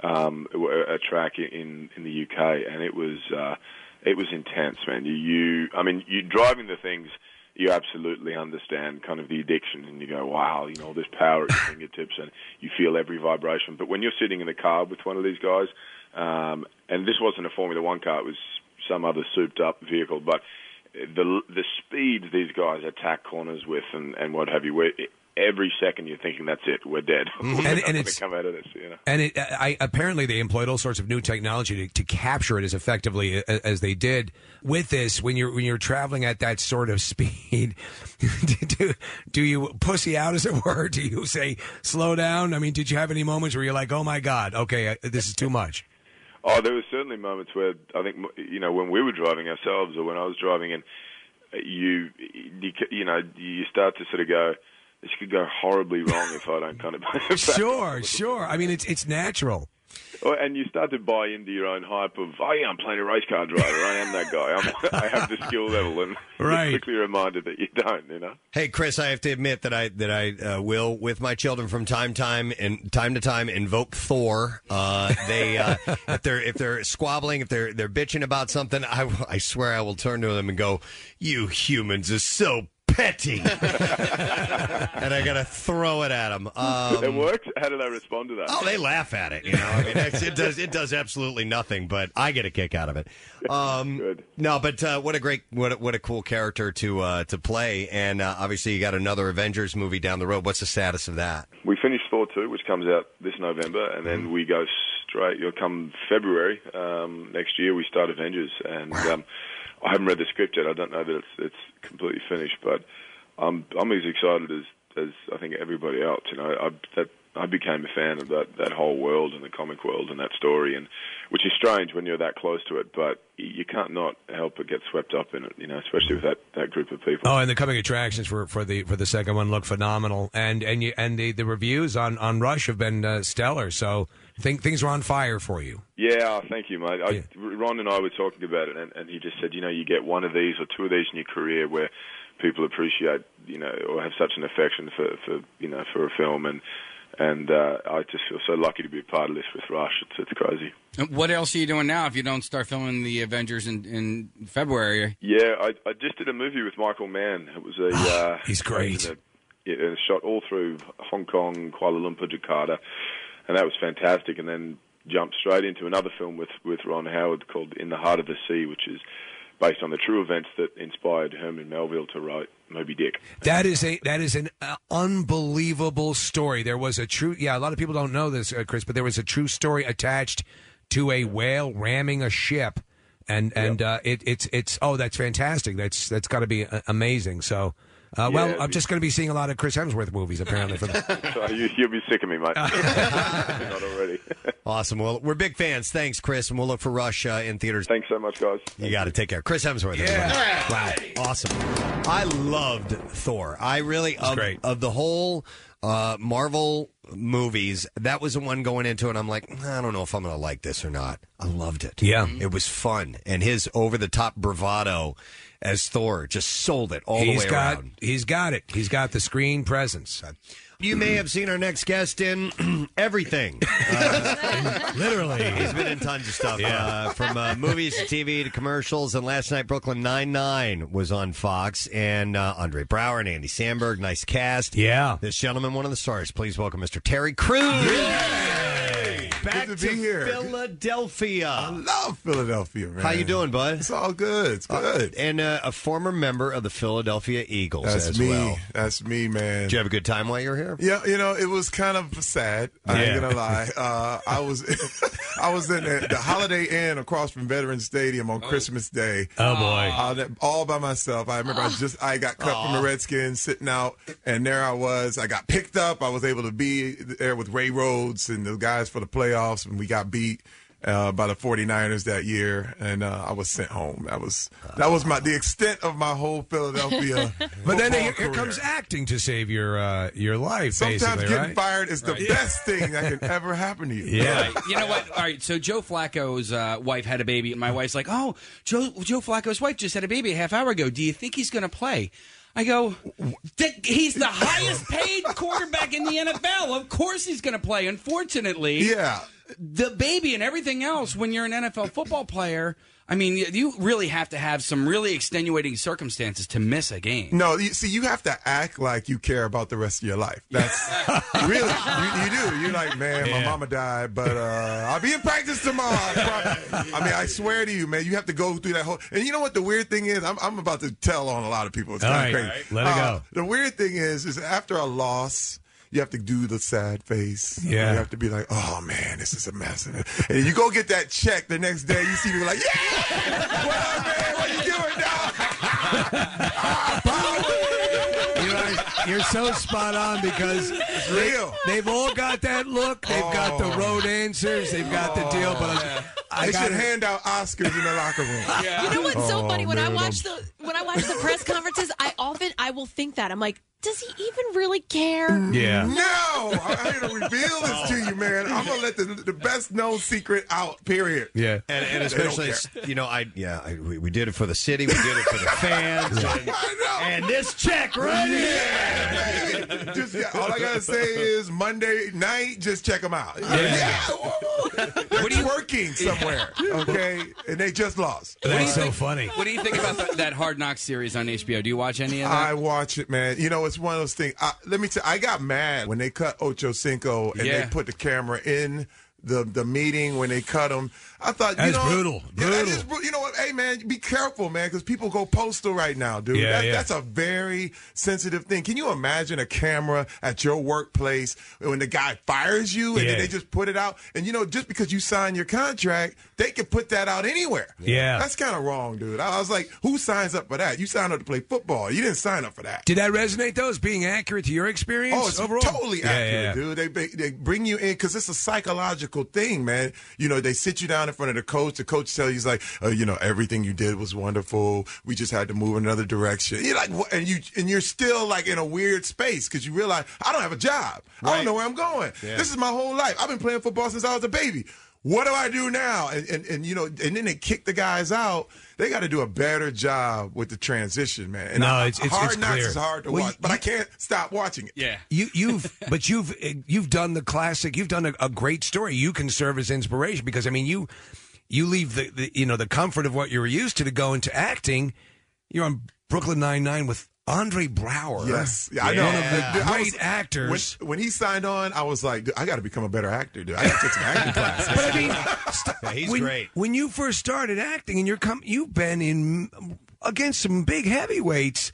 S23: um, w- a track in in the UK, and it was uh, it was intense, man. You, you, I mean, you driving the things. You absolutely understand kind of the addiction, and you go, "Wow, you know all this power at your fingertips, and you feel every vibration." But when you're sitting in the car with one of these guys, um, and this wasn't a Formula One car; it was some other souped-up vehicle, but the the speed these guys attack corners with and, and what have you, where every second you're thinking that's it, we're dead.
S3: Mhm.
S23: We're
S3: And-
S23: not
S3: and
S23: gonna
S3: it's-
S23: come out of this, you know.
S3: And it, I, apparently, they employed all sorts of new technology to, to capture it as effectively a- as they did with this. When you're when you're traveling at that sort of speed, do, do you pussy out, as it were? Do you say slow down? I mean, did you have any moments where you're like, "Oh my God, okay, I- this is too much"?
S23: Oh, there were certainly moments where I think you know when we were driving ourselves, or when I was driving, and uh, you you, c- you know you start to sort of go, this could go horribly wrong if I don't kind of back off a little
S3: sure,
S23: bit."
S3: sure. I mean, it's it's natural.
S23: Well, and you start to buy into your own hype of, oh yeah, I'm playing a race car driver. I am that guy. I'm, I have the skill level, and
S2: Right.
S23: you're quickly reminded that you don't. You know.
S2: Hey, Chris, I have to admit that I that I uh, will, with my children from time time and time to time, invoke Thor. Uh, they uh, if they're if they're squabbling, if they're they're bitching about something, I, w- I swear I will turn to them and go, "You humans are so petty," and I gotta throw it at them. Um,
S23: it worked. How did I respond to that?
S2: Oh, they laugh at it. You know, I mean, it's- it does it does absolutely nothing, but I get a kick out of it. Um, no, but uh, what a great, what a, what a cool character to uh, to play, and uh, obviously you got another Avengers movie down the road. What's the status of that?
S23: We finished Thor 2, which comes out this November, and then we go straight. You'll come February um, next year. We start Avengers, and um, I haven't read the script yet. I don't know that it's it's completely finished, but I'm I'm as excited as as I think everybody else. You know, I that I became a fan of that that whole world and the comic world and that story, and which is strange when you're that close to it, but you can't not help but get swept up in it. You know, especially with that that group of people.
S3: Oh, and the coming attractions for, for the for the second one look phenomenal, and and you, and the, the reviews on on Rush have been uh, stellar. So think things are on fire for you.
S23: Yeah, thank you, mate. I, Ron and I were talking about it, and, and he just said, you know, you get one of these or two of these in your career where people appreciate, you know, or have such an affection for, for you know, for a film, and and uh, I just feel so lucky to be a part of this with Rush. It's, it's crazy.
S5: And What else are you doing now if you don't start filming the Avengers in, in February?
S23: Yeah, I, I just did a movie with Michael Mann. It was a uh,
S3: he's great.
S23: It, it was shot all through Hong Kong, Kuala Lumpur, Jakarta, and that was fantastic. And then jumped straight into another film with with Ron Howard called In the Heart of the Sea, which is based on the true events that inspired Herman Melville to write Moby Dick.
S3: That is a that is an uh, unbelievable story. There was a true yeah. A lot of people don't know this, uh, Chris, but there was a true story attached to a whale ramming a ship, and and uh, it, it's it's oh that's fantastic. That's that's got to be uh, amazing. So. Uh, well,
S23: Yeah,
S3: I'm
S23: it-
S3: just going to be seeing a lot of Chris Hemsworth movies apparently. For the-
S23: so you, you'll be sick of me, mate. Not already.
S2: Awesome. Well, we're big fans. Thanks, Chris, and we'll look for Rush uh, in theaters.
S23: Thanks so much, guys.
S2: You got to take care, Chris Hemsworth. everybody. Wow, awesome. I loved Thor. I really of, of the whole uh, Marvel movies. That was the one going into it. I'm like, I don't know if I'm going to like this or not. I loved it.
S3: Yeah.
S2: it was fun, and his over the top bravado as Thor just sold it all
S3: He's
S2: the way
S3: got
S2: around.
S3: he's got it. He's got the screen presence.
S2: you may have seen our next guest in everything. Uh,
S6: Literally.
S2: He's been in tons of stuff. Uh, from uh, movies to TV to commercials. And last night, Brooklyn Nine-Nine was on Fox. And uh, Andre Brower and Andy Sandberg. Nice cast.
S3: Yeah.
S2: This gentleman, one of the stars. Please welcome Mr. Terry Crews. Back
S24: Good
S2: to,
S24: to be here.
S2: Philadelphia. I
S24: love Philadelphia, man.
S2: How you doing, bud? It's
S24: all good. It's
S2: good. and uh, a former member of the Philadelphia Eagles
S24: That's
S2: as
S24: me.
S2: well.
S24: That's me, man.
S2: Did you have a good time while you were here?
S24: Yeah, you know, it was kind of sad. I
S2: Yeah.
S24: ain't gonna lie. Uh, I was, I was in the, the Holiday Inn across from Veterans Stadium on Christmas Day.
S3: Oh, boy.
S24: Uh, that- all by myself. I remember I just I got cut from the Redskins, sitting out, and there I was. I got picked up. I was able to be there with Ray Rhodes and the guys for the playoffs, and we got beat. Uh, by the 49ers that year and uh, I was sent home. That was that was my the extent of my whole Philadelphia.
S3: But then
S24: football
S3: here, here
S24: career.
S3: comes acting to save your uh, your life.
S24: Sometimes
S3: basically,
S24: getting
S3: right?
S24: fired is the
S3: Right.
S24: best thing that can ever happen to you.
S3: Yeah.
S5: Right. You know what? All right. So Joe Flacco's uh, wife had a baby, and my wife's like, "Oh, Joe Joe Flacco's wife just had a baby a half hour ago. Do you think he's going to play?" I go, "Th- he's the highest paid quarterback in the NFL. Of course he's going to play. Unfortunately,
S24: Yeah.
S5: the baby and everything else. When you're an NFL football player, I mean, you- you really have to have some really extenuating circumstances to miss a game.
S24: No, you, see, you have to act like you care about the rest of your life. That's really you, you do. You're like, man, my mama died, but uh, I'll be in practice tomorrow. I, promise. I mean, I swear to you, man, you have to go through that whole. And you know what? The weird thing is, I'm, I'm about to tell on a lot of people. It's
S3: All
S24: kind
S3: right.
S24: of crazy. Uh,
S3: Let it go.
S24: The weird thing is, is after a loss. You have to do the sad face.
S3: Yeah.
S24: You have to be like, oh man, this is a mess. And you go get that check the next day. You see people like, yeah, what up, man? What you doing, Ah, dog?
S3: You guys, you're so spot on because
S24: it's real. Oh.
S3: They, have all got that look. They've got the road answers. They've got the deal. But I,
S24: They
S3: got
S24: should hand out Oscars in the locker room.
S7: You know what's so funny? When I watch the when I watch the press conferences, I often I will think that I'm like, does he even really care?
S3: Yeah.
S24: No, I- I'm here to reveal this to you, man. I'm gonna let the, the best known secret out. Period.
S3: Yeah,
S2: and, and
S24: They don't
S2: especially
S24: care.
S2: you know, I yeah, I, we, we did it for the city, we did it for the fans, and, and this check right here.
S24: Just yeah, all I gotta say is Monday night, just check them out. Yeah, they're twerking somewhere. Okay, and they just lost.
S5: That's
S3: so funny.
S5: What do you think about th- that Hard Knocks series on HBO? Do you watch any of that?
S24: I watch it, man. You know, it's one of those things. I, let me tell. I got mad when they cut Ocho Cinco and
S5: Yeah.
S24: they put the camera in the the meeting when they cut him. I thought you
S3: That's
S24: know,
S3: brutal.
S24: Yeah, that
S3: Brutal.
S24: is bru- you know what? Hey, man, be careful, man, because people go postal right now, dude.
S3: Yeah,
S24: That-
S3: yeah.
S24: That's a very sensitive thing. Can you imagine a camera at your workplace when the guy fires you and
S3: Yeah.
S24: then they just put it out? And you know, just because you sign your contract, they can put that out anywhere.
S3: Yeah.
S24: that's kind of wrong, dude. I was like, who signs up for that? You signed up to play football. You didn't sign up for that.
S3: did that resonate though? As being accurate to your experience?
S24: Oh, it's
S3: overall?
S24: totally
S3: Yeah,
S24: accurate,
S3: yeah, yeah.
S24: dude. They, they they bring you in because it's a psychological thing, man. You know, they sit you down in front of the coach. The coach tells you, he's like, uh, you know, everything you did was wonderful. We just had to move in another direction. You're like, what? and you and you're still like in a weird space because you realize I don't have a job. I don't know where I'm going.
S3: Yeah.
S24: This is my whole life. I've been playing football since I was a baby. What do I do now? And, and and you know, and then they kick the guys out. They got to do a better job with the transition, man. And
S3: No,
S24: I-
S3: it's- it's-
S24: hard
S3: it's
S24: knocks
S3: clear.
S24: is hard to
S3: Well,
S24: watch,
S3: you-
S24: but I can't stop watching it.
S5: Yeah.
S3: You you've but you've you've done the classic. You've done a, a great story. You can serve as inspiration because I mean you you leave the, the you know the comfort of what you were used to to go into acting. You're on Brooklyn Nine Nine with Andre Brower.
S24: Yes, Yeah, I know.
S3: one of the
S24: Dude, I
S3: great
S24: was-
S3: actors.
S24: When, when he signed on, I was like, dude, I got to become a better actor, dude. I got to take some acting classes.
S3: But I mean, st- when, When you first started acting and you're com- you've been in against some big heavyweights.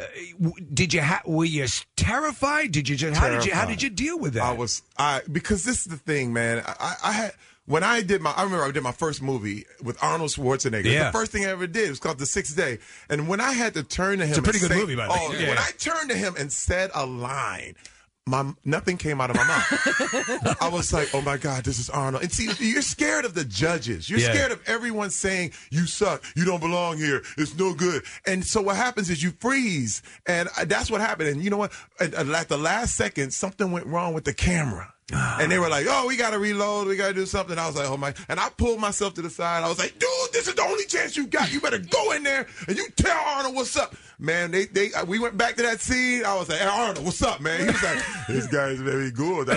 S3: Uh, w- did you ha- were you s- terrified? Did you just how did you how did you deal with that?
S24: I was I because this is the thing, man. I, I, I had when I did my I remember I did my first movie with Arnold Schwarzenegger. It's
S3: Yeah.
S24: The first thing I ever did was called The Sixth Day. And when I had to turn to him,
S3: It's a pretty
S24: and
S3: good
S24: say-
S3: movie, by the
S24: oh,
S3: way. Yeah.
S24: When I turned to him and said a line. My nothing came out of my mouth. I was like, "Oh my God, this is Arnold." And see, you're scared of the judges. You're
S3: Yeah.
S24: scared of everyone saying you suck, you don't belong here, it's no good. And so what happens is you freeze, and uh, that's what happened. And you know what? At, at the last second, something went wrong with the camera. And they were like, "Oh, we gotta reload. We gotta do something." I was like, "Oh my!" And I pulled myself to the side. I was like, "Dude, this is the only chance you got. You better go in there and you tell Arnold what's up." man, they they we went back to that scene. I was like, hey, Arnold, what's up, man? He was like, this guy's very good. I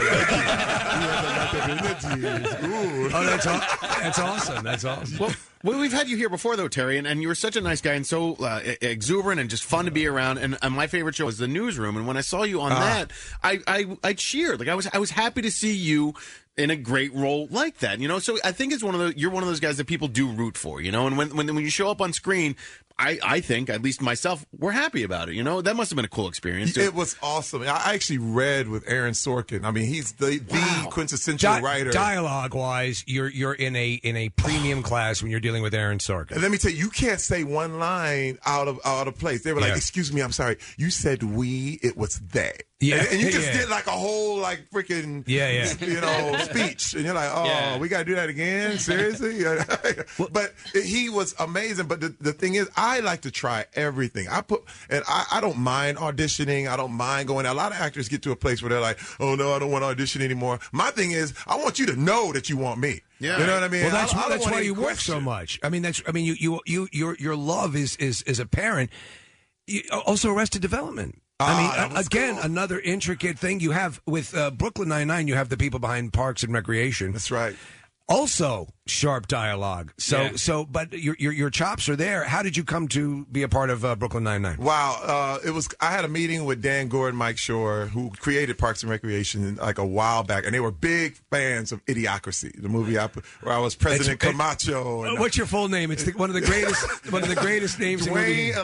S24: like it.
S3: Oh, that's aw- that's awesome. That's awesome.
S9: Well, well, we've had you here before, though, Terry, and, and you were such a nice guy and so uh, e- exuberant and just fun to be around. And, and my favorite show was The Newsroom. And when I saw you on
S24: Ah.
S9: that, I, I I cheered. Like I was I was happy to see you in a great role like that. You know, so I think it's one of the you're one of those guys that people do root for. You know, and when when, when you show up on screen, I I think at least myself, we're happy about it. You know, that must have been a cool experience. too.
S24: It was awesome. I actually read with Aaron Sorkin. I mean, he's the, the quintessential writer.
S3: Dialogue wise, you're you're in a in a premium class when you're dealing with Aaron Sorkin.
S24: And let me tell you, you can't say one line out of out of place. They were
S3: Yeah.
S24: like, "Excuse me, I'm sorry. You said we. It was they."
S3: Yeah.
S24: and, and you just
S3: Yeah.
S24: did like a whole like freaking
S3: Yeah, yeah.
S24: you know speech, and you're like, "Oh,
S3: Yeah.
S24: we got to do that again? Seriously?" but he was amazing. But the, the thing is, I like to try everything. I put and I, I don't mind auditioning. I don't mind going. out. A lot of actors get to a place where they're like, "Oh no, I don't want to audition anymore." My thing is, I want you to know that you want me. you know what I mean.
S3: Well, that's
S24: I,
S3: why,
S24: I don't
S3: that's
S24: want
S3: why
S24: any
S3: you work so much. I mean, that's I mean, you you you your your love is is is a parent. You, also, Arrested Development. I
S24: Ah,
S3: mean, again, another intricate thing you have with uh, Brooklyn Nine Nine. You have the people behind Parks and Recreation. That's
S24: right.
S3: Also, sharp dialogue. So,
S24: Yeah.
S3: so, but your, your your chops are there. How did you come to be a part of uh, Brooklyn Nine Nine?
S24: Wow, uh, it was. I had a meeting with Dan Gore and Mike Shore, who created Parks and Recreation like a while back, and they were big fans of Idiocracy, the movie I, put- where I was President
S3: It's- it- Oh,
S24: Camacho. And,
S3: What's your full name? It's the, one of the greatest one of the greatest names. in movie
S24: Dwayne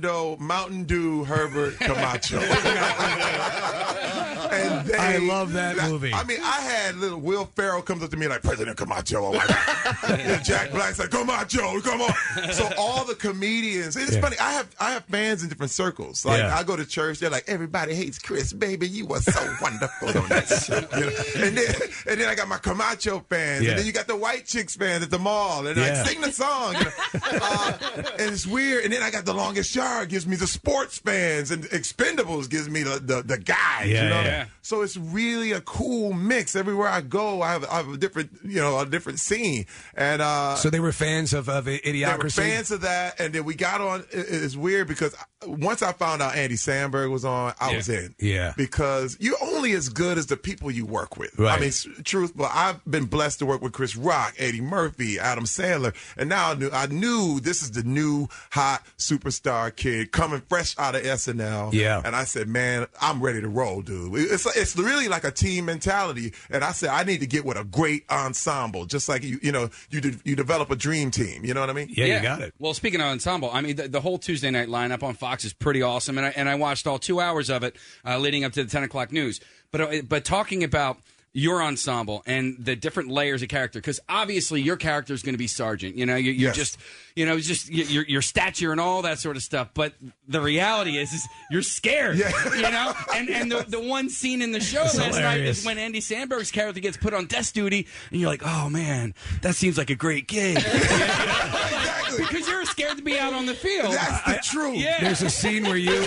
S24: Elizondo, Mountain Dew, Herbert Camacho. and they,
S3: I love that movie.
S24: I mean, I had little Will Ferrell comes up to me like President Camacho. I'm like, and Jack Black's like Camacho, come on. So all the comedians, it's
S3: Yeah.
S24: funny. I have I have fans in different circles. Like
S3: Yeah.
S24: I go to church, they're like, everybody hates Chris, baby. You were so wonderful on that show. You know? And then and then I got my Camacho fans,
S3: Yeah.
S24: and then you got the white chicks fans at the mall, and like
S3: Yeah.
S24: sing the song. you know? Uh, and it's weird. And then I got the longest yard gives me the sports fans, and Expendables gives me the the, the guys.
S3: Yeah,
S24: you know?
S3: yeah.
S24: So it's really a cool mix. Everywhere I go, I have, I have a different you know a different scene. And uh,
S3: so they were fans of of
S24: they were
S3: Idiocracy.
S24: fans of that, and then we got on. it- It's weird because I- once I found out Andy Sandberg was on, I
S3: Yeah.
S24: was in.
S3: Yeah.
S24: because you're only as good as the people you work with. I
S3: Right.
S24: mean, s- truthful. I've been blessed to work with Chris Rock, Eddie Murphy, Adam Sandler, and now I knew I knew this is the new hot superstar kid coming fresh out of SNL.
S3: Yeah.
S24: and I said, man, I'm ready to roll, dude. It- It's it's really like a team mentality, and I said I need to get with a great ensemble, just like you you know you de- you develop a dream team. You know what I mean?
S5: Well, speaking of ensemble, I mean, the, the whole Tuesday night lineup on Fox is pretty awesome, and I, and I watched all two hours of it uh, leading up to the ten o'clock news. But uh, but talking about your ensemble and the different layers of character, because obviously your character is going to be Sergeant. You know, you, you're
S25: Yes.
S5: just you know just y- your your stature and all that sort of stuff. But the reality is, is you're scared. You know, and and the, the one scene in the show
S1: It's
S5: last night
S1: hilarious.
S5: is when Andy Sandberg's character gets put on desk duty, and you're like, oh man, that seems like a great gig. Because you're scared to be out on the field. That's
S24: the truth.
S5: Yeah.
S3: There's a scene where you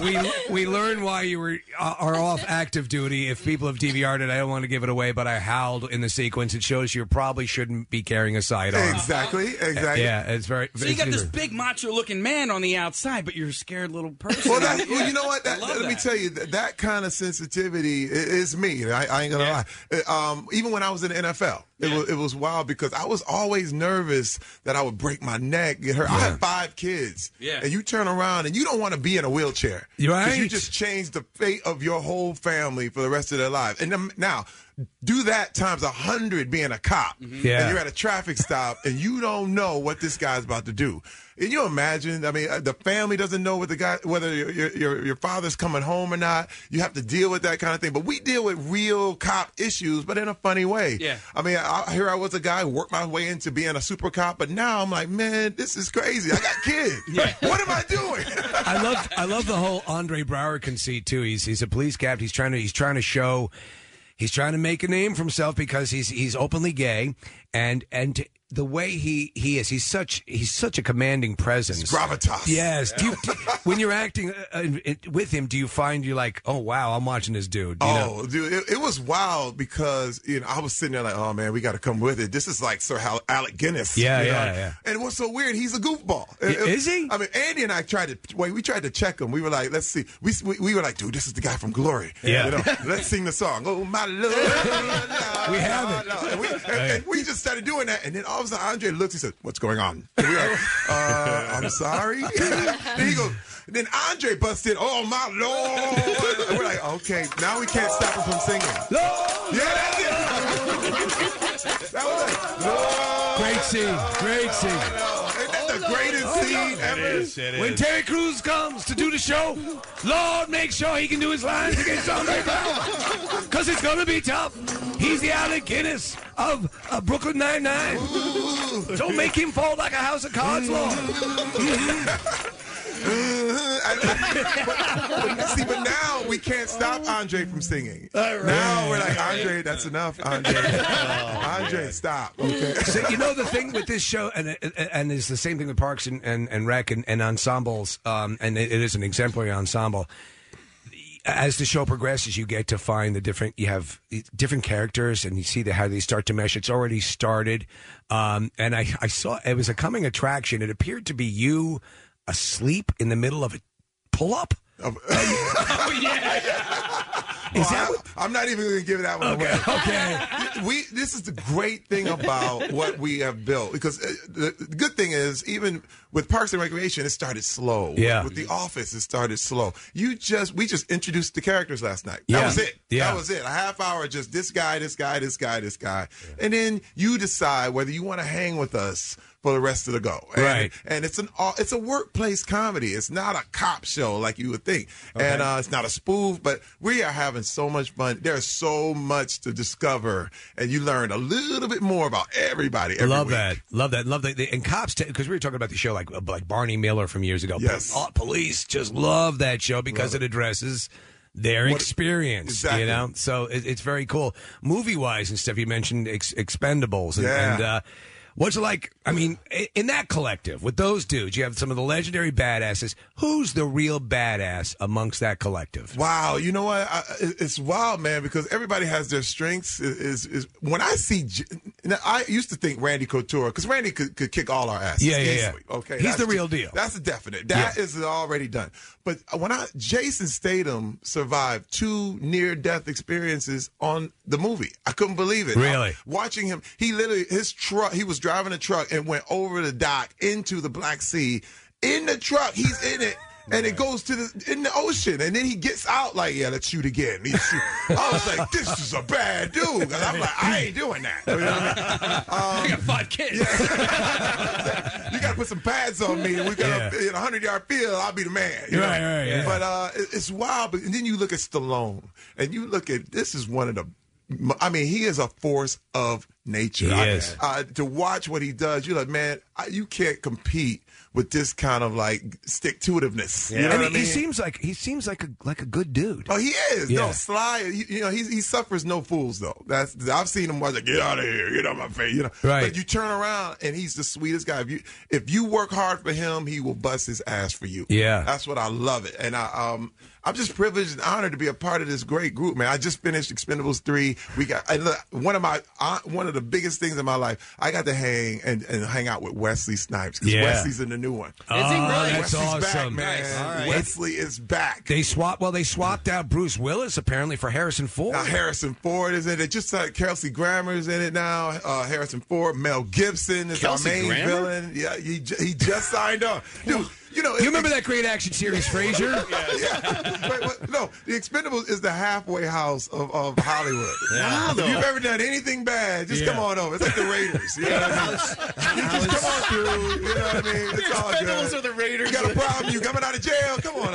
S3: we we learn why you were uh, are off active duty. If people have DVR'd it, I don't want to give it away, but I howled in the sequence. It shows you probably shouldn't be carrying a sidearm. Uh,
S24: Exactly, exactly.
S3: Yeah, it's very.
S5: So you got
S3: it's-
S5: this big macho looking man on the outside, but you're a scared little person.
S24: Well, that, well,
S5: Yeah.
S24: you know what?
S5: I
S24: That,
S5: love
S24: let me
S5: that.
S24: tell you, that, that kind of sensitivity i- is me. I, I ain't gonna lie. Uh, Um, even when I was in the NFL, it, was, it was wild because I was always nervous that I would break my neck, get hurt. I had five kids,
S3: Yeah.
S24: and you turn around and you don't want to be in a wheelchair,
S3: You're
S24: 'Cause You
S3: right.
S24: just changed the fate of your whole family for the rest of their lives. And then- now, do that times a hundred being a cop.
S3: Yeah.
S24: And you're at a traffic stop and you don't know what this guy's about to do. Can you imagine? I mean, uh, the family doesn't know what the guy, whether your, your your your father's coming home or not. You have to deal with that kind of thing. But we deal with real cop issues, but in a funny way.
S1: Yeah.
S24: I mean, I, I- here I was a guy who worked my way into being a super cop, but now I'm like, man, this is crazy. I got kids. What am I doing?
S3: I love I love the whole Andre Brower conceit too. He's he's a police captain. He's trying to he's trying to show he's trying to make a name for himself because he's he's openly gay and and the way he he is, he's such he's such a commanding presence.
S24: gravitas.
S3: Yes. Do you, do- when you're acting uh, uh, in- with him, do you find you're like, oh wow, I'm watching this dude? You know?
S24: Oh, dude, it, it was wild because you know I was sitting there like, oh man, we got to come with it. This is like Sir Hal- Alec Guinness.
S3: Yeah,
S24: you know?
S3: yeah, yeah.
S24: And what's so weird? He's a goofball. Is he? I mean, Andy and I tried to wait. We tried to check him. We were like, let's see. We we, we were like, dude, this is the guy from Glory.
S1: Yeah.
S24: You know, let's sing the song. Oh my lord. we have it. And we, and- and we just started doing that, and then all of a sudden Andre looks. He said, "What's going on?" And we were like, uh, I'm sorry. then he goes. Then Andre busted. Oh my lord! And we're like, okay, now we can't stop him from singing. Yeah, that's it. that was it. Lord. Great scene. Great scene. Isn't that
S3: Oh,
S24: the greatest scene ever?
S3: when Terry Crews comes to do the show, Lord, make sure he can do his lines against Andre Brown, because it's gonna be tough. He's the Alec Guinness of uh, Brooklyn Nine Nine. Don't make him fall like a house of cards, Lord.
S24: but, see, but now we can't stop Andre from singing. Now we're like, Andre, that's enough. Andre, Andre, stop. Okay.
S3: so you know the thing with this show, and and- and it's the same thing with Parks and and, and Rec and, and ensembles, um, and it, it is an exemplary ensemble. As the show progresses, you get to find the different. You have different characters, and you see the, how they start to mesh. It's already started, um, and I, I saw it was a coming attraction. It appeared to be you asleep in the middle of a pull up. Oh,
S24: Well, I, am not even going to give that one away. Okay. We this is the great thing about what we have built because uh, the, the good thing is even with Parks and Recreation, it started slow.
S3: Yeah.
S24: With, The Office, it started slow. You just we just introduced the characters last night. That
S3: Yeah.
S24: was it.
S3: Yeah.
S24: That was it. A half hour, just this guy, this guy, this guy, this guy, and then you decide whether you want to hang with us. For the rest of the go, and,
S3: Right.
S24: And it's an all- it's a workplace comedy. It's not a cop show like you would think, and uh, it's not a spoof. But we are having so much fun. There's so much to discover, and you learn a little bit more about everybody. Every
S3: love
S24: week.
S3: that, love that, love that. And cops, because we were talking about the show like uh, like Barney Miller from years ago. Uh,
S24: Yes.
S3: Po- police just love that show because it. addresses their experience.
S24: exactly.
S3: You know, so it, it's very cool. Movie wise and stuff, you mentioned ex- Expendables and.
S1: Yeah.
S3: and uh, What's it like? I mean, i- in that collective with those dudes, you have some of the legendary badasses. Who's the real badass amongst that collective?
S24: Wow, you know what? I, I- it's wild, man, because everybody has their strengths. Is is when I see, J- now, I used to think Randy Couture because Randy could, could kick all our asses.
S3: Yeah, yeah, yeah.
S24: easily, Okay,
S3: He's the real
S24: deal. That's a definite. That is already done. But when I Jason Statham survived two near death experiences on the movie, I couldn't believe it.
S3: Really?
S24: I- watching him, he literally his truck. He was driving a truck and went over the dock into the Black Sea. In the truck, he's in it. And it goes to the in the ocean, and then he gets out like, "Yeah, let's shoot again." He shoot. I was like, "This is a bad dude," because I'm like, "I ain't doing that." You know what I mean? I got
S5: five kids.
S24: you got to put some pads on me. We got a, in a hundred yard field. I'll be the man. you
S1: Right,
S24: know?
S1: right, yeah.
S24: But uh, it- it's wild. But and then you look at Stallone, and you look at this is one of the. I mean, he is a force of nature.
S3: He
S24: I-
S3: is.
S24: uh, to watch what he does, you're like, man, I, you can't compete with this kind of like stick to itiveness. You know
S3: and
S24: what
S3: he,
S24: I mean?
S3: he seems like he seems like a like a good dude.
S24: Oh, he is.
S3: Yeah.
S24: No, Sly. You, you know, he he suffers no fools though. That's I've seen him. I was like, get out of here, get out of my face. You know,
S3: Right.
S24: But you turn around and he's the sweetest guy. If you if you work hard for him, he will bust his ass for you.
S3: Yeah.
S24: that's what I love it. And I um I'm just privileged and honored to be a part of this great group, man. I just finished Expendables three. We got and look, one of my uh, one of the biggest things in my life. I got to hang and, and hang out with Wesley Snipes because
S3: Yeah.
S24: Wesley's in the new one.
S3: Oh, Is he really? that's
S24: Wesley's
S3: awesome.
S24: back, man.
S3: Nice. All right.
S24: Wesley is back.
S3: They swap. Well, they swapped out Bruce Willis apparently for Harrison Ford.
S24: Now Harrison Ford is in it. Just like Kelsey Grammer is in it now. Uh, Harrison Ford, Mel Gibson is
S3: Kelsey
S24: our main
S3: Grammer?
S24: villain. Yeah, he, j- he just signed on. Dude, you know,
S3: You remember that great action series, Frasier?
S24: yeah. Wait, what? No, The Expendables is the halfway house of, of Hollywood.
S1: Yeah.
S24: If you've ever done anything bad, just
S1: Yeah.
S24: come on over. It's like the Raiders. You know what I mean? You just come on through. You know what I mean? It's all good.
S9: are the Raiders.
S24: You got a problem? You coming out of jail? Come on.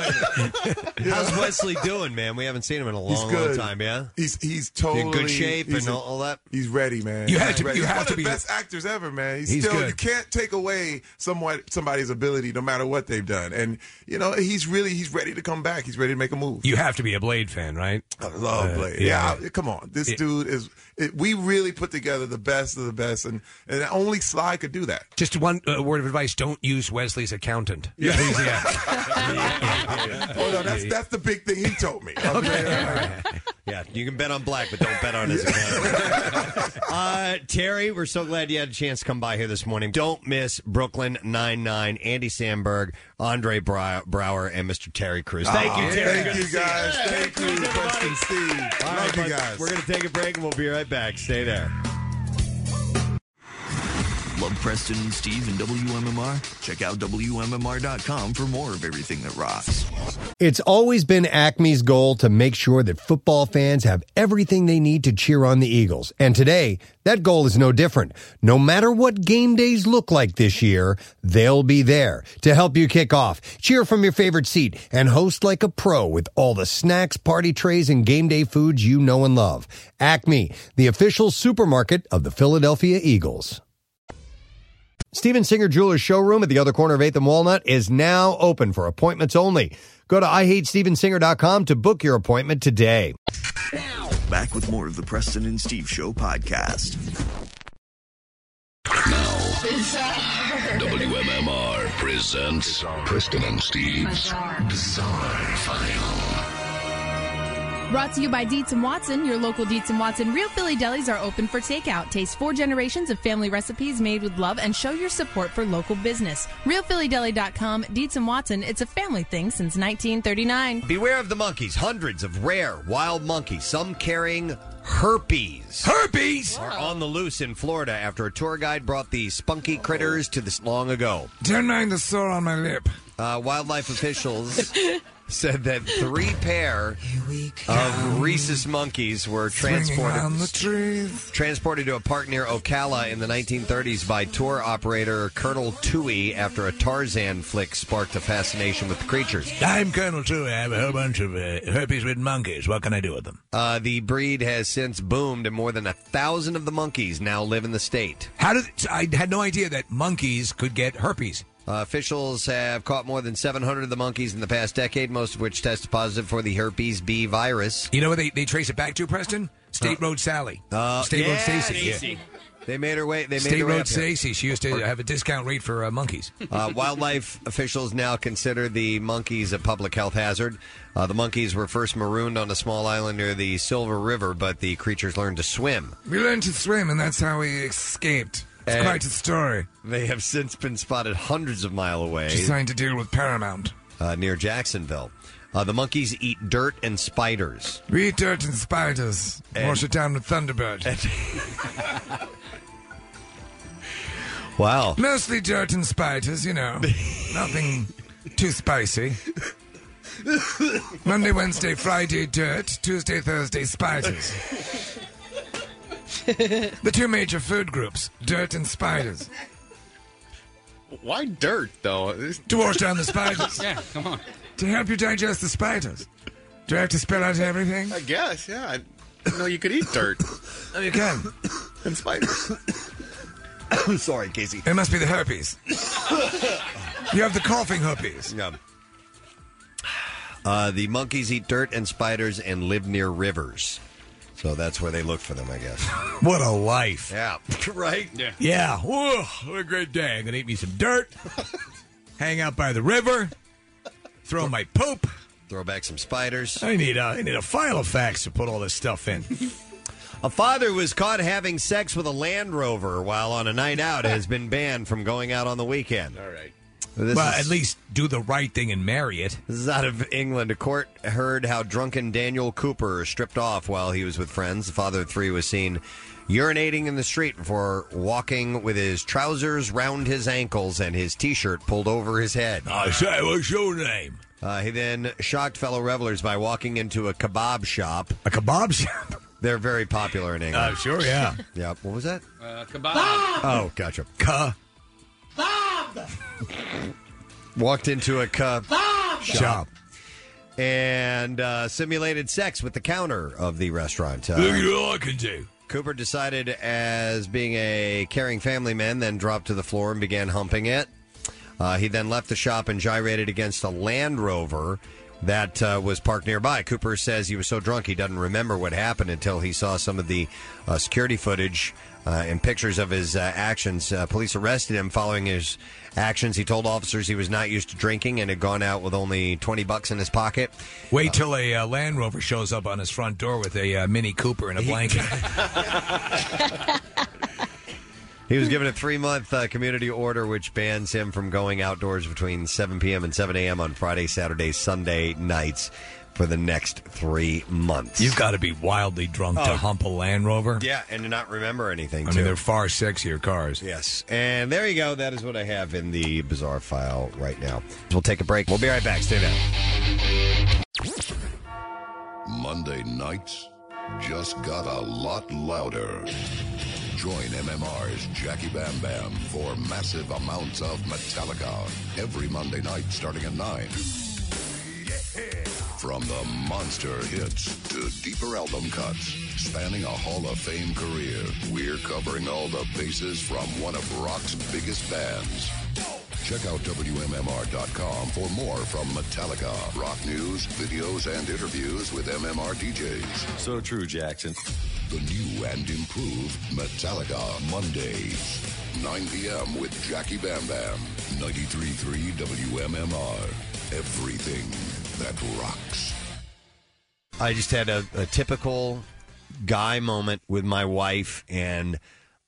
S24: in.
S2: How's Wesley doing, man? We haven't seen him in a long,
S24: He's
S2: long
S24: good.
S2: time. Yeah,
S24: he's he's
S2: You
S24: totally
S2: in good shape
S24: he's
S2: and
S24: a-
S2: all, all that.
S24: He's ready, man.
S3: You have to-
S24: Ready.
S3: you
S24: He's
S3: have
S24: one
S3: to
S24: of the
S3: be-
S24: best actors ever, man. He's,
S3: He's
S24: still
S3: good.
S24: you can't take away somewhat somebody's ability, no matter what they've done. And you know, he's really he's ready to come back. He's ready to make a move.
S3: You have to be a Blade fan, right? Uh,
S24: I love Blade. Yeah, I- come on, this dude is. It, we really put together the best of the best, and and only Sly could do that.
S3: Just one uh, word of advice: don't use Wesley's accountant.
S24: Oh no, that's that's the big thing he told me.
S2: Yeah, you can bet on black, but don't bet on his account. uh, Terry, we're so glad you had a chance to come by here this morning. Don't miss Brooklyn Nine-Nine, Andy Sandberg, Andre Brow- Brower, and Mr. Terry Crews. Thank you,
S24: Oh,
S2: Terry.
S24: Thank you guys. Thank you, Preston Steve.
S2: All
S24: Love
S2: right,
S24: you
S2: folks,
S24: guys.
S2: We're going to take a break, and we'll be right back. Stay there.
S16: Love Preston and Steve and WMMR? Check out WMMR.com for more of everything that rocks.
S25: It's always been Acme's goal to make sure that football fans have everything they need to cheer on the Eagles. And today, that goal is no different. No matter what game days look like this year, they'll be there to help you kick off, cheer from your favorite seat, and host like a pro with all the snacks, party trays, and game day foods you know and love. Acme, the official supermarket of the Philadelphia Eagles. Steven Singer Jewelers Showroom at the other corner of 8th and Walnut is now open for appointments only. Go to E IHateStevenSinger.com to book your appointment today.
S16: Back with more of the Preston and Steve Show podcast.
S22: WMMR presents Preston and Steve's Bizarre, File.
S26: Brought to you by Dietz and Watson, your local Dietz and Watson Real Philly Delis are open for takeout. Taste four generations of family recipes made with love and show your support for local business. RealPhillyDeli.com, Dietz and Watson, it's a family thing since 1939.
S2: Beware of the monkeys. Hundreds of rare wild monkeys, some carrying herpes.
S3: Herpes
S2: are on the loose in Florida after a tour guide brought the spunky critters to this long ago.
S3: Don't mind the sore on my lip.
S2: Uh, wildlife officials said that three pair of rhesus monkeys were transported transported to a park near Ocala in the 1930s by tour operator Colonel Tui after a Tarzan flick sparked a fascination with the creatures.
S3: I'm Colonel Two. I have a whole bunch of uh, herpes-ridden monkeys. What can I do with them?
S2: Uh, the breed has since boomed, and more than a thousand of the monkeys now live in the state.
S3: How did I had no idea that monkeys could get herpes?
S2: Uh, officials have caught more than 700 of the monkeys in the past decade, most of which tested positive for the herpes B virus.
S3: You know where they, they trace it back to, Preston? State Road Sally.
S2: Uh,
S3: State Road
S2: yeah,
S3: Stacy. yeah.
S2: Stacy. They made her way. They made
S3: State
S2: her way up
S3: Road
S2: here.
S3: Stacy. She used to have a discount rate for uh, monkeys.
S2: Uh, wildlife officials now consider the monkeys a public health hazard. Uh, the monkeys were first marooned on a small island near the Silver River, but the creatures learned to swim.
S3: We learned to swim, and that's how we escaped. It's
S2: And
S3: quite a story.
S2: Eh, They have since been spotted hundreds of mile away.
S3: Designed to deal with Paramount.
S2: uh, near Jacksonville. Uh, the monkeys eat dirt and spiders.
S3: We eat dirt and spiders.
S2: And-
S3: Wash it down with Thunderbird.
S2: Wow.
S3: Mostly dirt and spiders, you know. Nothing too spicy. Monday, Wednesday, Friday, dirt. Tuesday, Thursday, spiders. the two major food groups, dirt and spiders.
S9: Why dirt though?
S3: To wash down the spiders.
S9: yeah, come on.
S3: To help you digest the spiders. Do I have to spell out everything?
S9: I guess. Yeah. I didn't know you could eat dirt.
S3: no, you can.
S9: And spiders.
S3: I'm sorry, Casey. It must be the herpes. you have the coughing herpes.
S2: Yeah. Uh, the monkeys eat dirt and spiders and live near rivers. So that's where they look for them, I guess.
S3: What a life.
S2: Yeah.
S3: Right?
S2: Yeah.
S3: Yeah. Whoa, what a great day. I'm going to eat me some dirt, hang out by the river, throw my poop.
S2: Throw back some spiders.
S3: I need a, I need a file of facts to put all this stuff in.
S2: A father who was caught having sex with a Land Rover while on a night out has been banned from going out on the weekend. All right. This
S3: well,
S2: is-
S3: at least do the right thing and marry it.
S2: This is out of England. A court heard how drunken Daniel Cooper stripped off while he was with friends. The father of three was seen urinating in the street before walking with his trousers round his ankles and his T-shirt pulled over his head.
S3: I say, what's your name?
S2: Uh, he then shocked fellow revelers by walking into a kebab shop.
S3: A kebab shop.
S2: They're very popular in England.
S3: Uh, sure, yeah.
S2: yeah. What was that?
S5: Uh, kebab.
S2: Oh, gotcha.
S3: Kebab.
S2: Walked into a kebab
S3: shop.
S2: and uh, simulated sex with the counter of the restaurant. Uh,
S3: Look at all I can do.
S2: Cooper decided as being a caring family man, then dropped to the floor and began humping it. Uh, he then left the shop and gyrated against a Land Rover that uh, was parked nearby. Cooper says he was so drunk he doesn't remember what happened until he saw some of the uh, security footage uh, and pictures of his uh, actions. Uh, police arrested him following his actions. He told officers he was not used to drinking and had gone out with only 20 bucks in his pocket.
S3: Wait till a uh, Land Rover shows up on his front door with a uh, Mini Cooper and a blanket.
S2: He was given a three month uh, community order, which bans him from going outdoors between 7 p.m. and 7 a.m. on Friday, Saturday, Sunday nights for the next three months.
S3: You've got to be wildly drunk to
S2: Oh.
S3: hump a Land Rover.
S2: Yeah, and to not remember anything.
S3: I
S2: too.
S3: mean, they're far sexier cars.
S2: Yes. And there you go. That is what I have in the bizarre file right now. We'll take a break. We'll be right back. Stay down.
S21: Monday nights just got a lot louder. Join MMR's Jackie Bam Bam for massive amounts of Metallica every Monday night starting at 9. From the monster hits to deeper album cuts, spanning a Hall of Fame career, we're covering all the bases from one of rock's biggest bands. Check out WMMR.com for more from Metallica, rock news, videos, and interviews with MMR DJs. So true, Jackson. The new and improved Metallica Mondays. 9 p.m. with Jackie Bam Bam. 93.3 WMMR. Everything that rocks.
S2: I just had a, a typical guy moment with my wife, and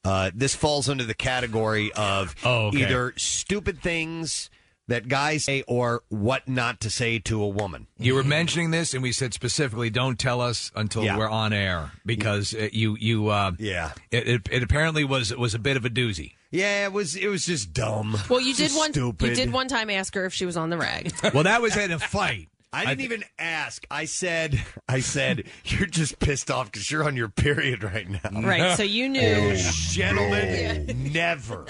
S2: uh, this falls under the category of
S3: Oh,
S6: okay.
S2: either stupid things that guys say or what not to say to a woman.
S3: You were mentioning this, and we said specifically, don't tell us until
S2: Mm-hmm. Yeah.
S3: we're on air because uh you you uh,
S2: yeah.
S3: It, it, it apparently was was a bit of a doozy.
S2: Yeah, it was it was just dumb.
S7: Well, you did
S3: Just
S7: one. You
S3: stupid.
S7: did one time ask her if she was on the rag.
S3: Well, that was in a fight.
S2: I didn't even ask. I said, I said, you're just pissed off because you're on your period right now.
S7: Right, so you knew.
S2: Oh, gentlemen, never.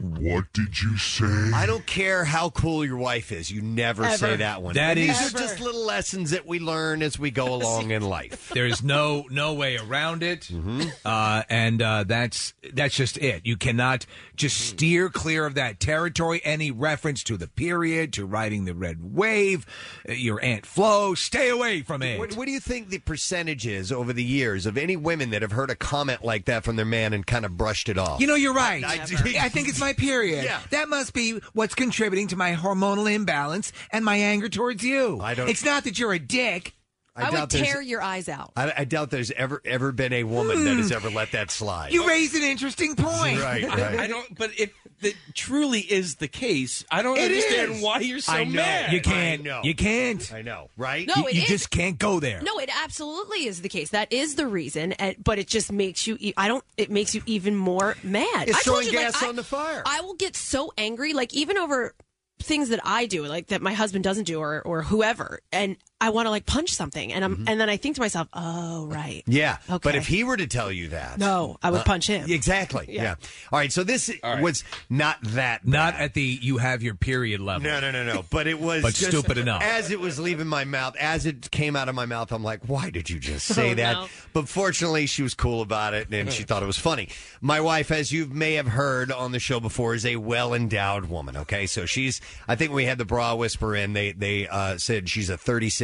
S21: What did you say?
S2: I don't care how cool your wife is. You never
S3: Ever.
S2: say that one.
S3: That
S2: These
S3: is-
S2: are just little lessons that we learn as we go along in life.
S3: There is no no way around it,
S2: Mm-hmm.
S3: uh, and uh, that's that's just it. You cannot just
S2: Mm-hmm.
S3: steer clear of that territory. Any reference to the period, to riding the red wave, uh, your aunt Flo, stay away from it.
S2: What, what do you think the percentage is over the years of any women that have heard a comment like that from their man and kind of brushed it off?
S3: You know, you're right.
S2: I-
S3: I,
S2: I-
S3: think it's my period.
S2: Yeah.
S3: That must be what's contributing to my hormonal imbalance and my anger towards you. I
S2: don't-
S3: It's not that you're a dick.
S2: I I would doubt there's- tear
S7: your eyes out.
S2: I, I doubt there's ever ever been a woman that has
S3: Hmm.
S2: ever let that slide.
S3: You raise an interesting point.
S2: Right, right.
S5: I, I don't. But if that truly is the case, I don't
S3: It
S5: understand
S3: is.
S5: why you're so
S3: I know.
S5: mad.
S3: You can't.
S5: I know.
S3: You can't.
S2: I know. Right?
S7: No,
S3: you,
S7: it
S3: you
S7: is-
S3: just can't go there.
S7: No, it absolutely is the case. That is the reason, and, but it just makes you. e- I don't. It makes you even more mad.
S2: It's
S7: I told
S2: throwing
S7: you, like,
S2: gas
S7: I-
S2: on the fire.
S7: I will get so angry, like even over things that I do, like that my husband doesn't do, or or whoever, and I want to like punch something, and I'm
S3: Mm-hmm.
S7: and then I think to myself, oh right,
S2: Yeah, but
S7: Okay.
S2: if he were to tell you that, uh,
S7: No, I would punch him.
S2: Exactly. Yeah.
S7: Yeah.
S2: All right. So this was not that.
S3: Not at the you have your period level.
S2: No, no, no, no. But it was
S3: But
S2: just-
S3: stupid enough.
S2: As it was leaving my mouth, as it came out of my mouth, I'm like, why did you just say
S3: Oh,
S2: that?
S3: no.
S2: But fortunately, she was cool about it and she thought it was funny. My wife, as you may have heard on the show before, is a well endowed woman. Okay. So she's, I think we had the bra whisper in. They, they uh, said she's a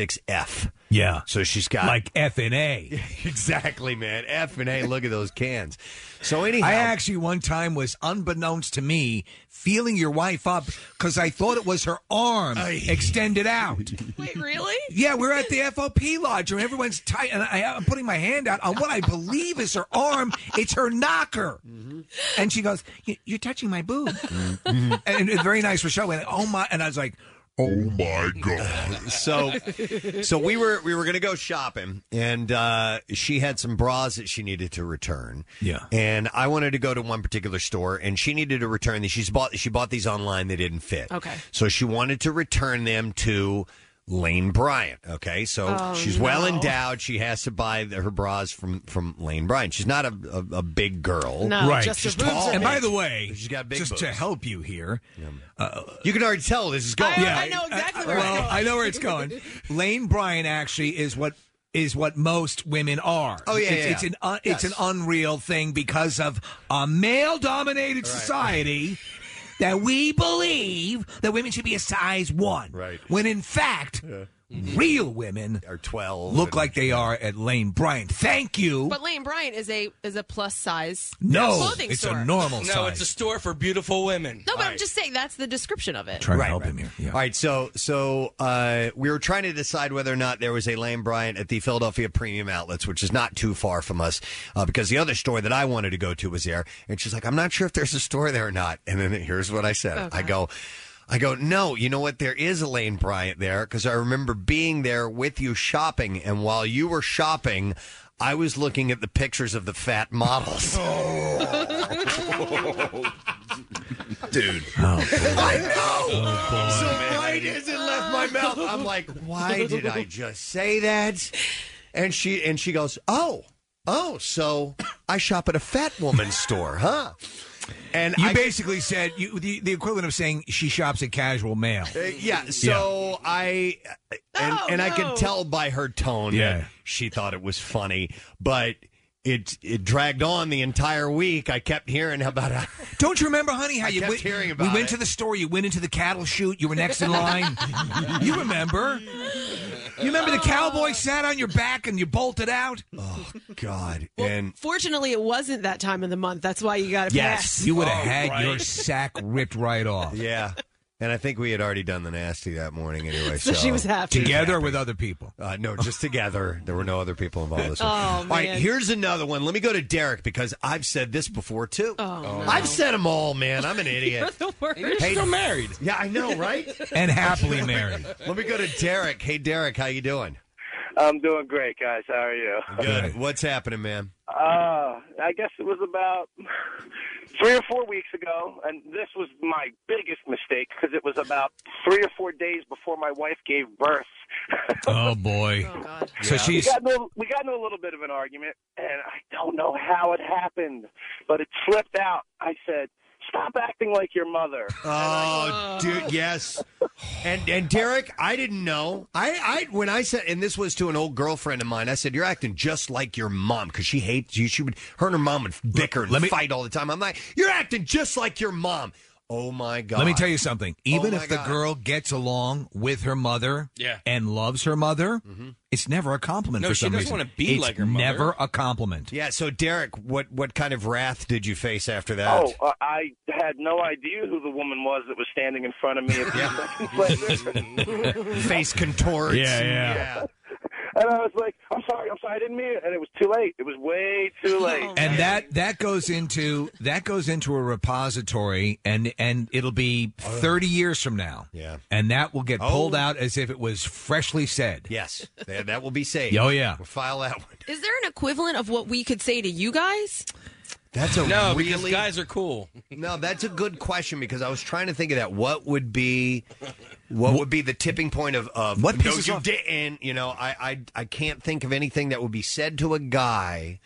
S2: 36F.
S3: Yeah.
S2: So she's got
S3: Like F and A.
S2: exactly, man. F and A. Look at those cans. So anyhow,
S3: I actually one time was unbeknownst to me feeling your wife up because I thought it was her arm extended out.
S7: Wait, really?
S3: Yeah, we're at the FOP lodge and everyone's tight, and I, I'm putting my hand out on what I believe is her arm. It's her knocker,
S2: Mm-hmm.
S3: and she goes, "You- "You're touching my boob," and, it's very nice Rochelle went, "Oh my!" And I was like, "Oh my god!"
S2: So, so we were we were gonna go shopping, and uh, she had some bras that she needed to return.
S3: Yeah.
S2: and I wanted to go to one particular store, and she needed to return these. She's bought she bought these online; they didn't fit.
S1: Okay.
S2: so she wanted to return them to. Lane Bryant. Okay, so
S1: Oh,
S2: she's
S1: no.
S2: well endowed. She has to buy the, her bras from from Lane Bryant. She's not a, a, a big girl, She's tall.
S3: And by the way,
S2: she's got big
S3: just to
S2: boobs.
S3: help you here, uh,
S2: you can already tell this is going.
S1: I- I know exactly where it's
S3: well,
S1: going.
S3: I know where it's going. Lane Bryant actually is what is what most women are.
S1: Oh, yeah,
S3: it's,
S1: yeah,
S3: it's
S1: yeah.
S3: an un-
S1: Yes.
S3: it's an unreal thing because of a male dominated society. that we believe that women should be a size one. Right. When in fact, Mm-hmm. real women
S2: are 12.
S3: Look like they are at Lane Bryant. Thank you.
S7: But Lane Bryant is a is a plus size
S3: No,
S7: clothing
S3: it's a
S7: store.
S3: normal
S27: no,
S3: size.
S27: it's a store for beautiful women.
S7: No, but I'm just saying that's the description of it.
S3: to help him here.
S2: All right, so so uh, we were trying to decide whether or not there was a Lane Bryant at the Philadelphia Premium Outlets, which is not too far from us, uh, because the other store that I wanted to go to was there, and she's like, "I'm not sure if there's a store there or not." And then here's what I said:
S1: Okay.
S2: I go. I go, no, you know what? There is a Lane Bryant there because I remember being there with you shopping. And while you were shopping, I was looking at the pictures of the fat models.
S24: Oh,
S2: Dude.
S1: I know. Oh,
S2: So
S1: why
S2: does it left my mouth? I'm like, why did I just say that? And she and she goes, oh, oh, so I shop at a fat woman's store, huh? And
S3: you
S2: I-
S3: basically said you, the, the equivalent of saying she shops at casual male.
S2: Uh, yeah, so I and, and I could tell by her tone
S3: Yeah.
S2: that she thought it was funny, but it it dragged on the entire week. I kept hearing about it.
S3: Don't you remember, honey, how
S2: I
S3: you
S2: kept
S3: went,
S2: hearing about
S3: we went
S2: it.
S3: to the store, you went into the cattle chute, you were next in line. you remember? You remember the cowboy sat on your back and you bolted out?
S2: Oh God! and
S7: Fortunately, it wasn't that time of the month. That's why you got to pass.
S3: you
S28: Oh,
S3: would have had your sack ripped right off.
S2: Oh, Yeah. And I think we had already done the nasty that morning anyway. So,
S7: So she was happy.
S3: Together with other people?
S2: Uh, no, just together. There were no other people involved. This
S7: Oh,
S2: one. All right,
S7: man.
S2: here's another one. Let me go to Derek because I've said this before too.
S7: Oh,
S2: I've said them all, man. I'm an idiot.
S7: You're the worst.
S2: Hey- Yeah, I know, right?
S3: And happily married.
S2: Let me go to Derek. Hey, Derek, how you doing?
S28: I'm doing great, guys. How are you?
S2: Good. What's happening, man?
S28: Uh, I guess it was about three or four weeks ago, and this was my biggest mistake because it was about three or four days before my wife gave birth.
S3: Oh, boy. So she's.
S28: we got, into, we got into a little bit of an argument, and I don't know how it happened, but it slipped out. I said, "Stop acting like your mother."
S2: Oh, dude, yes. And and Derek, I didn't know. I I when I said, and this was to an old girlfriend of mine. I said, "You're acting just like your mom because she hates you. She would her and her mom would bicker and fight all the time." I'm like, "You're acting just like your mom." Oh my god!
S3: Let me tell you something. Even
S2: Oh, my
S3: if the
S2: God.
S3: girl gets along with her mother
S2: Yeah.
S3: and loves her mother,
S2: Mm-hmm.
S3: it's never a compliment
S2: No,
S3: for
S2: she
S3: some
S2: doesn't
S3: reason.
S2: wanna be
S3: It's
S2: like her mother.
S3: never a compliment.
S2: yeah. So Derek, what what kind of wrath did you face after that?
S28: Oh, uh, I had no idea who the woman was that was standing in front of me a few seconds later.
S2: Face contorts.
S28: Yeah, yeah. And I was like, I'm sorry, I'm sorry, I didn't mean it. And it was too late. It was way too late.
S3: and that that goes into that goes into a repository and and it'll be 30 years from now
S2: Oh. Yeah.
S3: and that will get
S2: Oh.
S3: pulled out as if it was freshly said
S2: yes that, that will be saved
S3: oh yeah
S2: We'll file that one.
S7: Is there an equivalent of what we could say to you guys?
S2: That's a
S27: No,
S2: really,
S27: because guys are cool.
S2: No, that's a good question because I was trying to think of that. What would be, what would be the tipping point of of
S3: What
S2: no,
S3: pisses
S2: you
S3: off-
S2: didn't? You know, I, I I can't think of anything that would be said to a guy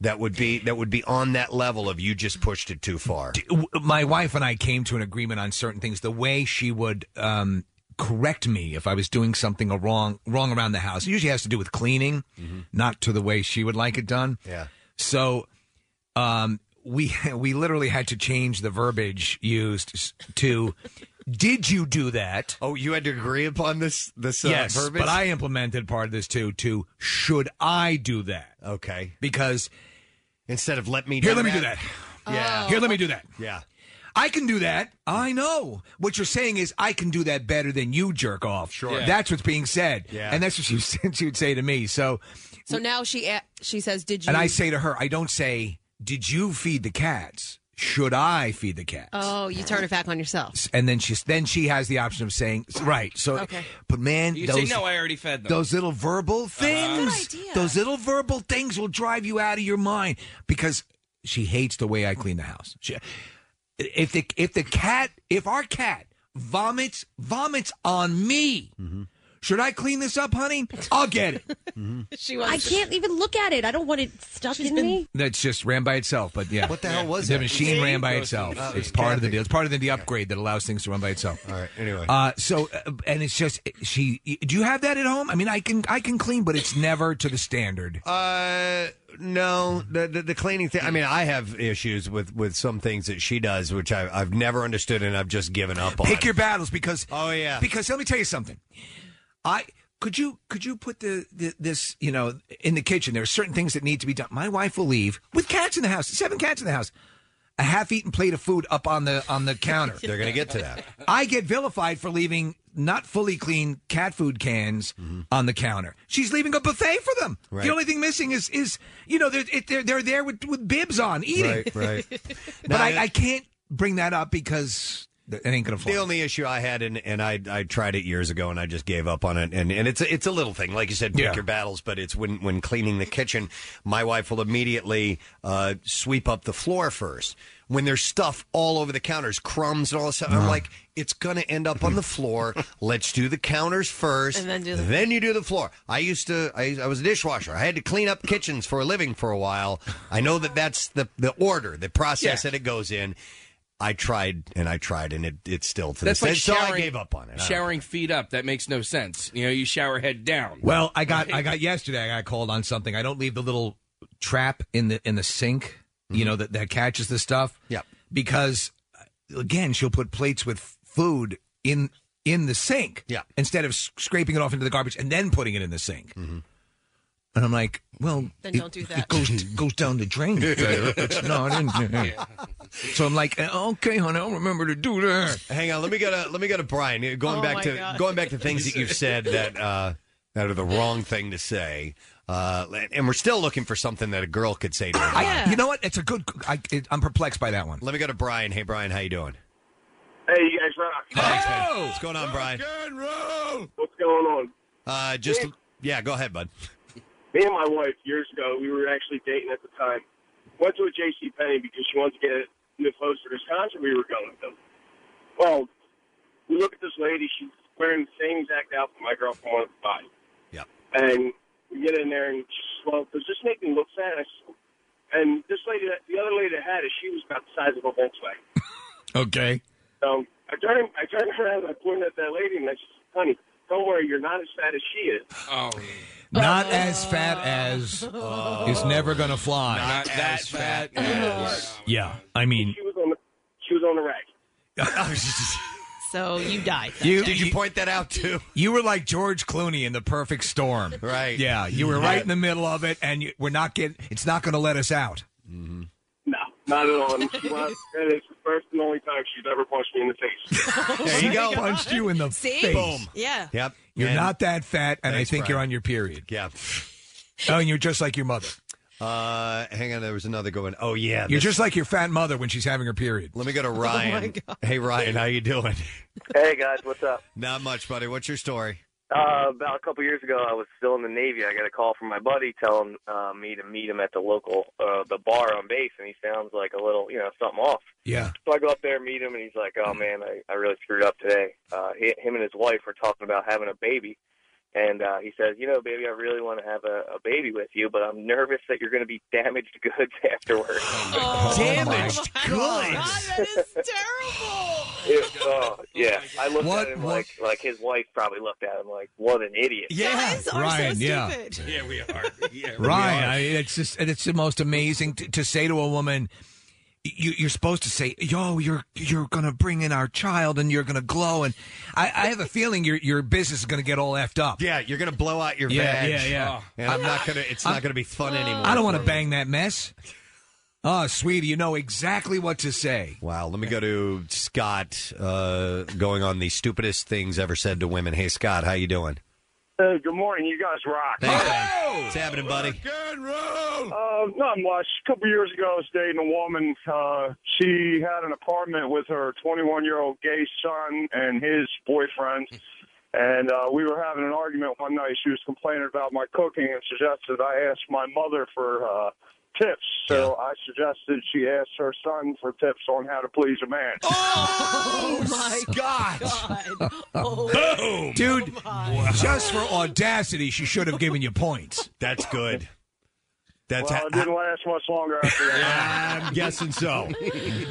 S2: that would be that would be on that level of you just pushed it too far.
S3: w- my wife and I came to an agreement on certain things. The way she would um, correct me if I was doing something a wrong wrong around the house. It usually has to do with cleaning, not to the way she would like it done.
S2: Mm-hmm. Yeah.
S3: So, um, we we literally had to change the verbiage used s- to. Did you do that?
S2: Oh, you had to agree upon this this uh,
S3: yes,
S2: verbiage?
S3: but I implemented part of this too. To should I do that?
S2: Okay,
S3: because
S2: instead of let me
S3: here,
S2: do
S3: let me do
S2: that.
S3: that.
S2: Yeah.
S3: here, let me do that.
S2: Yeah.
S3: I can do that. I know. What you're saying is I can do that better than you jerk off.
S2: Sure. Yeah.
S3: That's what's being said.
S2: Yeah.
S3: And that's what she, was- she would say to me. So,
S7: So now she a- she says, "Did you?"
S3: and I say to her, I don't say, did you feed the cats? Should I feed the cats?
S7: "Oh, you turn it back on yourself."
S3: And then she's then she has the option of saying right. So,
S7: Okay.
S3: but man,
S27: You say,
S3: those,
S27: "No, I already fed them." Uh-huh.
S3: Those little verbal things,
S27: Good idea.
S3: those little verbal things will drive you out of your mind because she hates the way I clean the house. She, if the if the cat if our cat vomits vomits on me, should I clean this up, honey? I'll get it.
S7: She
S29: I can't even look at it. I don't want it stuck in me.
S3: That's just ran by itself. But yeah,
S2: What the hell was
S3: the
S2: that?
S3: machine ran by
S2: Gross
S3: itself?
S2: machine.
S3: it's part of the deal. It's part of the, the upgrade that allows things to run by itself. All
S2: right. Anyway,
S3: uh, so uh, and it's just she. Do you have that at home? I mean, I can I can clean, but it's never to the standard.
S2: Uh, No, the, the the cleaning thing. I mean, I have issues with with some things that she does, which I, I've never understood, and I've just given up on.
S3: Pick your battles because
S2: oh yeah,
S3: because let me tell you something. I could you could you put the, the this you know in the kitchen. There are certain things that need to be done. My wife will leave with cats in the house, seven cats in the house, a half-eaten plate of food up on the on the counter.
S2: They're gonna get to that.
S3: I get vilified for leaving not fully clean cat food cans on the counter. She's leaving a buffet for them.
S2: Mm-hmm. Right.
S3: The only thing missing is is you know they're it, they're, they're there with, with bibs on eating.
S2: Right, right.
S3: but
S2: Now,
S3: I,
S2: I-
S3: I can't bring that up because it ain't gonna fly.
S2: The only issue I had, and, and I I tried it years ago, and I just gave up on it. And, and it's a, it's a little thing, like you said, pick
S3: Yeah.
S2: your battles. But it's when when cleaning the kitchen, my wife will immediately uh, sweep up the floor first. When there's stuff all over the counters, crumbs and all this stuff,
S3: Ah.
S2: I'm like, it's gonna end up on the floor. Let's do the counters first,
S1: And then do the-
S2: then you do the floor. I used to, I, I was a dishwasher. I had to clean up kitchens for a living for a while. I know that that's the the order, the process that it goes in. I tried and I tried, and it, it's still to
S5: That's
S2: this
S5: like
S2: day. So
S5: showering,
S2: I gave up on it. I don't-
S5: Showering feet up, that makes no sense. You know, you shower head down.
S3: Well, I got I got yesterday. I got called on something. I don't leave the little trap in the in the sink. You know that that catches the stuff. Yeah. Because uh, again, she'll put plates with food in in the sink. Yeah. Instead of s- scraping it off into the garbage and then putting it in the sink. And I'm like, well,
S1: Then
S3: it-
S1: don't do that.
S3: It goes goes down the drain. there. It's- no, I didn't. So I'm like, okay, honey, I'll remember to do that.
S2: Hang on, let me go to let me go to Brian. Uh, Going
S3: Oh,
S2: back
S3: my
S2: to
S3: God.
S2: going back to things that you've said that uh, that are the wrong thing to say, uh, and we're still looking for something that a girl could say to.
S3: I, You know what? It's a good. I, it, I'm perplexed by that one.
S2: Let me go to Brian. Hey, Brian, how you doing?
S28: Hey, you guys rock.
S3: Oh!
S2: What's going on, Brian?
S28: What's going on?
S2: Uh, just yeah, go ahead, bud.
S28: Me and my wife, years ago, we were actually dating at the time. Went to a J.C. Penney because she wanted to get new clothes for this concert we were going to. Well, we look at this lady. She's wearing the same exact outfit my girlfriend wanted to buy.
S2: Yep.
S28: And we get in there and she's, well, does this make me look fat? I said- And this lady, that, the other lady that had it, she was about the size of a Volkswagen.
S3: Okay.
S28: So I turned, I turned around and I pointed at that lady and I said, honey, don't worry, you're not as fat as she is.
S5: Oh.
S3: Not as fat as is never gonna fly.
S28: Not
S3: Oh. Not
S28: that
S3: as
S28: fat
S3: as- Yeah, I mean,
S28: She was on the, she was on the rack.
S7: So you died.
S2: did you point that out too?
S3: You were like George Clooney in the Perfect Storm,
S2: right?
S3: Yeah, you were right
S28: Yeah.
S3: in the middle of it, and you, we're not getting. It's not going to let us out.
S28: No, not at all. And, she was, and it's the first and only time she's ever punched me in the face.
S3: There you go. Punched you in the
S28: See?
S3: face.
S28: Boom. Yeah.
S2: Yep.
S3: You're
S2: And-
S3: not that fat, and
S2: Thanks,
S3: I think you're
S2: Brian.
S3: on your period.
S2: Yeah.
S3: Oh, and you're just like your mother.
S2: Uh, hang on, there was another going. Oh yeah,
S3: you're
S2: this-
S3: just like your fat mother when she's having her period.
S2: Let me go to Ryan. hey Ryan, how you doing?
S30: Hey guys, what's up?
S2: Not much, buddy. What's your story?
S30: Uh, about a couple years ago, I was still in the Navy. I got a call from my buddy telling uh, me to meet him at the local uh, the bar on base, and he sounds like a little, you know, something off.
S3: Yeah.
S30: So I go up there, meet him, and he's like, "Oh man, I, I really screwed up today." Uh, he, him and his wife were talking about having a baby, and uh, he says, "You know, baby, I really want to have a, a baby with you, but I'm nervous that you're going to be damaged goods afterwards."
S1: Oh, Damaged
S30: It- oh, yeah, I looked
S1: What-
S30: at him
S1: what-
S30: like like his wife probably looked at him like, "What an idiot!"
S3: Yeah, Guys are so Ryan, yeah.
S5: Yeah, we are. Yeah, we
S3: Ryan,
S5: are.
S3: I mean, it's just and it's the most amazing to, to say to a woman. You, you're supposed to say, "Yo, you're you're gonna bring in our child, and you're gonna glow." And I, I have a feeling your your business is gonna get all effed up.
S2: Yeah, you're gonna blow out your
S3: yeah,
S2: vag.
S3: yeah,
S5: Oh.
S3: yeah.
S2: And I'm not gonna. It's not gonna be fun anymore.
S3: I don't want to bang that mess. Oh, sweetie, you know exactly what to say.
S2: Wow, let me go to Scott. Uh, going on the stupidest things ever said to women. Hey, Scott, how you doing?
S28: Uh,
S31: Hey, good morning. You guys rock.
S2: What's happening, buddy?
S31: Uh, not much. A couple years ago, I was dating a woman. Uh, she had an apartment with her 21 year old gay son and his boyfriend. And uh, we were having an argument one night. She was complaining about my cooking and suggested I ask my mother for uh, tips. So I suggested she asked her son for tips on how to please a man.
S1: Oh, my God.
S5: Oh.
S3: Boom, dude! Just for audacity, she should have given you points.
S2: That's good. That's
S31: well,
S2: ha-
S31: it didn't last much longer after that.
S2: I'm guessing so.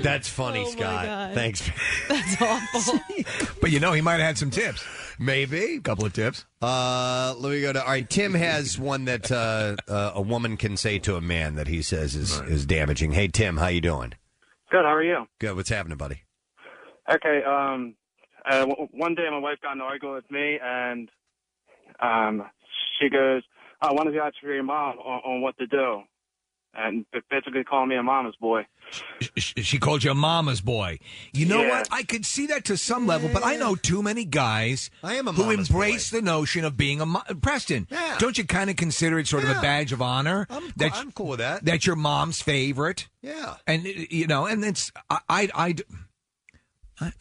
S2: That's funny, Scott.
S31: God.
S2: Thanks.
S7: That's
S5: Oh.
S7: awful.
S2: But you know, he might have had some tips. Maybe. A couple of tips. Uh, let me go to. All right. Tim has one that uh, uh, a woman can say to a man that he says is, is damaging. Hey, Tim, how you doing?
S6: Good. How are you?
S2: Good. What's happening, buddy?
S6: Okay. Um, uh, w- one day my wife got in an argument with me, and um, she goes, "I want to go out to your mom on, on what to do," and b- basically calling me a mama's boy.
S3: Sh- She called you a mama's boy. You know
S6: Yeah.
S3: what? I could see that to some level, but I know too many guys I am a who embrace the notion of being a mo- Preston.
S2: Yeah.
S3: Don't you kind of consider it sort of a badge of honor? I'm,
S2: I'm cool with that.
S3: That's your mom's favorite.
S2: Yeah.
S3: And uh, you know, and it's I I I, I-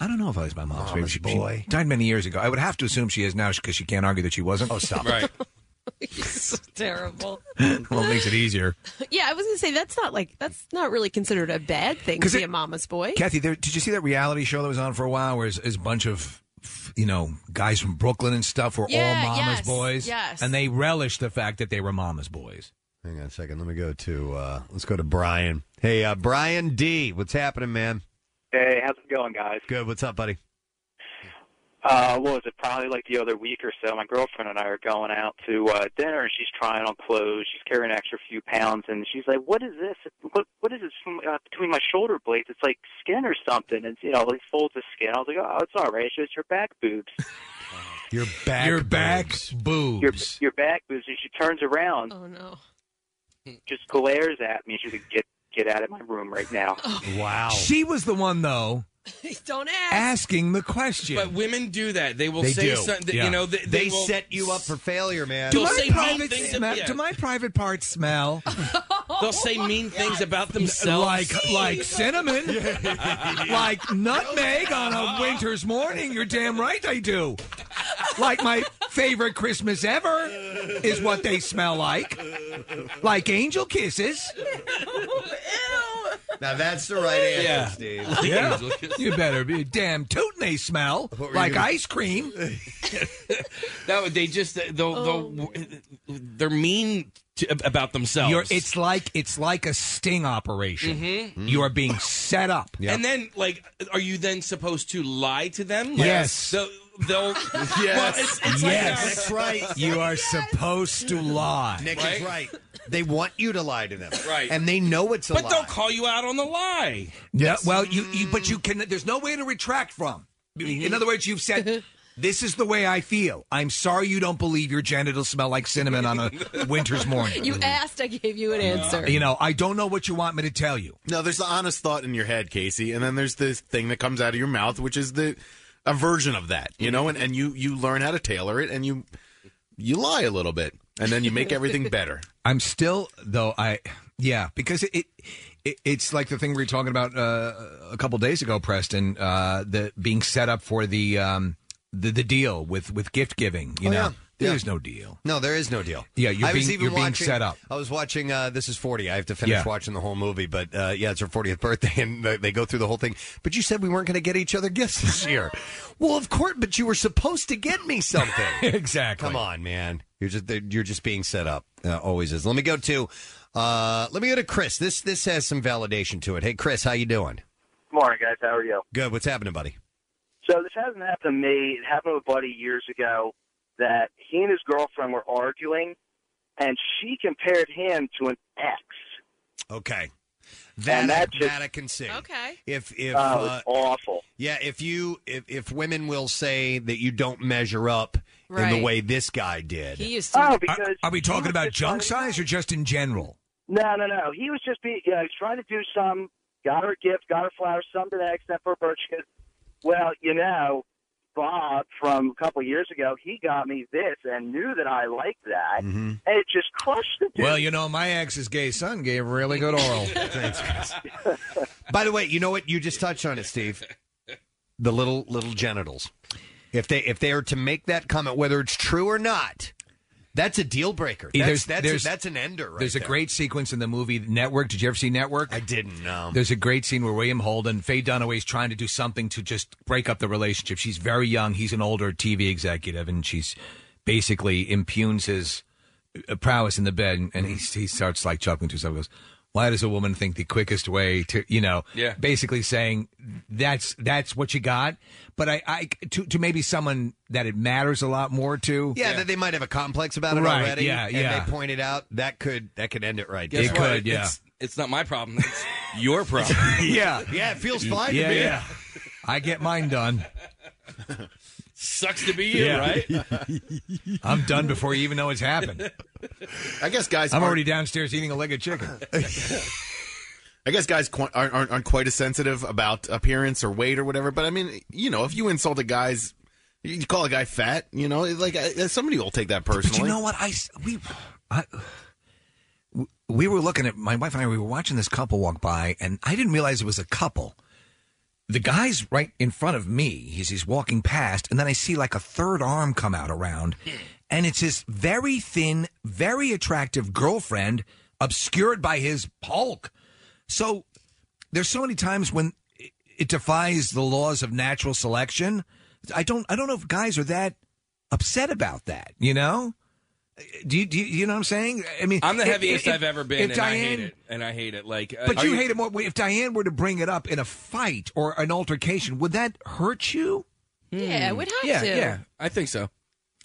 S3: I don't know if I was my mom's, favorite. She, she
S2: boy.
S3: died many years ago. I would have to assume she is now because she can't argue that she wasn't. Oh, stop!
S2: Right.
S7: so terrible.
S3: well, it e- makes it easier.
S7: Yeah, I was gonna say that's not like that's not really considered a bad thing to
S3: 'Cause
S7: be
S3: it-
S7: a mama's boy.
S3: Kathy, there, did you see that reality show that was on for a while where it's, it's a bunch of, you know, guys from Brooklyn and stuff were
S7: Yeah,
S3: all mama's
S7: yes,
S3: boys?
S7: yes.
S3: And they relished the fact that they were mama's boys.
S2: Hang on a second. Let me go to. Uh, let's go to Brian. Hey, uh, Brian D. What's happening, man?
S6: Hey, how's it going, guys?
S2: Good. What's up, buddy?
S6: Uh, what was it? Probably like the other week or so. My girlfriend and I are going out to uh, dinner, and she's trying on clothes. She's carrying an extra few pounds, and she's like, "What is this? What what is this from, uh, between my shoulder blades? It's like skin or something." It's you know, like folds of skin. I was like, "Oh, it's all right. It's just your back boobs."
S2: Your back.
S3: Your back boobs.
S6: your your back was and she turns around
S7: oh no
S6: just glares at me she's like get get out of my room right now
S7: Oh.
S2: wow
S3: She was the one, though,
S7: Don't
S3: asking the question.
S5: But women do that. They will
S3: They
S5: say
S3: do.
S5: something.
S3: Yeah.
S5: You know, they,
S3: They
S5: will-
S2: set you up for failure, man.
S3: do
S5: They'll
S3: my,
S5: say mean
S3: private
S5: things.
S3: smell,
S5: yeah.
S3: do my private parts smell?
S5: They'll say mean things about themselves,
S3: Like like cinnamon, like nutmeg on a winter's morning. You're damn right I do. Like my favorite Christmas ever is what they smell like. Like angel kisses.
S2: Now that's the right answer,
S3: Yeah.
S2: Steve.
S3: Yeah. You better be damn tootin' they smell
S5: were you
S3: like
S5: gonna-
S3: ice cream.
S5: No, they just they'll, they'll they're mean to, about themselves.
S3: You're, it's like it's like a sting operation.
S5: Mhm.
S3: You are being set up.
S5: And then, like, are you then supposed to lie to them? Like,
S3: Yes.
S5: They'll. they'll Well, it's, it's
S3: yes.
S5: Like, uh,
S3: You are supposed to lie.
S2: Nick is right. They want you to lie to them,
S5: Right.
S2: And they know it's a
S5: but
S2: lie.
S5: they'll call you out on the lie.
S3: Yeah. Well, you, you but you can. There's no way to retract from.
S5: Mm-hmm.
S3: In other words, you've said. This is the way I feel. I'm sorry you don't believe your genitals smell like cinnamon on a winter's morning.
S7: You asked, I gave
S28: Uh,
S7: you an answer.
S3: You know, Oh, I don't know what you want me to tell you.
S9: No, there's the honest thought in your head, Casey, and then there's this thing that comes out of your mouth, which is the a version of that, you know, and, and you you learn how to tailor it, and you you lie a little bit, and then you make everything better.
S3: I'm still though. I yeah, because it, it it's like the thing we were talking about uh, a couple days ago, Preston. Uh, the being set up for the um, the, the deal with with gift giving. You
S2: Oh,
S3: know,
S2: yeah.
S3: there's
S2: Yeah.
S3: no deal.
S2: No, there is no deal.
S3: Yeah, you're
S2: I was
S3: being-
S2: even
S3: you're being
S2: watching-
S3: set up.
S2: I was watching uh, This Is 40. I have to finish
S3: Yeah.
S2: watching the whole movie, but uh, yeah, it's her 40th birthday, and they, they go through the whole thing. But you said we weren't going to get each other gifts this year. well, of course, but you were supposed to get me something.
S3: exactly.
S2: Come on, man. You're just you're just being set up. Uh, always is. Let me go to uh, let me go to Chris. This this has some validation to it. Hey, Chris, how you doing?
S28: Good morning, guys. How are you?
S2: Good. What's happening, buddy?
S28: So this hasn't happened to me. It happened to a buddy years ago that he and his girlfriend were arguing, and she compared him to an ex.
S2: Okay.
S28: And
S2: That,
S28: that
S2: I,
S28: just-
S2: that I can see.
S28: Okay.
S2: If if
S28: Oh, it's
S2: awful. Yeah, if you if, if women will say that you don't measure up in
S28: Right.
S2: the way this guy did.
S28: used to. Oh, because
S3: Are we talking about junk size or just in general?
S28: no, no, no. He was just being. You know, he's trying to do some. Got her a gift. Got her flowers. Something that except for birch. She goes, Well, you know, Bob from a couple years ago, he got me this and knew that I liked that, and it just crushed the dude.
S3: Well, you know, my ex's gay son gave really good oral.
S2: Thanks, Chris. By the way, you know what? You just touched on it, Steve. The little little genitals. If they if they are to make that comment, whether it's true or not, that's a deal breaker.
S3: Yeah, there's-
S2: That's that's,
S3: there's-
S2: that's an ender. Right
S3: There's a
S2: there.
S3: great sequence in the movie Network. Did you ever see Network? I
S2: didn't know.
S3: There's a great scene where William Holden, Faye Dunaway's trying to do something to just break up the relationship. She's very young. He's an older TV executive, and she's basically impugns his uh, prowess in the bed, and, and he he starts like chuckling to himself. He goes, "Why does a woman think the quickest way to you know?"
S1: Yeah.
S3: Basically saying that's that's what you got. But I, I to to maybe someone that it matters a lot more to.
S32: Yeah, that they might have a complex about it
S3: Right,
S32: already.
S3: yeah,
S32: and
S3: yeah.
S32: they pointed out that could that could end it right.
S3: Guess
S32: there.
S3: It what? could, yeah.
S5: It's, it's not my problem. It's your problem.
S32: yeah, yeah, it feels fine
S3: yeah,
S32: to me.
S3: yeah. I get mine done.
S5: Sucks to be you, right?
S3: I'm done before you even know it's happened.
S9: I guess guys,
S3: I'm
S9: aren't-
S3: already downstairs eating a leg of chicken.
S9: I guess guys qu- aren't, aren't aren't quite as sensitive about appearance or weight or whatever. But I mean, you know, if you insult a guy's, you call a guy fat, you know, like uh, somebody will take that personally.
S3: But you know what? I s- we I, w- we were looking at my wife and I. We were watching this couple walk by, and I didn't realize it was a couple. The guy's right in front of me. He's he's walking past, and then I see like a third arm come out around, and it's his very thin, very attractive girlfriend, obscured by his Hulk. So there's so many times when it- it defies the laws of natural selection. I don't I don't know if guys are that upset about that. You know, do you do you, you know what I'm saying? I mean,
S5: I'm the
S3: if-
S5: heaviest
S3: if-
S5: I've ever been,
S3: if
S5: and I hate it. And I hate it. Like, uh,
S3: But
S5: are
S3: you hate it more. If Diane were to bring it up in a fight or an altercation, would that hurt you?
S5: Yeah,
S1: Hmm.
S5: it would have
S3: yeah,
S5: to.
S3: Yeah,
S5: I think so.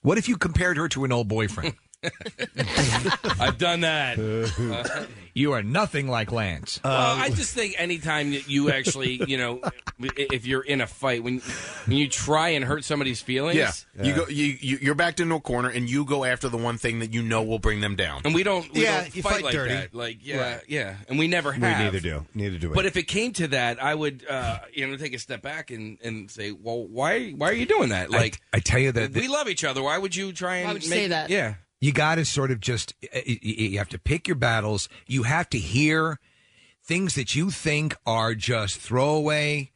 S3: What if you compared her to an old boyfriend?
S5: I've done that. Uh,
S3: you are nothing like Lance.
S5: well, I just think anytime that you actually, you know, i- if you're in a fight, when when you try and hurt somebody's feelings,
S9: Yeah. you go. You, you you're backed into a corner, and you go after the one thing that you know will bring them down.
S5: and we don't, we
S9: Yeah,
S5: don't
S9: you
S5: fight,
S9: fight
S5: like
S9: dirty.
S5: that. Like, yeah,
S9: Right.
S5: yeah, and we never
S2: We
S5: have.
S2: neither do. Neither do we.
S5: But if it came to that, I would, uh, you know, take a step back and, and say, well, why why are you doing that? Like,
S3: I tell you that
S5: we love each other. Why would you try and
S33: Why would you
S5: make,
S33: say that?
S5: Yeah,
S3: you got to sort of just eh, y- y- y- you have to pick your battles you have to hear things that you think are just throwaway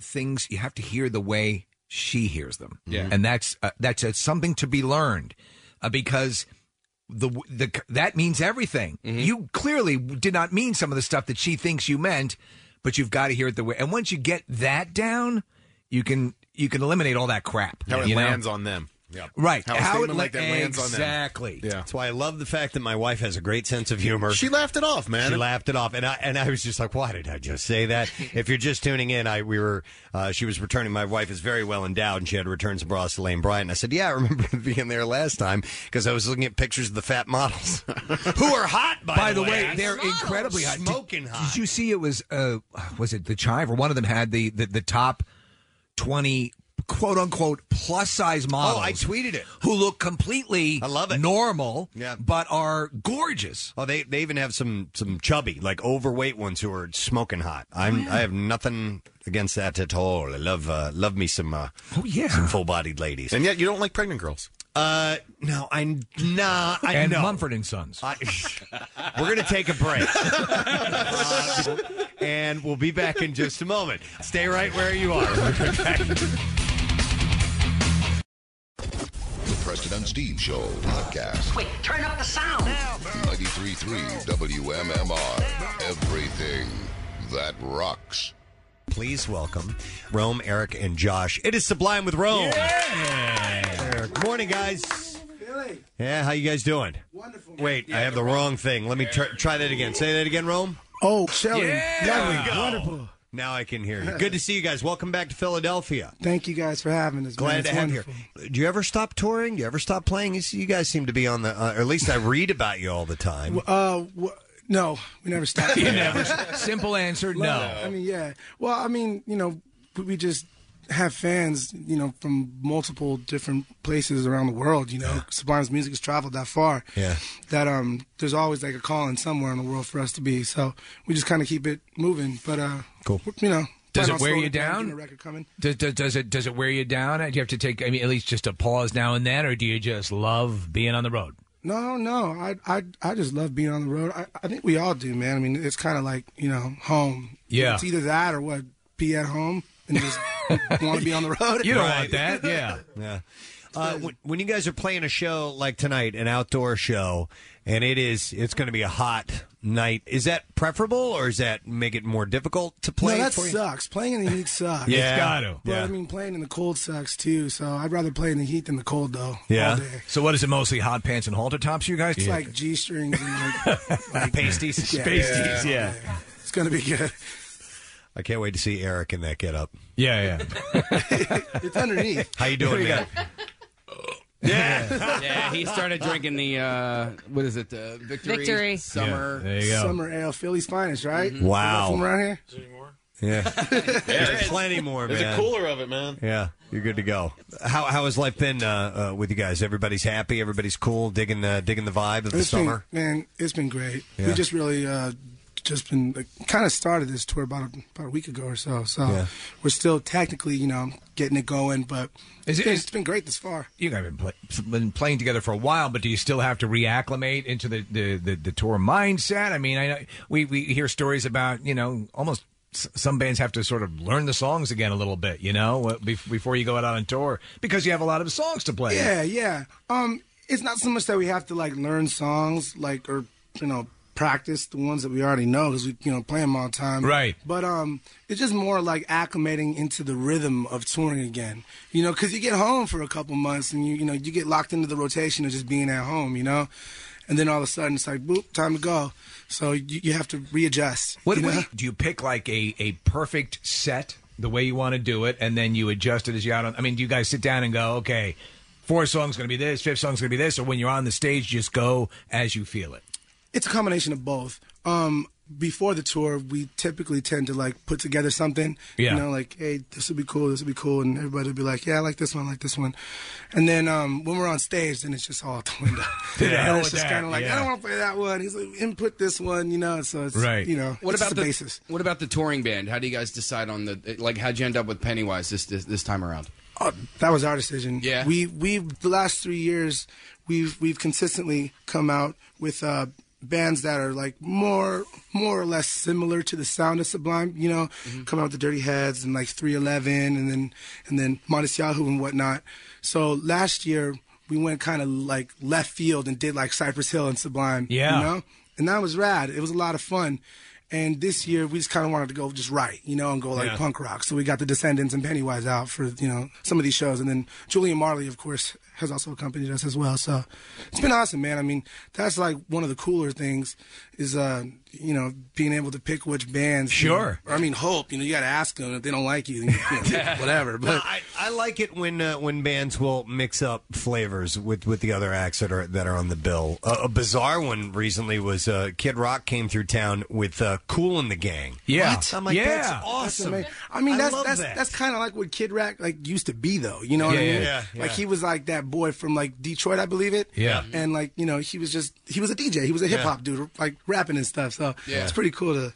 S3: things you have to hear the way she hears them
S1: Yeah.
S3: and that's uh, that's uh, something to be learned uh, because the the that means everything you clearly did not mean some of the stuff that she thinks you meant but you've got to hear it the way and once you get that down you can you can eliminate all that crap
S9: How it
S3: you know?
S9: lands on them. Yeah.
S3: Right.
S9: How, a
S3: How it
S9: statement like
S3: la-
S9: that lands on them.
S3: Exactly.
S9: Yeah.
S2: That's why I love the fact that my wife has a great sense of humor.
S9: She laughed it off, man.
S2: She laughed it off, and I and I was just like, "Why did I just say that?" if you're just tuning in, I we were uh, she was returning. My wife is very well endowed, and she had to return some bras to Lane Bryant. And I said, "Yeah, I remember being there last time because I was looking at pictures of the fat models who are hot." By,
S3: the way, they're incredibly hot. Did-
S2: smoking
S3: did,
S2: hot.
S3: you see it was uh was it the Chive or one of them had the the, the top 20 quote unquote plus size models.
S2: Oh, I tweeted it.
S3: Who look completely I love it. normal.
S2: Yeah.
S3: but are gorgeous.
S2: Oh, they they even have some some chubby, like overweight ones who are smoking hot.
S3: Oh,
S2: I'm I have nothing against that at all. I love uh, love me some uh,
S3: oh yeah
S2: some full bodied ladies.
S9: And yet you don't like pregnant girls.
S2: Uh, no, I nah, I
S3: and
S2: know.
S3: Mumford and Sons.
S2: I, we're gonna take a break, Uh, and we'll be back in just a moment. Stay right where you are. We'll be right back.
S21: The Preston and Steve Show podcast.
S1: Wait, turn up the sound.
S21: 93.3 WMMR. Everything that rocks.
S2: Please welcome Rome, Eric, and Josh. It is Sublime with Rome. Yeah. Good morning, guys. Yeah, how you guys doing? Wonderful. Wait, I have the wrong thing. Let me try, try that again. Say that again, Rome.
S27: Oh, Shelley.
S2: There we
S27: Lovely.
S2: go.
S27: Wonderful.
S2: Now I can hear you. Good to see you guys. Welcome back to Philadelphia.
S27: Thank you guys for having us. man.
S2: Glad
S27: It's
S2: to have you
S27: wonderful.
S2: here. Do you ever stop touring? Do you ever stop playing? You, see, you guys seem to be on the, uh, or at least I read about you all the time.
S27: Uh, wh- no, we never stopped.
S2: You never-
S3: simple answer,
S2: no.
S27: I mean, yeah. Well, I mean, you know, we- we just have fans, you know, from multiple different places around the world. You know, Sublime's music has traveled that far.
S2: Yeah.
S27: That um, there's always like a calling somewhere in the world for us to be. So we just kind of keep it moving. But uh,
S2: cool.
S27: You know,
S3: Does it
S27: plan on
S3: wear
S27: slowly
S3: you
S27: getting
S3: down?
S27: a record coming.
S3: Does, does, does it does it wear you down? Do you have to take I mean at least just a pause now and then, or do you just love being on the road?
S27: No, no. I I I just love being on the road. I, I think we all do, man. I mean, it's kind of like you know, home.
S3: Yeah.
S27: It's either that or what? Be at home and just want to be on the road.
S3: You don't want that, yeah.
S2: Yeah. Uh, when, when you guys are playing a show like tonight, an outdoor show, and it is it's going to be a hot night, is that preferable or is that make it more difficult to play?
S27: no, that
S2: for you?
S27: sucks. Playing in the heat sucks.
S2: Yeah. It's gotta.
S27: But
S2: Yeah.
S27: I mean, playing in the cold sucks too. So I'd rather play in the heat than the cold, though. all
S2: Oh,
S3: Yeah.
S27: day.
S3: So what is it? Mostly hot pants and halter tops, you guys?
S27: It's like g strings and like, like
S2: pasties.
S27: Yeah.
S3: Pasties, yeah.
S27: It's gonna be good.
S2: I can't wait to see Eric in that get up.
S3: Yeah,
S27: It's underneath.
S2: How you doing, man?
S5: Yeah. yeah, he started drinking the uh, what is it? The victory,
S27: Victory.
S5: summer.
S27: Summer ale, Philly's finest, right?
S2: Mhm. Wow.
S27: Is that From around here.
S2: Yeah.
S34: There is.
S2: plenty more,
S34: There's
S2: man.
S34: a cooler of it, man.
S2: Yeah, you're good to go. How how has life been uh, uh, with you guys? Everybody's happy. Everybody's cool. Digging the digging the vibe of the
S27: It's been-
S2: summer.
S27: man, it's been great.
S2: Yeah.
S27: We just really uh, just been like, kind of started this tour about a, about a week ago or so. So
S2: Yeah.
S27: we're still technically, you know, getting it going, but
S3: Is it-
S27: it's been great this far.
S3: You guys have been, play, been playing together for a while, but do you still have to reacclimate into the the, the, the tour mindset? I mean, I know, we we hear stories about you know almost s- some bands have to sort of learn the songs again a little bit, you know, uh, bef- before you go out on tour because you have a lot of songs to play.
S27: Yeah, yeah. Um, it's not so much that we have to like learn songs, like or you know practice the ones that we already know because we you know play them all the time.
S3: Right.
S27: But um, it's just more like acclimating into the rhythm of touring again. You know, because you get home for a couple months and you you know you get locked into the rotation of just being at home. You know, and then all of a sudden it's like boop, time to go. So you, you have to readjust.
S3: What,
S27: you
S3: what
S27: know?
S3: do, you, do you pick like a, a perfect set the way you want to do it, and then you adjust it as you out on? I mean, do you guys sit down and go, okay, fourth song's going to be this, fifth song's going to be this, or when you're on the stage, just go as you feel it?
S27: It's a combination of both. Um, before the tour, we typically tend to like put together something.
S3: Yeah.
S27: You know, like, hey, this would be cool, this would be cool, and everybody would be like, yeah, I like this one, I like this one. And then um, when we're on stage, then it's just all out the window.
S3: To the
S27: And
S3: hell
S27: it's
S3: with
S27: just
S3: that,
S27: kind of like,
S3: yeah.
S27: I don't want to play that one. He's like, input this one, you know. So it's You know,
S5: what
S27: it's
S5: about
S27: the, basis?
S5: What about the touring band? How do you guys decide on the like? How'd you end up with Pennywise this this, this time around?
S27: Oh, that was our decision.
S5: Yeah.
S27: We we the last three years we've we've consistently come out with uh, bands that are like more more or less similar to the sound of Sublime. You know,
S3: Mm-hmm.
S27: come out with the Dirty Heads and like Three Eleven and then and then Modest Yahoo and whatnot. So last year we went kind of like left field and did like Cypress Hill and Sublime.
S3: Yeah.
S27: You know, and that was rad. It was a lot of fun. And this year we just kind of wanted to go just right, you know, and go like
S3: Yeah.
S27: punk rock. So we got the Descendants and Pennywise out for you know some of these shows, and then Julian Marley, of course, has also accompanied us as well. So it's been awesome, man. I mean, that's like one of the cooler things is uh, you know being able to pick which bands. you
S3: Sure.
S27: know, or, I mean, hope you know you got to ask them if they don't like you, then you know, whatever.
S2: No,
S27: But
S2: I, I like it when uh, when bands will mix up flavors with, with the other acts that are that are on the bill. Uh, a bizarre one recently was uh, Kid Rock came through town with uh, Cool and the Gang.
S27: What?
S2: I'm like that's awesome.
S27: That's amazing. I mean, that's
S2: love
S27: that's
S2: that.
S27: that's kind of like what Kid Rock like used to be, though. You know what I
S2: Yeah,
S27: mean?
S2: yeah, yeah.
S27: Like he was like that boy from like Detroit, I believe it. Mm-hmm.
S2: Yeah.
S27: And like you know, he was just he was a DJ. He was a
S5: Yeah.
S27: hip hop dude, like rapping and stuff. So
S5: Yeah.
S27: it's pretty cool to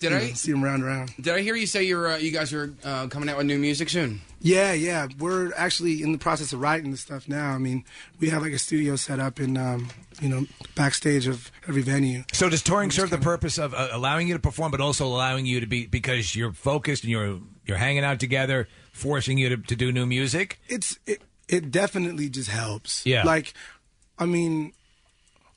S5: Did
S27: you
S5: I-
S27: know, see him round around.
S5: Did I hear you say you're uh, you guys are uh, coming out with new music soon?
S27: Yeah, yeah. We're actually in the process of writing the stuff now. I mean, we have like a studio set up in um, you know backstage of every venue.
S3: So does touring serve the purpose of uh, allowing you to perform, but also allowing you to be because you're focused and you're you're hanging out together, forcing you to, to do new music?
S27: It's it, it definitely just helps.
S3: Yeah.
S27: Like, I mean,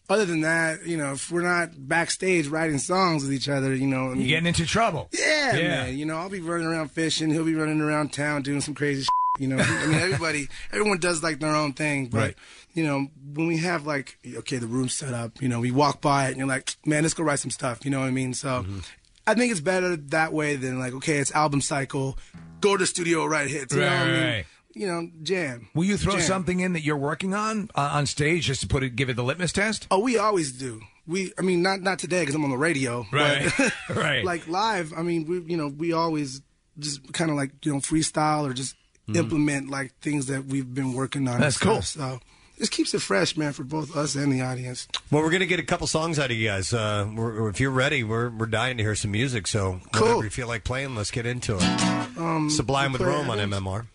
S27: other than that, you know, if we're not backstage writing songs with each other, you know, I mean,
S3: You're getting into trouble.
S27: yeah, man. You know, I'll be running around fishing. He'll be running around town doing some crazy. Shit, you know, I mean, everybody, everyone does like their own thing, but.
S3: Right.
S27: You know, when we have like, okay, the room's set up, you know, we walk by it and you're like, man, let's go write some stuff. You know what I mean? So
S3: Mm-hmm.
S27: I think it's better that way than like, okay, it's album cycle, go to the studio, write hits. You know
S3: Right,
S27: what I mean?
S3: right.
S27: You know, jam.
S3: Will you throw
S27: Jam.
S3: something in that you're working on uh, on stage just to put it, give it the litmus test?
S27: Oh, we always do. We, I mean, not not today because I'm on the radio.
S3: Right,
S27: but-
S3: right.
S27: Like live, I mean, we you know we always just kind of like you know freestyle or just
S3: Mhm.
S27: implement like things that we've been working on. and
S2: That's cool.
S27: stuff. So this keeps it fresh, man, for both us and the audience.
S2: Well, we're gonna get a couple songs out of you guys. Uh, we're, if you're ready, we're we're dying to hear some music. So whatever you feel like playing, let's get into it.
S27: Um,
S2: Sublime with
S27: play
S2: Rome on
S27: Evan.
S2: MMR.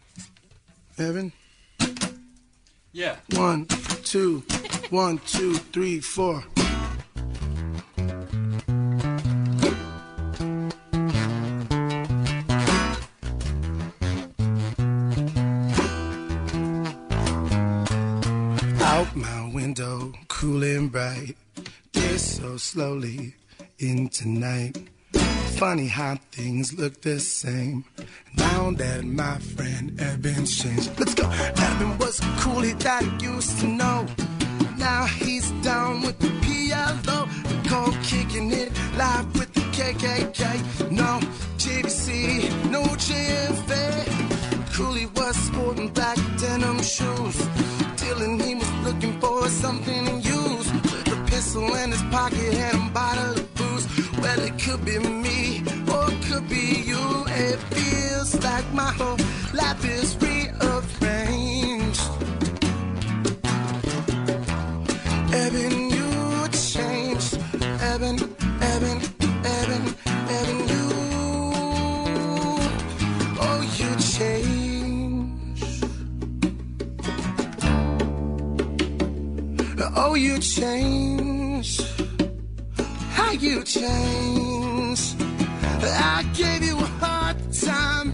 S27: Evan.
S5: Yeah.
S27: One, two, one, two, three, four.
S1: Out my window, cool and bright. Tears so slowly into night. Funny how things look the same. Now that my friend Evan's changed. Let's go. Evan was coolie that I used to know. Now he's down with the PLO. The cold kicking it live with the KKK. No JVC, no JFA. Cooley was sporting black denim shoes. Dylan, he was looking for something to use. With a pistol in his pocket and a bottle of booze. Well, it could be me or it could be you. It feels like my whole life is rearranged. Evan, you changed. Evan, Evan, Evan, Evan, you. Oh, you changed. Oh, you changed. How you changed. I gave you a hard time.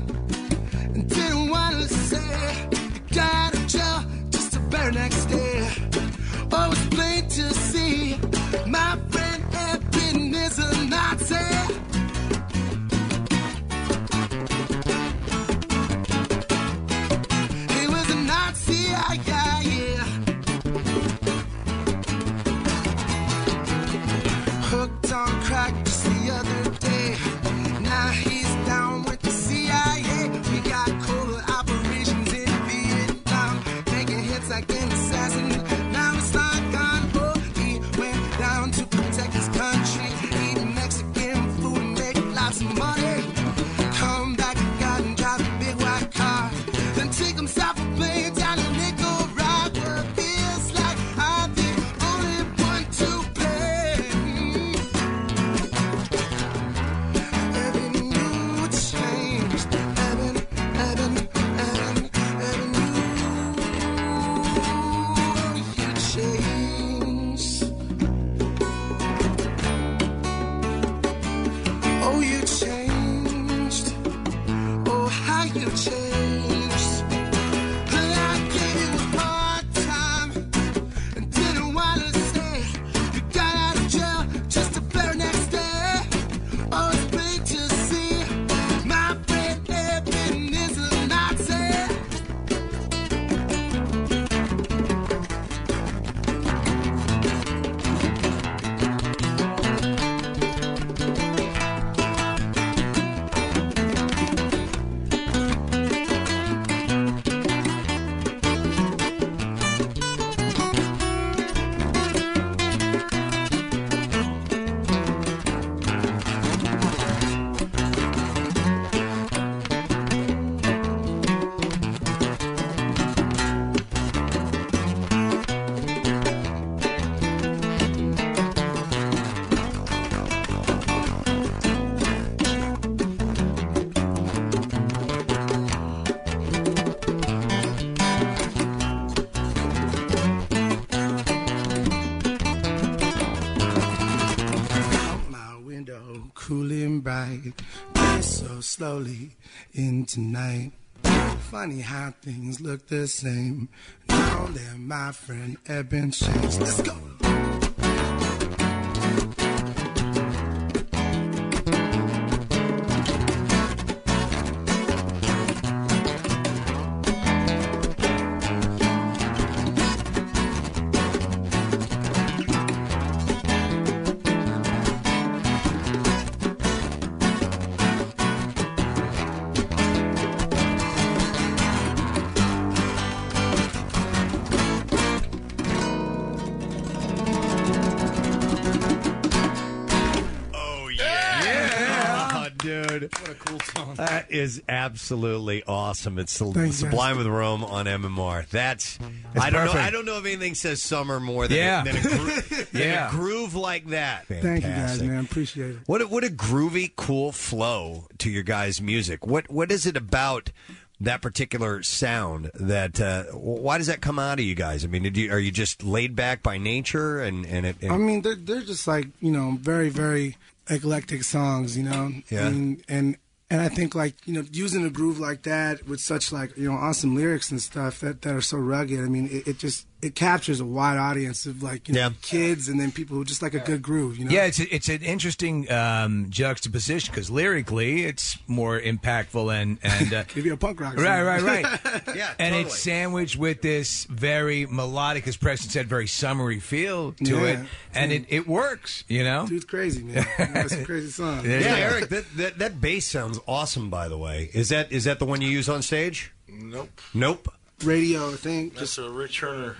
S1: and Didn't want to say. Got in jail just the very next day. Oh, it's plain to see my friend Evan is a Nazi. He was a Nazi, yeah, yeah, yeah. Hooked on crack just the other day. Now he's down with the CIA. We got cooler operations in Vietnam, making hits like an assassin. Now it's not gone. Oh, he went down to protect his country, eat Mexican food and make lots of money. Come back and got and drive a big white car, then take himself a plane down to Nicaragua. Feels like I'm the only one to blame. Evan, you changed. Evan, Evan, Evan, Evan, you, you changed. Oh, you changed. Oh, how you changed. And I gave you a hard time and didn't want to say you got out of jail just the very next day. Oh, it's plain to see my friend Evan is a Nazi. window, cooling bright. Pass so slowly into night. Funny how things look the same. Now that my friend Eben changed. Let's go.
S27: Oh,
S3: Yeah, dude. What a cool song. That is absolutely awesome. It's Sub-
S2: Thanks, guys.
S3: Sublime with Rome on MMR. That's
S2: It's
S3: I don't know.
S2: perfect.
S3: I don't know if anything says summer more than
S2: Yeah.
S3: a, than a gro- than a
S2: Yeah.
S3: groove like that.
S1: Thank you guys, man. Appreciate it.
S2: What a, what a groovy, cool flow to your guys' music. What what is it about that particular sound that? Uh, why does that come out of you guys? I mean, did you, are you just laid back by nature and and it? And
S1: I mean, they're, they're just like, you know, very, very eclectic songs, you know?
S2: Yeah.
S1: I mean, and, and I think like, you know, using a groove like that with such like, you know, awesome lyrics and stuff that, that are so rugged. I mean, it, it just,
S27: it captures a wide audience of like you know,
S3: Yeah.
S27: kids and then people who just like a good groove. You know,
S3: Yeah, it's a, it's an interesting um, juxtaposition because lyrically it's more impactful and and uh,
S27: give you a punk rock.
S3: Right, right, right.
S27: yeah,
S3: and it's sandwiched with this very melodic, as Preston said, very summery feel to
S27: Yeah.
S3: it, and it, it works. You know,
S27: dude's crazy, man. That's a crazy song.
S2: Yeah, Eric, that, that that bass sounds awesome. By the way, is that is that the one you use on stage?
S35: Nope.
S2: Nope.
S27: Radio, I think.
S35: That's a Rich Turner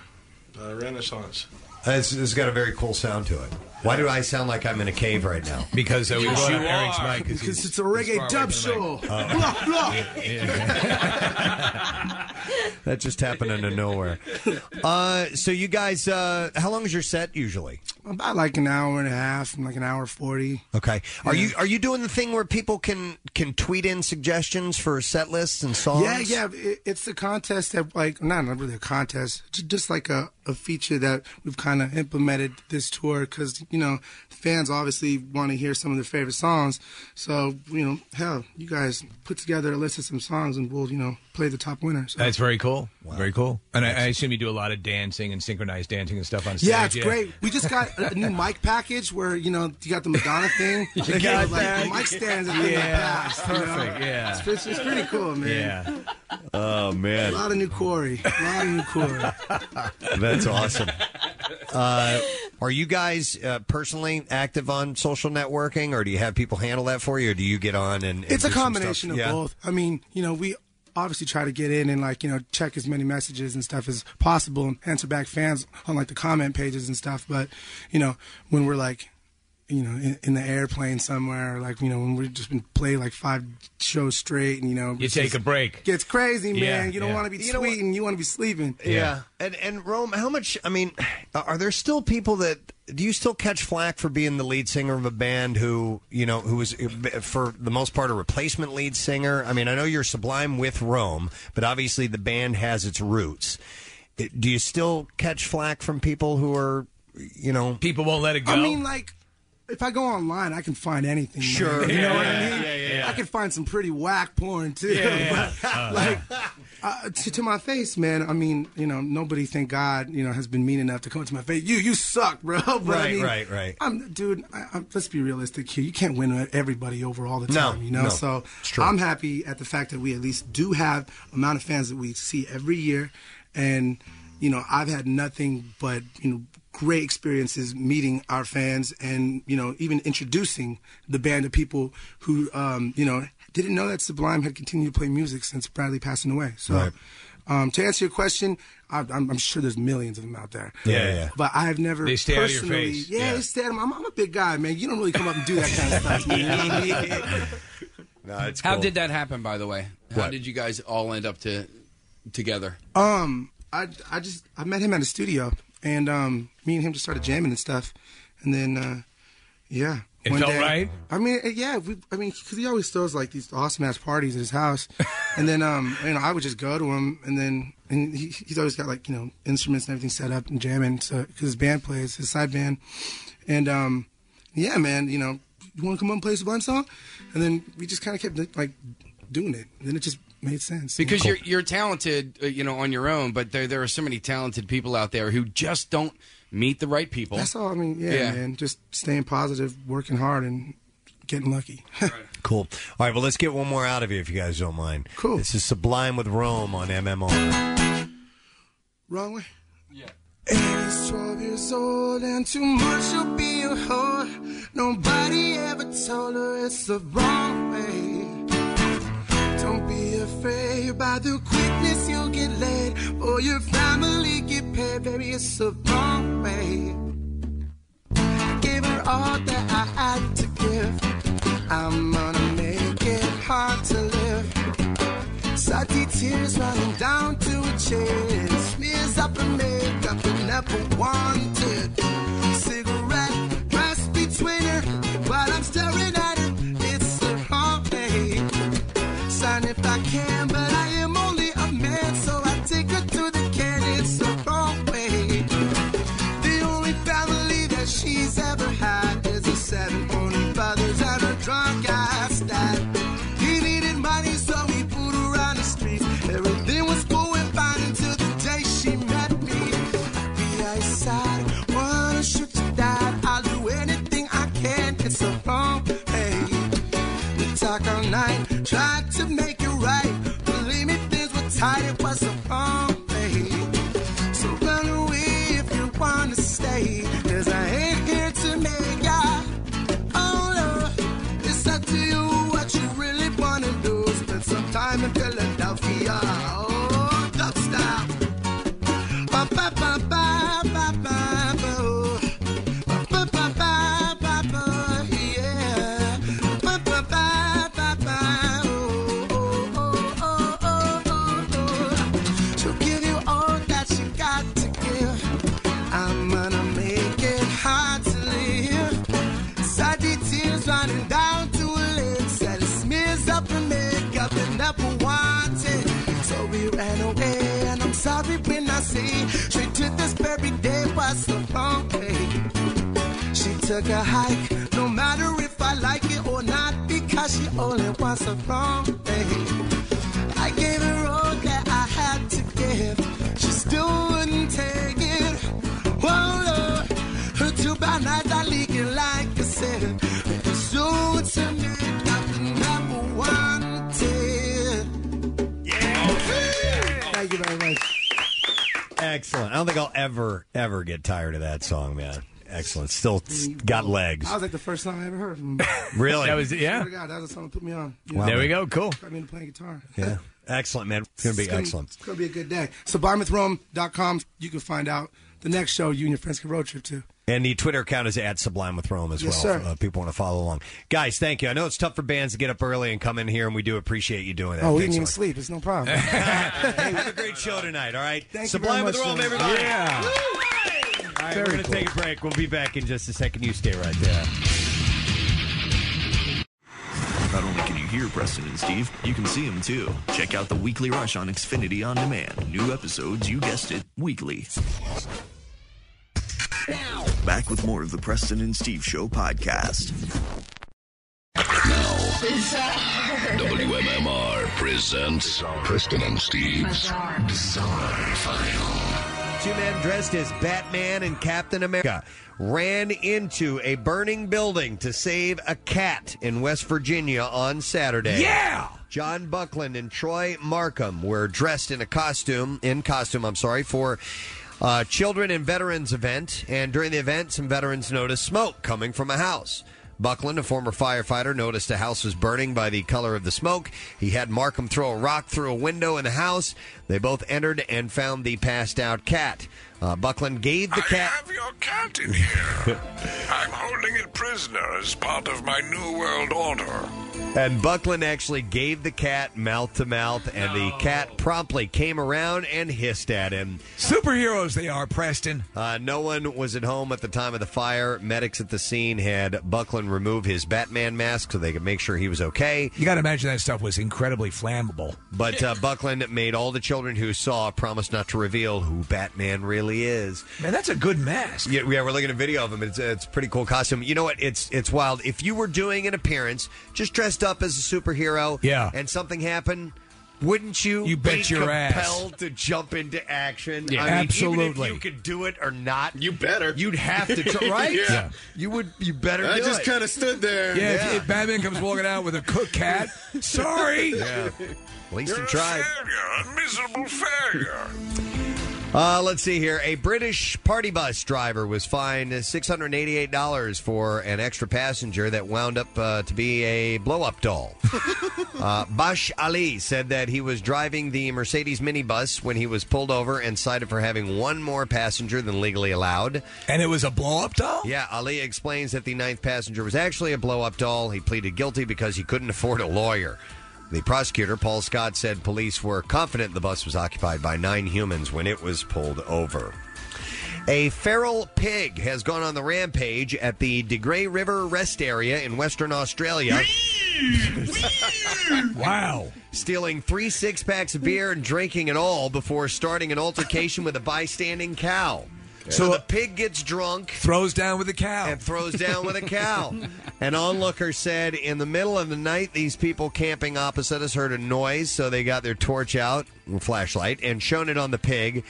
S35: uh, Renaissance.
S2: It's, it's got a very cool sound to it. Why do I sound like I'm in a cave right now?
S3: Because
S27: we
S3: Yes, brought you up Eric's
S27: mic 'cause Because he's it's a reggae far away dub from the mic. show. Blah, blah.
S2: that just happened out of nowhere. Uh, so you guys, uh, how long is your set usually?
S27: About like an hour and a half, like an hour forty.
S2: Okay. Are you are you doing the thing where people can can tweet in suggestions for set lists and songs?
S27: Yeah, yeah. It, it's a contest that, like, not not really a contest, ju- just like a, a feature that we've kind of implemented this tour because, you know, fans obviously want to hear some of their favorite songs. So, you know, hell, you guys put together a list of some songs and we'll, you know, play the top winner. So.
S3: that's very cool. Very cool. And I, I assume you do a lot of dancing and synchronized dancing and stuff on stage.
S27: Yeah, it's great. We just got a new mic package where you know you got the Madonna thing.
S3: You
S27: They
S3: got
S27: gave, like,
S3: that.
S27: the mic stands and thing
S3: Yeah,
S27: like that, you know?
S3: perfect, yeah.
S27: it's, it's, it's pretty cool, man.
S2: Oh
S27: A lot of new Corey. A lot of new Corey.
S2: That's awesome. Uh, are you guys uh, personally active on social networking, or do you have people handle that for you, or do you get on and? and
S27: it's a
S2: do some
S27: combination
S2: stuff?
S27: of
S2: Yeah.
S27: both. I mean, you know, we obviously try to get in and like you know check as many messages and stuff as possible and answer back fans on like the comment pages and stuff. But you know, when we're like, you know, in, in the airplane somewhere, or, like you know, when we've just been play like five shows straight, and you know,
S3: You
S27: it's
S3: take
S27: just-
S3: a break.
S27: Gets crazy, man.
S3: Yeah,
S27: you don't
S3: yeah.
S27: want to be
S2: You know
S27: tweeting. You want to be sleeping.
S2: Yeah. and and Rome, how much? I mean, are there still people that do you still catch flack for being the lead singer of a band who you know who is for the most part a replacement lead singer? I mean, I know you're Sublime with Rome, but obviously the band has its roots. Do you still catch flack from people who are you know
S3: people won't let it
S27: I mean, like, if I go online, I can find anything. man.
S2: Sure.
S27: You know what
S2: Yeah,
S27: I mean?
S2: yeah, yeah, yeah.
S27: I can find some pretty whack porn, too.
S1: Yeah, yeah,
S27: But,
S1: yeah.
S27: like, uh, to, to my face, man, I mean, you know, nobody, thank God, you know, has been mean enough to come to my face. You, you suck, bro. But, I
S2: Right,
S27: mean,
S2: right, right.
S27: I'm, dude, I, I'm, let's be realistic here. You can't win everybody over all the
S2: No,
S27: time, you know?
S2: no.
S27: So
S2: It's true.
S27: I'm happy at the fact that we at least do have amount of fans that we see every year. And, you know, I've had nothing but, you know, great experiences meeting our fans and, you know, even introducing the band to people who, um, you know, didn't know that Sublime had continued to play music since Bradley passing away. So
S2: Right.
S27: um, to answer your question, I, I'm, I'm sure there's millions of them out there.
S2: Yeah, yeah.
S27: But I've never
S3: They stay out of your
S27: personally,
S3: face.
S27: Yeah,
S3: Yeah.
S27: they stay out of my. I'm, I'm a big guy, man. You don't really come up and do that kind of stuff. man. You know what I mean?
S5: How
S2: cool.
S5: did that happen, by the way? How
S2: What?
S5: did you guys all end up to together?
S27: Um, I I just I met him at a studio, and um, me and him just started jamming and stuff, and then uh, yeah,
S3: It felt right?
S27: I mean, uh, yeah, we, I mean, because he always throws like these awesome ass parties at his house, and then um, you know, I would just go to him, and then and he, he's always got like you know instruments and everything set up and jamming, so because his band plays his side band, and um, yeah, man, you know, you want to come up and play Sublime song, and then we just kind of kept like doing it, and then it just made sense
S5: Because
S27: Cool.
S5: you're you're talented, uh, you know, on your own, but there there are so many talented people out there who just don't meet the right people.
S27: That's all. I mean, yeah,
S5: Yeah.
S27: man. Just staying positive, working hard, and getting lucky.
S2: Cool. All right, well, let's get one more out of you if you guys don't mind. Cool. This is Sublime with Rome on MMR.
S27: Wrong way.
S1: And he's 12 years old, and too much will be a whore. Nobody ever told her it's the wrong way. Don't be afraid by the quickness you'll get laid, or your family get paid. Baby, it's the wrong way. Give her all that I had to give. I'm gonna make it hard to live. Salty tears running down to her chin. Smears up her makeup you never wanted. Cigarette pressed between her while I'm staring at it. It's the wrong way. Sign if I can, but I am only a man, so I take her to the can. It's the wrong way. The only family that she's ever had is a seven only brothers and a drunk ass dad. He needed money, so he put her on the streets. Everything was going fine until the day she met me. tight, it was so unpaid. So run away if you wanna stay. Cause I ain't here to make ya own love. It's up to you what you really wanna do. Spend some time in Philadelphia. Oh, dubstep. Ba ba ba ba ba ba ba. Ba ba ba ba ba. Yeah. Ba ba ba ba ba. Oh oh oh oh oh oh. She'll give you all that she got to give. I'm gonna make it hard to live. Sadly, tears running down to her lips. And it smears up her makeup and never wanted. So we ran away, and I'm sorry when I say straight to this very day was the wrong way. She took a hike, no matter if I like it or not, because she only wants the wrong thing. I gave her all that I had to give. She still wouldn't take it. Whoa, Lord. Her two by nights are leaking like a sip. So it's a minute number one Thank you very much.
S2: Excellent. I don't think I'll ever, ever get tired of that song, man. Excellent. Still s- got legs.
S20: That was like the first song I ever heard from
S2: Really? That was- yeah.
S20: Swear to God, that was the song that put me on.
S2: Wow. There we go. Cool.
S20: Got me into playing guitar.
S2: Yeah. Excellent, man. It's going to be excellent.
S20: It's gonna be a good day. So BarmouthRome.com, you can find out the next show you and your friends can road trip to.
S2: And the Twitter account is at Sublime with Rome as
S20: Yes,
S2: well.
S20: sir.
S2: Uh, people want to follow along. Guys, thank you. I know it's tough for bands to get up early and come in here, and we do appreciate you doing that.
S20: oh, we didn't
S2: Thanks so much.
S20: even sleep. It's no problem.
S2: Hey, we have a great show tonight, all right?
S20: Thank you
S2: Sublime
S20: very
S2: with
S20: much,
S2: Rome,
S20: sir.
S2: everybody.
S20: Yeah.
S2: Woo! All right, we're
S20: Very
S2: going to
S20: cool.
S2: take a break. We'll be back in just a second. You stay right there.
S16: Not only can you hear Preston and Steve, you can see them too. Check out the Weekly Rush on Xfinity On Demand. New episodes, you guessed it, weekly. Back with more of the Preston and Steve Show podcast.
S21: WMMR presents Preston and Steve's Bizarre, File.
S2: Two men dressed as Batman and Captain America ran into a burning building to save a cat in West Virginia on Saturday.
S1: Yeah!
S2: John Buckland and Troy Markham were dressed in a costume, in costume, I'm sorry, for a children and veterans event. And during the event, some veterans noticed smoke coming from a house. Buckland, a former firefighter, noticed a house was burning by the color of the smoke. He had Markham throw a rock through a window in the house. They both entered and found the passed out cat. Uh, Buckland gave the cat.
S21: have your cat in here. I'm holding it prisoner as part of my New World Order.
S2: And Buckland actually gave the cat mouth to mouth, and the cat promptly came around and hissed at him.
S3: Superheroes they are, Preston.
S2: Uh, no one was at home at the time of the fire. Medics at the scene had Buckland remove his Batman mask so they could make sure he was okay.
S3: You got to imagine that stuff was incredibly flammable.
S2: But uh, Buckland made all the children who saw promise not to reveal who Batman really is.
S3: Man, that's a good mask.
S2: Yeah, yeah, we're looking at a video of him. It's it's a pretty cool costume. You know what? It's it's wild. If you were doing an appearance, just dressed up as a superhero,
S3: Yeah.
S2: and something happened, wouldn't you?
S3: You bet
S2: be
S3: your ass.
S2: compelled to jump into action.
S3: Yeah.
S2: I mean, Even
S3: Absolutely.
S2: if you could do it or not, you
S9: better.
S2: You'd have to, try, right?
S9: Yeah. Yeah.
S2: You would. You better.
S9: I
S2: do
S9: just
S2: it.
S9: kinda stood there.
S3: Yeah, if- if Batman comes walking out with a cook cat, sorry.
S2: Yeah. At least he tried.
S21: Failure, a miserable failure.
S2: Uh, let's see here. A British party bus driver was fined $688 for an extra passenger that wound up uh, to be a blow up doll. uh, Bash Ali said that he was driving the Mercedes minibus when he was pulled over and cited for having one more passenger than legally allowed.
S3: And it was a blow up doll?
S2: Yeah, Ali explains that the ninth passenger was actually a blow up doll. He pleaded guilty because he couldn't afford a lawyer. The prosecutor, Paul Scott, said police were confident the bus was occupied by nine humans when it was pulled over. A feral pig has gone on the rampage at the De Grey River Rest Area in Western Australia.
S3: wow.
S2: Stealing three six packs of beer and drinking it all before starting an altercation with a bystanding cow. So, the pig gets drunk,
S3: throws down with the cow,
S2: and throws down with a cow. An onlooker said, In the middle of the night, these people camping opposite us heard a noise, so they got their torch out and flashlight and shone it on the pig.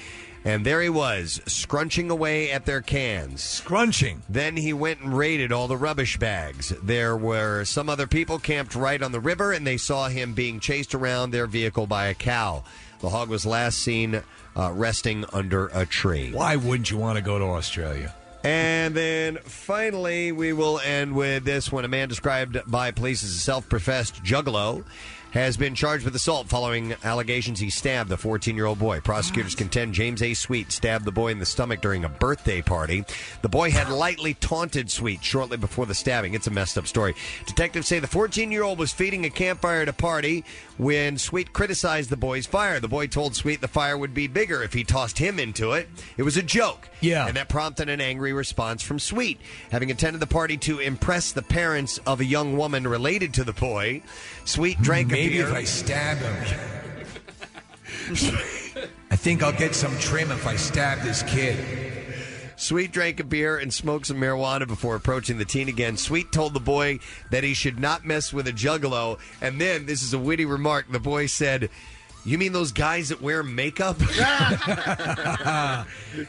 S2: And there he was, scrunching away at their cans.
S3: Scrunching.
S2: Then he went and raided all the rubbish bags. There were some other people camped right on the river, and they saw him being chased around their vehicle by a cow. The hog was last seen uh, resting under a tree.
S3: Why wouldn't you want to go to Australia?
S2: And then finally, we will end with this when a man described by police as a self professed juggalo has been charged with assault following allegations he stabbed the 14 year old boy. Prosecutors contend James A. Sweet stabbed the boy in the stomach during a birthday party. The boy had lightly taunted Sweet shortly before the stabbing. It's a messed up story. Detectives say the 14 year old was feeding a campfire at a party when Sweet criticized the boy's fire. The boy told Sweet the fire would be bigger if he tossed him into it. It was a joke. Yeah. And that prompted an angry response from Sweet. Having attended the party to impress the parents of a young woman related to the boy, Sweet drank a
S3: Maybe
S2: beer.
S3: if I stab him. I think I'll get some trim if I stab this kid.
S2: Sweet drank a beer and smoked some marijuana before approaching the teen again. Sweet told the boy that he should not mess with a juggalo. And then, this is a witty remark, the boy said, You mean those guys that wear makeup?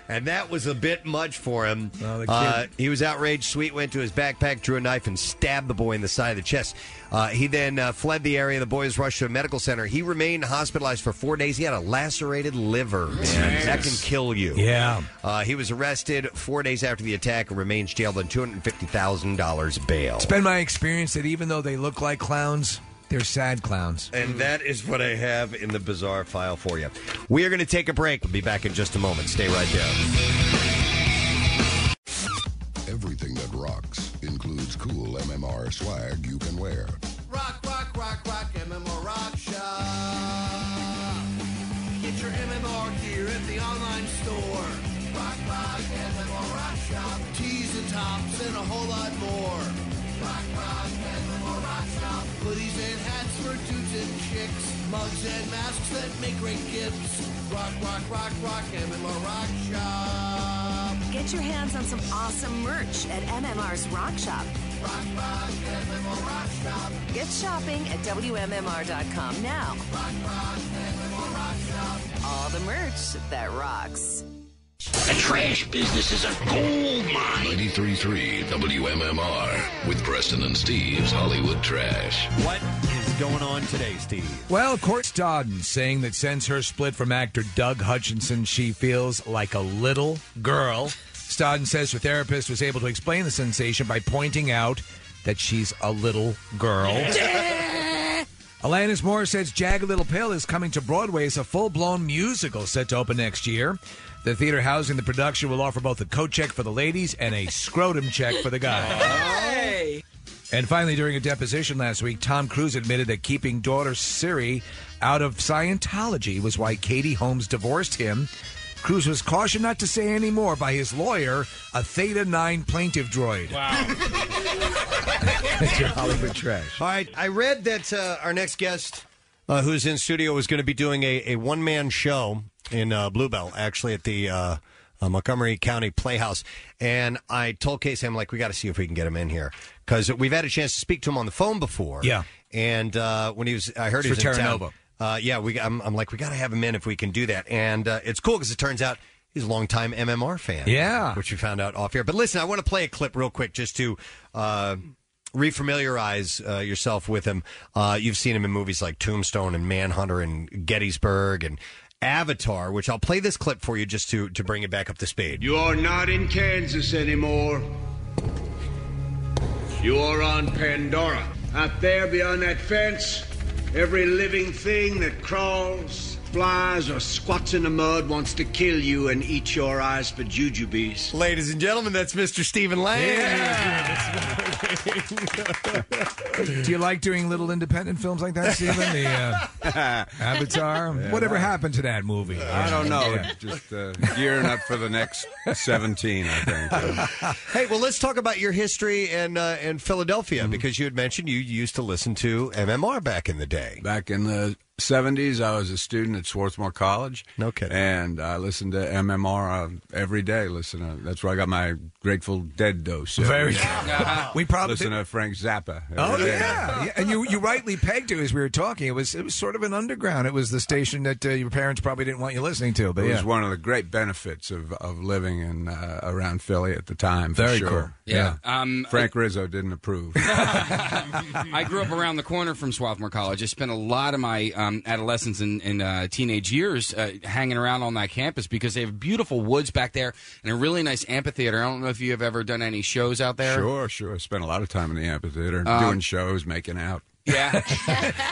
S2: and that was a bit much for him.
S3: the kid-
S2: Uh, he was outraged. Sweet went to his backpack, drew a knife, and stabbed the boy in the side of the chest. Uh, he then uh, fled the area. The boy was rushed to a medical center. He remained hospitalized for four days. He had a lacerated liver. Man. That can kill you.
S3: Yeah.
S2: Uh, he was arrested four days after the attack and remains jailed on two hundred fifty thousand dollars bail.
S3: It's been my experience that even though they look like clowns, they're sad clowns.
S2: And that is what I have in the bizarre file for you. We are going to take a break. We'll be back in just a moment. Stay right there.
S21: Everything that rocks includes cool MMR swag you can wear.
S1: Rock, rock, rock, rock, MMR Rock Shop. Get your MMR gear at the online store. Rock, rock, MMR Rock Shop. Tees and tops and a whole lot more. Rock, rock, MMR Rock Shop. Hoodies and hats for dudes and chicks. Mugs and masks that make great gifts. Rock, rock, rock, rock, MMR Rock Shop.
S22: Get your hands on some awesome merch at MMR's Rock Shop.
S1: Rock, rock, MMR Rock Shop.
S22: Get shopping at WMMR.com now.
S1: Rock, rock, MMR Rock Shop.
S22: All the merch that rocks.
S21: The trash business is a gold mine. 93.3 WMMR with Preston and Steve's Hollywood Trash.
S2: What is going on today, Steve?
S3: Well, Court Stodden saying that since her split from actor Doug Hutchinson, she feels like a little girl. Stodden says her therapist was able to explain the sensation by pointing out that she's a little girl. Alanis Morissette's Jagged Little Pill is coming to Broadway as a full-blown musical set to open next year. The theater housing the production will offer both a coat check for the ladies and a scrotum check for the guys. And finally, during a deposition last week, Tom Cruise admitted that keeping daughter Siri out of Scientology was why Katie Holmes divorced him. Cruise was cautioned not to say any more by his lawyer, a Theta 9 plaintiff droid.
S2: Wow.
S3: That's your Hollywood trash.
S2: All right, I read that uh, our next guest, uh, who's in studio, is going to be doing a, a one man show in uh, Bluebell, actually at the uh, uh, Montgomery County Playhouse. And I told Casey, I'm like, we got to see if we can get him in here because we've had a chance to speak to him on the phone before.
S3: Yeah.
S2: and uh, when he was, I heard he
S3: It's
S2: was
S3: for
S2: in
S3: Terra
S2: town.
S3: Nova.
S2: Uh, yeah, we. I'm, I'm like, we got to have him in if we can do that. And uh, it's cool because it turns out. He's a longtime MMR fan. Yeah. Which we found out off air. But listen, I want to play a clip real quick just to uh, refamiliarize uh, yourself with him. Uh, you've seen him in movies like Tombstone and Manhunter and Gettysburg and Avatar, which I'll play this clip for you just to, to bring it back up to speed.
S24: You are not in Kansas anymore. You are on Pandora. Out there beyond that fence, every living thing that crawls, flies, or squats in the mud wants to kill you and eat your eyes for jujubes.
S2: Ladies and gentlemen, that's Mr. Stephen Lang.
S3: Do you like doing little independent films like that, Stephen? The uh, Avatar?
S25: Yeah,
S3: Whatever
S25: that-
S3: happened to that movie?
S25: I don't know.
S3: Yeah.
S25: Just uh, gearing up for the next 17, I think.
S2: Hey, well, let's talk about your history and uh, and Philadelphia because you had mentioned you used to listen to MMR back in the day.
S25: Back in the 70s, I was a student at Swarthmore College. No kidding. And I listened to MMR uh, every day. Listen, to, that's where I got my Grateful Dead dose.
S3: Very
S25: good.
S3: we probably
S25: listen to Frank Zappa.
S3: Oh
S25: every day.
S3: yeah. yeah, and you you rightly pegged it as we were talking. It was it was sort of an underground. It was the station that uh, your parents probably didn't want you listening to, but
S25: it
S3: yeah.
S25: was one of the great benefits of, of living in uh, around Philly at the time. For
S3: Very
S25: sure.
S3: cool.
S25: Yeah.
S3: Yeah.
S25: Um, Frank Rizzo didn't approve.
S5: I grew up around the corner from Swarthmore College. I spent a lot of my uh, um, adolescents and, and uh, teenage years uh, hanging around on that campus because they have beautiful woods back there and a really nice amphitheater. I don't know if you have ever done any shows out there.
S25: Sure, sure. I spent a lot of time in the amphitheater
S5: Um,
S25: doing shows, making out.
S5: Yeah.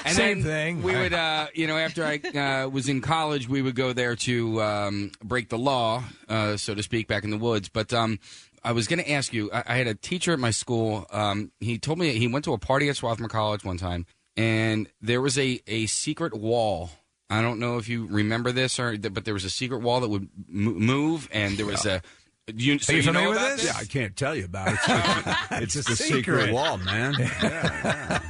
S5: and
S25: Same
S5: then
S25: thing.
S5: We would, uh, you know, after I uh, was in college, we would go there to um, break the law, uh, so to speak, back in the woods. But um, I was going to ask you I, I had a teacher at my school. Um, he told me he went to a party at Swarthmore College one time, and there was a, a secret wall. I don't know if you remember this, or but there was a secret wall that would mo- move, and there was a. You, so
S25: Are you,
S5: know
S25: familiar
S5: about
S25: with this? Yeah, I can't tell you about it. It's, the secret. wall, man. Yeah,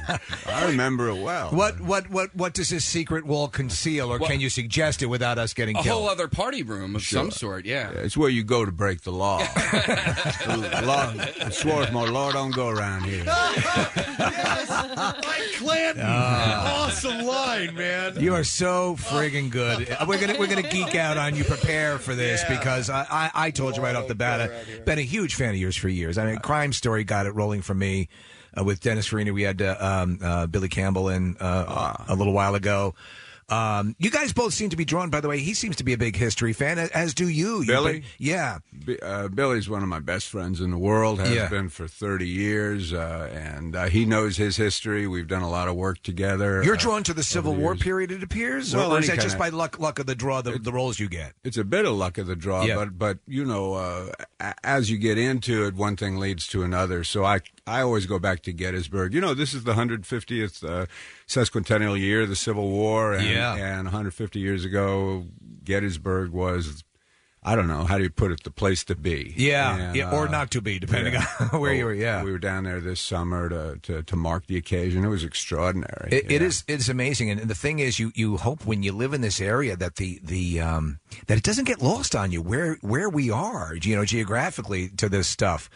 S25: yeah. I remember it well.
S3: What what what what does this secret wall conceal, or
S5: uh, Well-
S3: can you suggest it without us getting
S5: A
S3: killed?
S5: whole other party room of some
S25: Sure.
S5: sort, yeah.
S25: It's where you go to break the law. the law the Swarthmore law don't go around here.
S1: like Clinton.
S3: Ah.
S1: awesome line, man.
S3: You are so friggin' good. Uh, We're gonna we're gonna geek out on you. Prepare for this because I, I, I told you right off the bat. I've been a huge fan of yours for years. I mean, Crime Story got it rolling for me uh, with Dennis Farina. We had uh, um, uh, Billy Campbell in uh, a little while ago. Um, you guys both seem to be drawn. By the way, he seems to be a big history fan, a- as do you, You've
S25: Billy?
S3: been- yeah.
S25: B- uh, Billy's one of my best friends in the world. Has
S3: Yeah.
S25: been for thirty years, uh, and uh, he knows his history. We've done a lot of work together.
S3: You're
S25: uh,
S3: drawn to the Civil
S25: over
S3: War
S25: years.
S3: period, it appears,
S25: Well,
S3: or is
S25: any
S3: that just by
S25: kinda-
S3: luck luck of the draw the, the roles you get?
S25: It's a bit of luck of the draw,
S3: Yeah.
S25: but but you know, uh, a- as you get into it, one thing leads to another. So I I always go back to Gettysburg. You know, this is the 150th uh, sesquicentennial year of the Civil War, and,
S3: Yeah.
S25: and 150 years ago, Gettysburg was. I don't know how do you put it. The place to be,
S3: Yeah,
S25: And,
S3: yeah, or
S25: uh,
S3: not to be, depending
S25: yeah.
S3: on where you were. Yeah,
S25: we were down there this summer to, to, to mark the occasion. It was extraordinary.
S3: It, it is it's amazing, and, and the thing is, you you hope when you live in this area that the the um, that it doesn't get lost on you where where we are, you know, geographically to this stuff.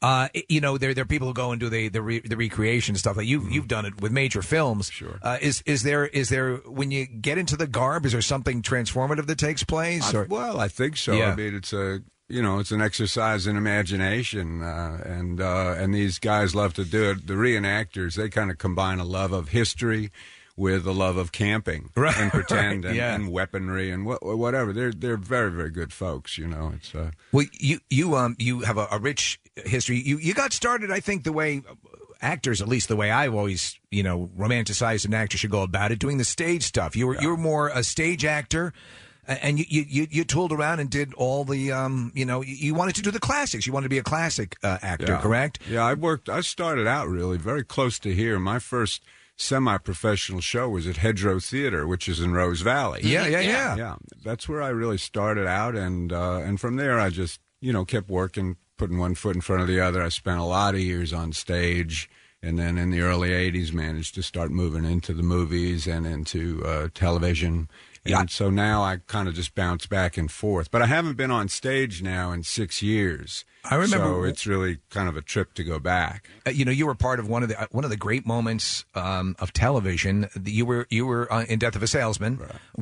S3: Uh, it- you know, there there are people who go and do the the, re, the recreation stuff. Like
S25: Mm-hmm.
S3: you have you've done it with major films. Sure. Uh, is is there is there when you get into the garb, is there something transformative that takes place?
S25: I-
S3: or-
S25: well, I think so.
S3: Yeah.
S25: I mean, it's a you know, it's an exercise in imagination, uh, and uh, and these guys love to do it. The reenactors they kind of combine a love of history with a love of camping
S3: Right,
S25: and pretend
S3: right,
S25: and,
S3: yeah.
S25: and weaponry and what, whatever. They're they're very very good folks. You know, it's uh,
S3: Well, you you um you have a, a rich history. You you got started, I think, the way uh, actors, at least the way I've always you know romanticized an actor should go about it, doing the stage stuff. You were you were more a stage actor. a- And you, you, you, you tooled around and did all the, um, you know, you- you wanted to do the classics. You wanted to be a classic uh, actor,
S25: Yeah.
S3: correct?
S25: Yeah, I worked. I started out really very close to here. My first semi-professional show was at Hedgerow Theater, which is in Rose Valley.
S3: Yeah, Mm-hmm. yeah, yeah.
S25: yeah. that's where I really started out, and uh, and from there I just you know kept working, putting one foot in front of the other. I spent a lot of years on stage. And then in the early '80s, managed to start moving into the movies and into uh, television, and so now I kind of just bounce back and forth. But I haven't been on stage now in six years.
S3: I remember-
S25: So it's really kind of a trip to go back.
S3: Uh, you know, you were part of one of the uh, one of the great moments um, of television. You were you were uh, in Death of a Salesman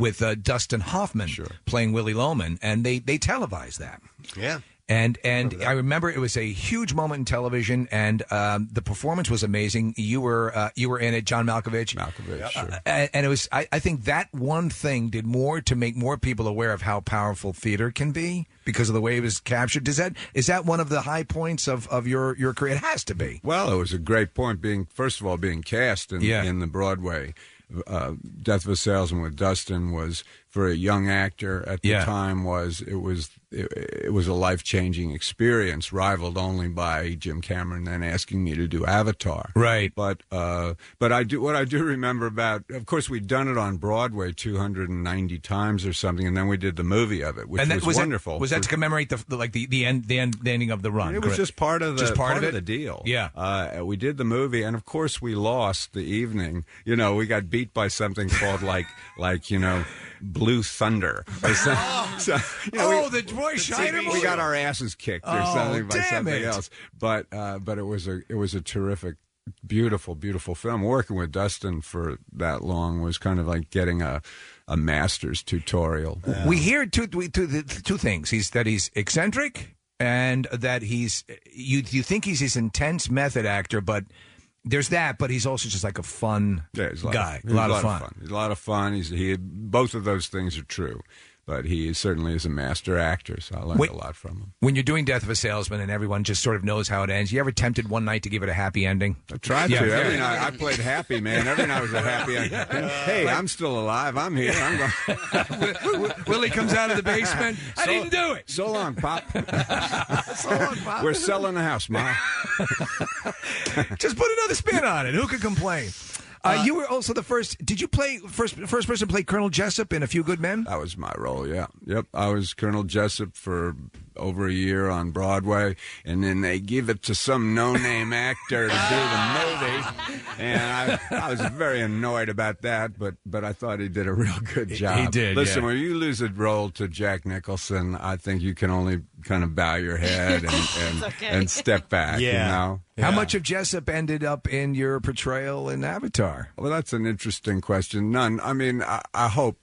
S3: with uh, Dustin Hoffman playing Willie Loman, and they they televised that.
S6: Yeah.
S3: And and I remember it was a huge moment in television, and um, the performance was amazing. You were uh, you were in it, John Malkovich. Malkovich, and, and it was. I, I think that one thing did more to make more people aware of how powerful theater can be because of the way it was captured. Does that is that one of the high points of, of your your career? It has to be.
S25: Well, it was a great point being first of all being cast in
S3: Yeah.
S25: in the Broadway. Uh, Death of a Salesman with Dustin was for a young actor at the
S3: Yeah.
S25: time was it was it, it was a life changing experience, rivaled only by Jim Cameron then asking me to do Avatar.
S3: Right.
S25: But uh, but I do what I do remember about. Of course, we'd done it on Broadway two hundred and ninety times or something, and then we did the movie of it, which
S3: and that
S25: was,
S3: was
S25: wonderful.
S3: That, was that to commemorate the, the like the, the end the end the ending of the run?
S25: It was
S3: correct?
S25: just part of the
S3: Just part,
S25: of,
S3: it?
S25: the deal.
S3: Yeah.
S25: uh, we did the movie, and of course we lost the evening. You know, we got beat by something called like like you know, Blue Thunder. Or some- so, you know, we-
S3: oh, the Roy Scheider.
S25: we got our asses kicked or
S3: Oh,
S25: something by
S3: damn
S25: something
S3: it.
S25: else. But uh, but it was a it was a terrific, beautiful, beautiful film. Working with Dustin for that long was kind of like getting a a master's tutorial. Um,
S3: We hear two we- two the- two things. He's that he's eccentric and that he's you you think he's this intense method actor, but there's that, but he's also just like a fun guy,
S25: He's
S3: a lot of fun.
S25: He's a lot of fun. He's he. Both of those things are true, but he certainly is a master actor. So I learned
S3: Wait.
S25: a lot from him.
S3: When you're doing Death of a Salesman and everyone just sort of knows how it ends, you ever tempted one night to give it a happy ending? I
S25: Tried to every night. I played happy man. Every night was a happy. hey, I'm still alive. I'm here. I'm going.
S3: Willie comes out of the basement. I didn't do it.
S25: So long, Pop.
S3: so long, Pop.
S25: We're selling the house, Ma.
S3: Just put another spin on it. Who could complain? Uh, you were also the first. Did you play first? First person to play Colonel Jessup in A Few Good Men.
S25: That was my role. Yeah. Yep. I was Colonel Jessup for over a year on Broadway, and then they give it to some no-name actor to do the movie, and I, I was very annoyed about that. But but I thought he did a real good job.
S3: did,
S25: Listen,
S3: yeah.
S25: when you lose a role to Jack Nicholson, I think you can only kind of bow your head and and,
S3: okay.
S25: and step back. You know.
S3: How much of Jessup ended up in your portrayal in Avatar?
S25: Well, that's an interesting question. None. I mean, I, I hope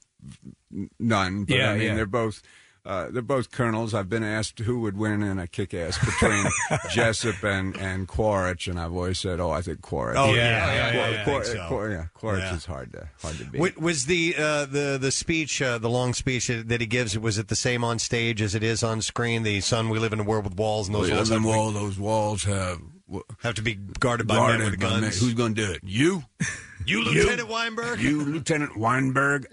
S25: none. But
S3: Yeah,
S25: I mean,
S3: yeah.
S25: they're both. Uh, they're both colonels. I've been asked who would win in a kick-ass between Jessup and and Quaritch, and I've always said, "Oh, I think Quaritch."
S2: Oh, yeah, yeah, yeah, yeah, I
S25: Quar-
S2: think so.
S25: Quar- yeah, Quaritch
S2: Yeah.
S25: is hard to hard to beat.
S2: Wa- Was the uh, the the speech, uh, the long speech that he gives, was it the same on stage as it is on screen? The son, we live in a world with walls, and those
S26: We live
S2: walls
S26: in a
S2: have-
S26: world, those walls have
S2: have to be guarded by men with
S26: by men.
S2: guns.
S26: Who's going to do it? You,
S2: you, Lieutenant Weinberg,
S26: you, Lieutenant Weinberg.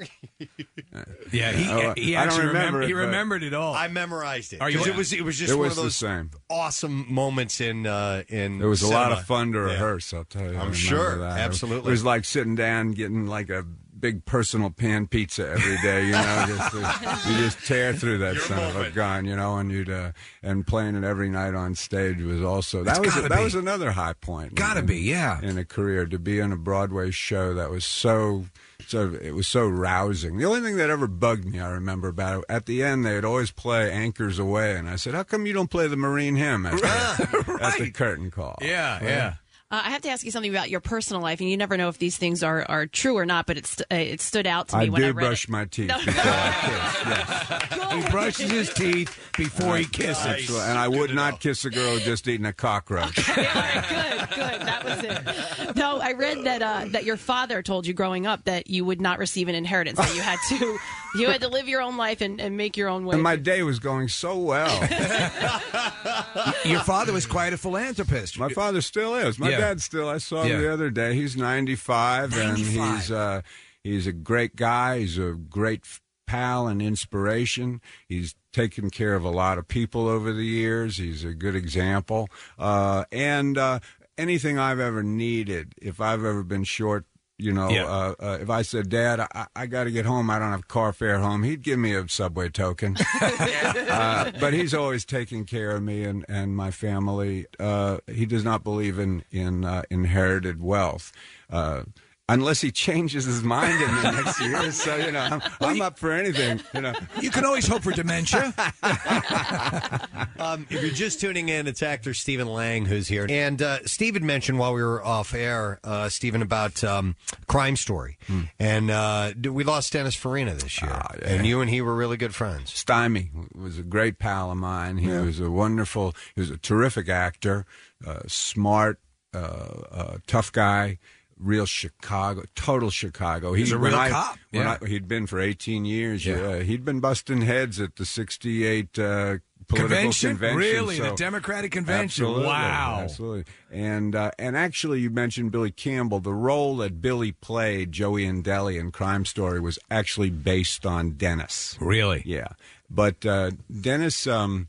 S3: Yeah, he-
S26: I-
S3: he
S26: I don't
S3: actually
S26: remember.
S3: remem- he
S26: it, but-
S3: remembered it all.
S2: I memorized it
S3: Are you-
S2: because it was it was just
S25: It
S2: one
S25: was
S2: of
S25: the
S2: those
S25: same.
S2: awesome moments in uh, in.
S25: It was a lot
S2: cinema.
S25: of fun to
S2: Yeah.
S25: rehearse. I'll tell you. I
S2: I'm
S25: remember
S2: sure.
S25: that.
S2: Absolutely.
S25: it was like sitting down, getting like a big personal pan pizza every day. You know, just, you just tear through that son of a gun. You know, and you'd uh, and playing it every night on stage was also that
S3: It's
S25: was
S3: gotta
S25: that
S3: be.
S25: was another high point.
S3: Gotta
S25: in-
S3: be, yeah.
S25: In a career to be in a Broadway show that was so. So it was so rousing. The only thing that ever bugged me, I remember about it, at the end they'd always play "Anchors Away," and I said, "How come you don't play the Marine hymn at the, at the curtain call?"
S3: Yeah,
S25: yeah.
S7: Uh, I have to ask you something about your personal life, and you never know if these things are, are true or not. But it's uh, it stood out to me
S25: I
S7: when
S25: do
S7: I read
S25: brush
S7: it.
S25: my teeth
S7: No.
S25: before I kiss. Yes.
S3: he brushes his teeth before he kisses.
S25: That's right. And I would not kiss a girl just eating a cockroach.
S7: No, I read that uh, that your father told you growing up that you would not receive an inheritance. That you had to you had to live your own life and, and make your own way.
S25: And my day was going so well.
S3: Your father was quite a philanthropist.
S25: My father still is. My
S3: Yeah.
S25: dad still. I saw him
S3: Yeah.
S25: the other day. He's ninety five, and
S3: 95.
S25: he's uh, he's a great guy. He's a great f- pal and inspiration. He's taken care of a lot of people over the years. He's a good example. Uh, and uh, anything I've ever needed, if I've ever been short. You know,
S3: Yeah.
S25: uh, uh, if I said, "Dad, I, I got to get home. I don't have car fare home," he'd give me a subway token. uh, but he's always taking care of me and, and my family. Uh, he does not believe in in uh, inherited wealth. Uh, Unless he changes his mind in the next year, so you know I'm, I'm up for anything. You know,
S3: you can always hope for dementia.
S2: Um, if you're just tuning in, it's actor Stephen Lang who's here. And uh, Steve had mentioned while we were off air, uh, Stephen, about um, Crime Story. And uh, d- we lost Dennis Farina this year. And you and he were really good friends.
S25: Stymie was a great pal of mine. He
S2: Yeah.
S25: was a wonderful, he was a terrific actor, uh, smart, uh, uh, tough guy, real Chicago, total Chicago.
S3: He's a
S25: when
S3: real
S25: I-
S3: cop,
S25: when
S3: yeah.
S25: I- he'd been for 18 years.
S3: Yeah.
S25: Yeah. he'd been busting heads at the 68 uh, political
S3: Convention?
S25: convention.
S3: Really? The
S25: so-
S3: Democratic convention?
S25: Absolutely,
S3: Wow.
S25: Absolutely. And uh, and actually, you mentioned Billy Campbell. The role that Billy played, Joey and Deli in Crime Story, was actually based on Dennis.
S3: Really?
S25: Yeah. But uh, Dennis, um,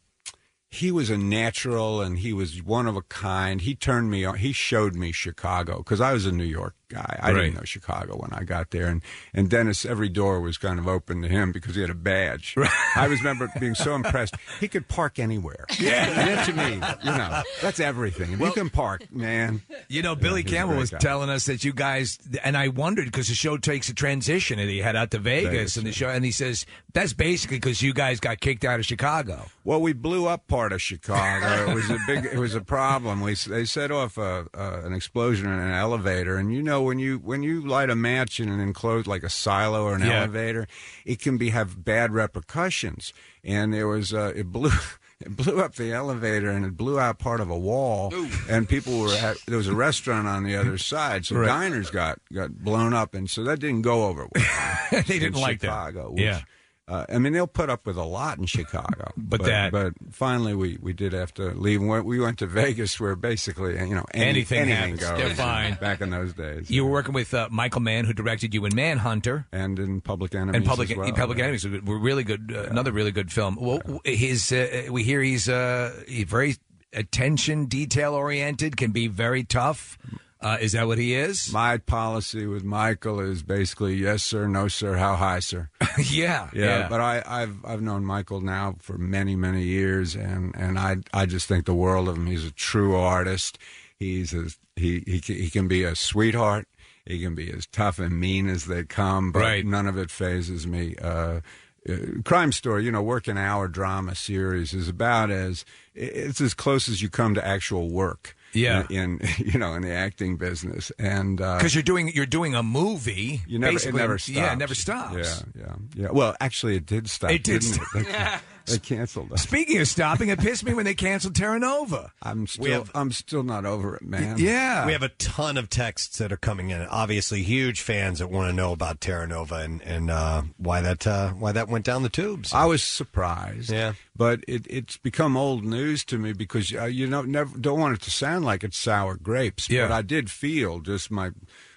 S25: he was a natural, and he was one of a kind. He turned me on. He showed me Chicago because I was a New York guy. I
S3: Right.
S25: didn't know Chicago when I got there, and and Dennis, every door was kind of open to him because he had a badge. I remember being so impressed. He could park anywhere. Yeah, that to me, you know, that's everything. If you can park, man.
S3: You know, Billy
S25: he's a
S3: Campbell
S25: great
S3: was
S25: guy.
S3: telling us that you guys, and I wondered because the show takes a transition, and he had out to Vegas,
S25: Vegas,
S3: and the show, and he says that's basically because you guys got kicked out of Chicago.
S25: Well, we blew up part of Chicago. It was a big, it was a problem. We they set off a, a, an explosion in an elevator, and you know when you when you light a match in an enclosed like a silo or an
S3: Yeah.
S25: elevator, it can be have bad repercussions. And there was uh, it blew. It blew up the elevator and it blew out part of a wall.
S26: Ooh.
S25: And people were at, there was a restaurant on the other side, so
S3: Right.
S25: diners got got blown up, and so that didn't go over well.
S3: They didn't
S25: in
S3: like that.
S25: Chicago, Which,
S3: Yeah.
S25: Uh, I mean, they'll put up with a lot in Chicago,
S3: But that-
S25: But finally, we, we did have to leave. We went- We went to Vegas, where basically, you know, any-
S3: Anything happens.
S25: goes.
S3: They're fine.
S25: Back in those days,
S3: You were working with uh, Michael Mann, who directed you in Manhunter,
S25: and in Public Enemies,
S3: and Public
S25: as well,
S3: in Public
S25: yeah.
S3: Enemies. Were really good. Uh, Another really good film. Well, w- his uh, we hear he's uh, he very attention detail oriented, can be very tough. Uh, is that what he is?
S25: My policy with Michael is basically yes sir, no sir, how high sir.
S3: yeah,
S25: But I, I've I've known Michael now for many many years, and, and I I just think the world of him. He's a true artist. He's a, he he ca- he can be a sweetheart. He can be as tough and mean as they come, but
S3: Right.
S25: none of it phases me. Uh, uh, crime story, you know, working hour drama series is about as it's as close as you come to actual work.
S3: Yeah.
S25: in, in you know in the acting business, and uh,
S3: because you're doing you're doing a movie.
S25: you never, it
S3: basically.
S25: never stops.
S3: Yeah, it never stops.
S25: Yeah, yeah, yeah. Well, actually, it did stop.
S3: It did
S25: didn't
S3: stop.
S25: They, can- they canceled us.
S3: Speaking of stopping, it pissed me when they canceled Terra Nova.
S25: I'm
S3: We
S25: still,
S3: have-
S25: I'm still not over it, man.
S2: We have a ton of texts that are coming in. Obviously, huge fans that want to know about Terra Nova and and uh, why that uh, why that went down the tubes.
S25: I was surprised.
S2: Yeah.
S25: but it, it's become old news to me because uh, you know never don't want it to sound like it's sour grapes.
S3: Yeah.
S25: but I did feel just my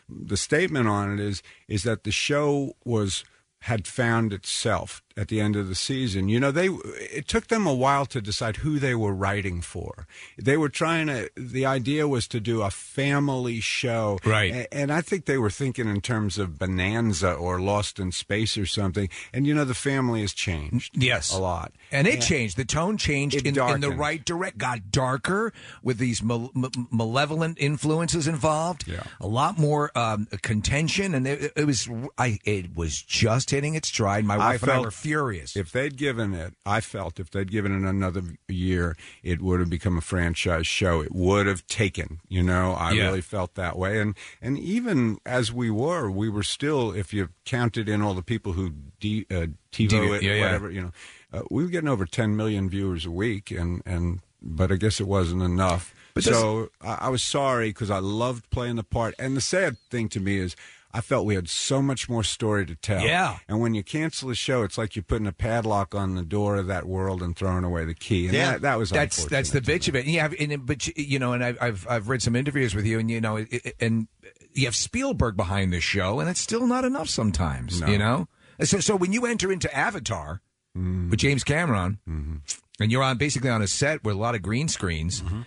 S25: the statement on it is is that the show was had found itself at the end of the season. You know, they it took them a while to decide who they were writing for. They were trying to the idea was to do a family show.
S3: Right.
S25: A- and I think they were thinking in terms of Bonanza or Lost in Space or something. And you know the family has changed.
S3: Yes.
S25: A lot.
S3: And it
S25: Yeah.
S3: changed. The tone changed in, in the
S25: darkened.
S3: right direct. Got darker with these mal- ma- malevolent influences involved. Yeah. A lot more um, contention, and it, it was I. It was just hitting its stride. My wife and I were furious.
S25: If they'd given it, I felt if they'd given it another year, it would have become a franchise show. It would have taken. You know, I
S3: Yeah.
S25: really felt that way. And and even as we were, we were still, if you counted in all the people who de- uh, TiVo
S3: DV
S25: it,
S3: yeah, yeah.
S25: whatever, you know, uh, we were getting over 10 million viewers a week, and and but I guess it wasn't enough.
S3: But
S25: so I, I was sorry because I loved playing the part. And the sad thing to me is. I felt we had so much more story to tell.
S3: Yeah.
S25: And when you cancel a show, it's like you're putting a padlock on the door of that world and throwing away the key. And that, that was
S3: that's
S25: unfortunate.
S3: that's the bitch of it. Yeah, and, it- but you- you know, and I've, I've I've read some interviews with you, and you know, it, it- and you have Spielberg behind this show, and it's still not enough sometimes.
S25: No.
S3: You know, so so when you enter into Avatar
S25: Mm-hmm.
S3: with James Cameron, and you're on basically on a set with a lot of green screens.
S25: Mm-hmm.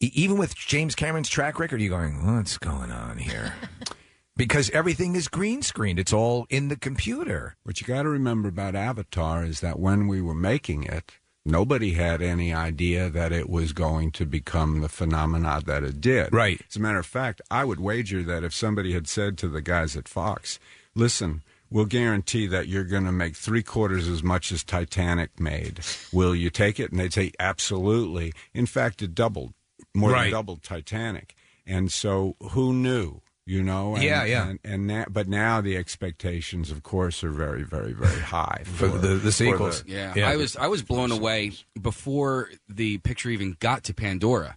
S3: e- Even with James Cameron's track record, you're going, what's going on here? because everything is green screened. It's all in the computer.
S25: What you got to remember about Avatar is that when we were making it, nobody had any idea that it was going to become the phenomenon that it did. Right. As a matter of fact, I would wager that if somebody had said to the guys at Fox, listen, we'll guarantee that you're going to make three quarters as much as Titanic made, will you take it? And they'd say, absolutely. In fact, it doubled, more
S3: Right.
S25: than doubled Titanic. And so who knew? You know, and,
S3: Yeah, yeah.
S25: and, and now, but now the expectations, of course, are very, very, very high
S3: For the- the sequels.
S5: Yeah. I was I was blown away before the picture even got to Pandora.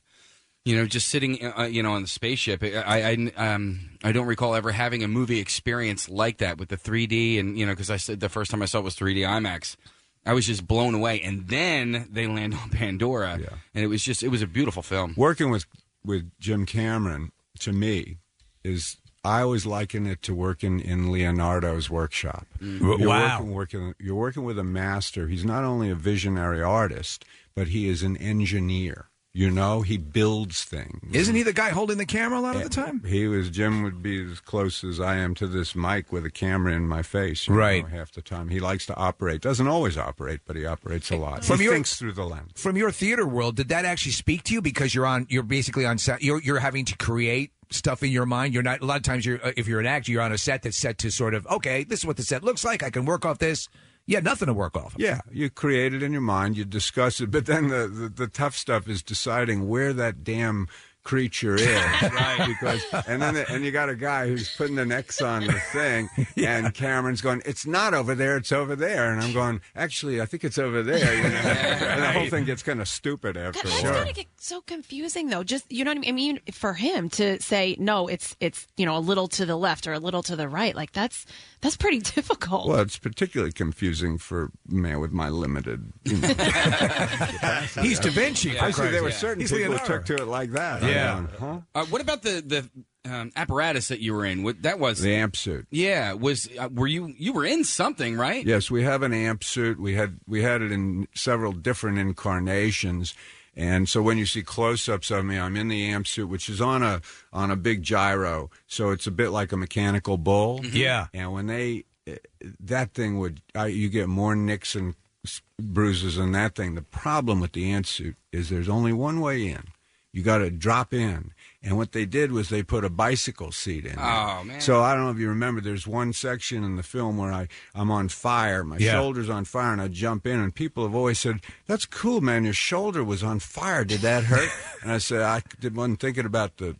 S5: You know, just sitting, uh, you know, on the spaceship. I, I, um, I don't recall ever having a movie experience like that with the 3D, and you know, because I said the first time I saw it was 3D IMAX. I was just blown away, and then they land on Pandora, and it was just it was a beautiful film.
S25: working with with Jim Cameron to me is I always liken it to working in Leonardo's workshop.
S3: Mm.
S25: You're
S3: Wow.
S25: working, working- you're working with a master. He's not only a visionary artist, but he is an engineer. You know, he builds things.
S3: Isn't he the guy holding the camera a lot of the time?
S25: He was Jim would be as close as I am to this mic with a camera in my face, you
S3: Right.
S25: know, half the time. He likes to operate. Doesn't always operate, but he operates a lot.
S3: From
S25: he
S3: your-
S25: thinks through the lens.
S3: from your theater world, did that actually speak to you? Because you're on, you're basically on set. You're you're having to create stuff in your mind. You're not a lot of times. You're uh, if you're an actor, you're on a set that's set to sort of okay, this is what the set looks like. I can work off this. Yeah, nothing to work off. Of.
S25: Yeah, you create it in your mind, you discuss it, but then the, the, the tough stuff is deciding where that damn creature is,
S26: Right.
S25: Because and then the, and you got a guy who's putting an X on the thing, and Cameron's going, "It's not over there, it's over there," and I'm going, "Actually, I think it's over there." You know? And the whole thing gets kind of stupid after
S7: That's
S25: a while.
S7: gonna get so confusing, though. Just you know what I mean? I mean, for him to say no, it's it's you know a little to the left or a little to the right, like that's that's pretty difficult.
S25: Well, it's particularly confusing for a man with my limited. You know,
S3: He's Da Vinci. for
S25: I see
S3: Christ's
S25: there were
S3: sake.
S25: certain
S3: He's
S25: people who
S3: Leonardo.
S25: took to it like that. I'm
S3: Yeah.
S25: going, huh?
S5: Uh, what about the the um, apparatus that you were in? What that was
S25: the amp suit.
S5: Yeah, was uh, were you you were in something right?
S25: Yes, we have an amp suit. We had we had it in several different incarnations. And so when you see close-ups of me, I'm in the amp suit, which is on a on a big gyro, so it's a bit like a mechanical bull.
S3: Mhm. Yeah.
S25: And when they eh, that thing would, I, you get more nicks and s- bruises on that thing. The problem with the amp suit is there's only one way in. You got to drop in. And what they did was they put a bicycle seat in. there.
S5: Oh, man.
S25: So I don't know if you remember. There's one section in the film where I I'm on fire. My
S3: Yeah.
S25: shoulder's on fire, and I jump in. And people have always said, "That's cool, man. Your shoulder was on fire. Did that hurt?" and I said, "I did- wasn't thinking about the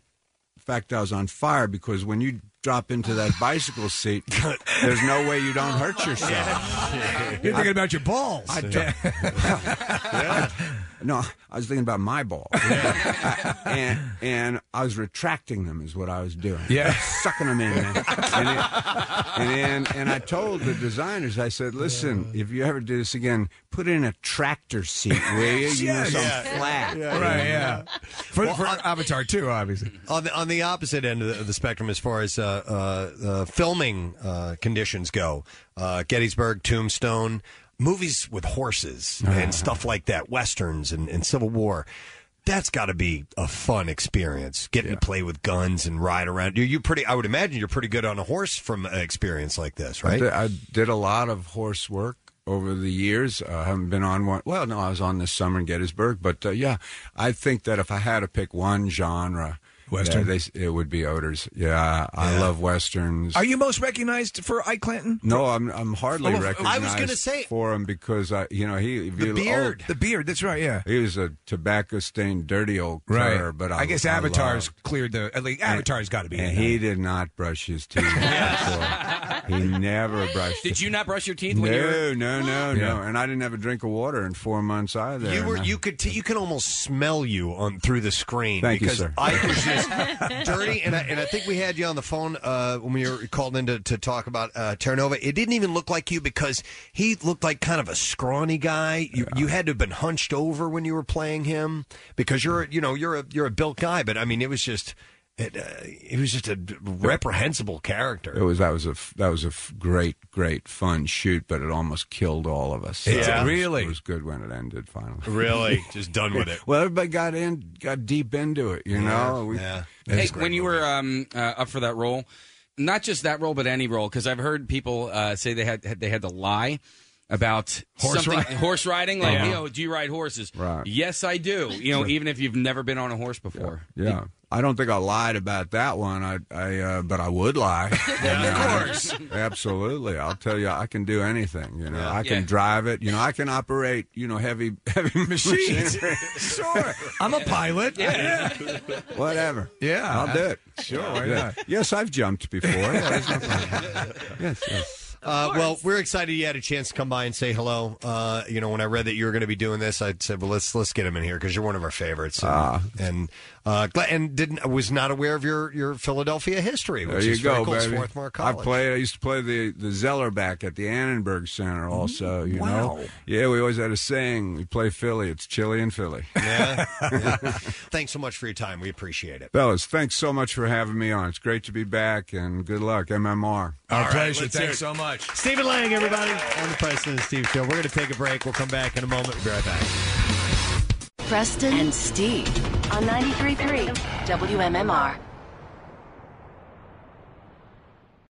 S25: fact I was on fire because when you." Drop into that bicycle seat. There's no way you don't hurt yourself.
S3: You're thinking about
S25: your balls. I
S3: Yeah.
S25: don't- no, I was thinking about my balls. and and I was retracting them is what I was doing.
S3: Yeah.
S25: sucking them in. Man. And, it- and and and I told the designers, I said, listen, if you ever do this again, put in a tractor seat, will you? You know,
S2: Yeah,
S25: something
S2: yeah.
S25: flat.
S2: Yeah,
S3: Right, yeah. For, for Avatar too, obviously.
S2: on the on the opposite end of the, of the spectrum as far as uh, uh, uh, filming uh, conditions go. Uh, Gettysburg, Tombstone, movies with horses
S3: Ah.
S2: and stuff like that, westerns and, and Civil War. That's got to be a fun experience. Getting to play with guns and ride around. You're you pretty? I would imagine you're pretty good on a horse from uh, an experience like this,
S25: I
S2: right?
S25: did, I did a lot of horse work over the years. I haven't been on one. Well, no, I was on this summer in Gettysburg, but uh, yeah, I think that if I had to pick one genre,
S3: Western?
S25: that they- it would be odors. Yeah, I love westerns.
S3: Are you most recognized for Ike Clanton?
S25: No, I'm I'm hardly
S3: Oh, I was
S25: recognized.
S3: gonna say-
S25: for him because I, you know, he if
S3: The
S25: you-
S3: beard. the beard. That's right. Yeah.
S25: oh, he was a tobacco stained, dirty old
S3: Right.
S25: cur, But I,
S3: I guess
S25: I
S3: Avatar's
S25: loved-
S3: cleared the. At least Avatar's got to be.
S25: And
S3: in
S25: he did not brush his teeth. So he never brushed.
S5: Did you not brush your teeth
S25: No,
S5: when you were?
S25: no, no, no.
S2: Yeah.
S25: And I didn't have a drink of water in four months either.
S2: You were
S25: And I-
S2: you could t- you can almost smell you on through the screen
S25: Thank you,
S2: because
S25: sir.
S2: Ike was just dirty and I, and I think we had you on the phone uh, when we were called in to, to talk about uh, Terranova. It didn't even look like you because he looked like kind of a scrawny guy. You, you had to have been hunched over when you were playing him because you're you know you're a you're a built guy, but I mean it was just it, uh, it was just a reprehensible character.
S25: It was that was a f- that was a f- great great fun shoot, but it almost killed all of us.
S2: Yeah.
S25: it was-
S2: Really?
S25: it was good when it ended finally.
S2: Really? Just done with it.
S25: Well, everybody got in, got deep into it. You
S5: Yeah,
S25: know, We-
S5: Hey, when you were um, uh, up for that role, not just that role, but any role, because I've heard people uh, say they had they had to lie about
S27: Horse
S5: something,
S27: riding.
S5: horse riding. Like,
S27: Yeah.
S5: you know, do you ride horses?
S25: Right.
S5: Yes, I do. You know, even if you've never been on a horse before.
S25: yeah. I don't think I lied about that one. I, I, uh, but I would lie.
S5: of course.
S25: Absolutely, I'll tell you, I can do anything. You know, I can
S3: Yeah.
S25: drive it. You know, I can operate. You know, heavy, heavy
S3: Machines.
S25: machines.
S3: sure. I'm a pilot.
S25: Yeah. Whatever.
S3: Yeah.
S25: I'll do it.
S3: Sure, why
S25: Yeah.
S3: not?
S25: Yes, I've jumped before. Yeah, there's no problem.
S2: Uh, well, we're excited you had a chance to come by and say hello. Uh, you know, when I read that you were going to be doing this, I said, "Well, let's let's get him in here because you're one of our favorites." And
S25: Ah.
S2: and, uh, gla- and didn't was not aware of your your Philadelphia history. Which
S25: there you
S2: is
S25: go,
S2: very cool. It's
S25: baby.
S2: Swarthmore
S25: I
S2: College.
S25: played. I used to play the the Zellerback at the Annenberg Center. Also, you know. Yeah, we always had a saying: "We play Philly. It's chilly in Philly."
S2: Yeah. yeah. Thanks so much for your time. We appreciate it.
S25: Fellas, thanks so much for having me on. It's great to be back, and good luck, MMR.
S2: All right, let's hear it.
S3: so much.
S2: Stephen Lang, everybody, on the President and Steve Show. We're going to take a break. We'll come back in a moment. We'll be right back.
S22: Preston and Steve on 93.3 WMMR.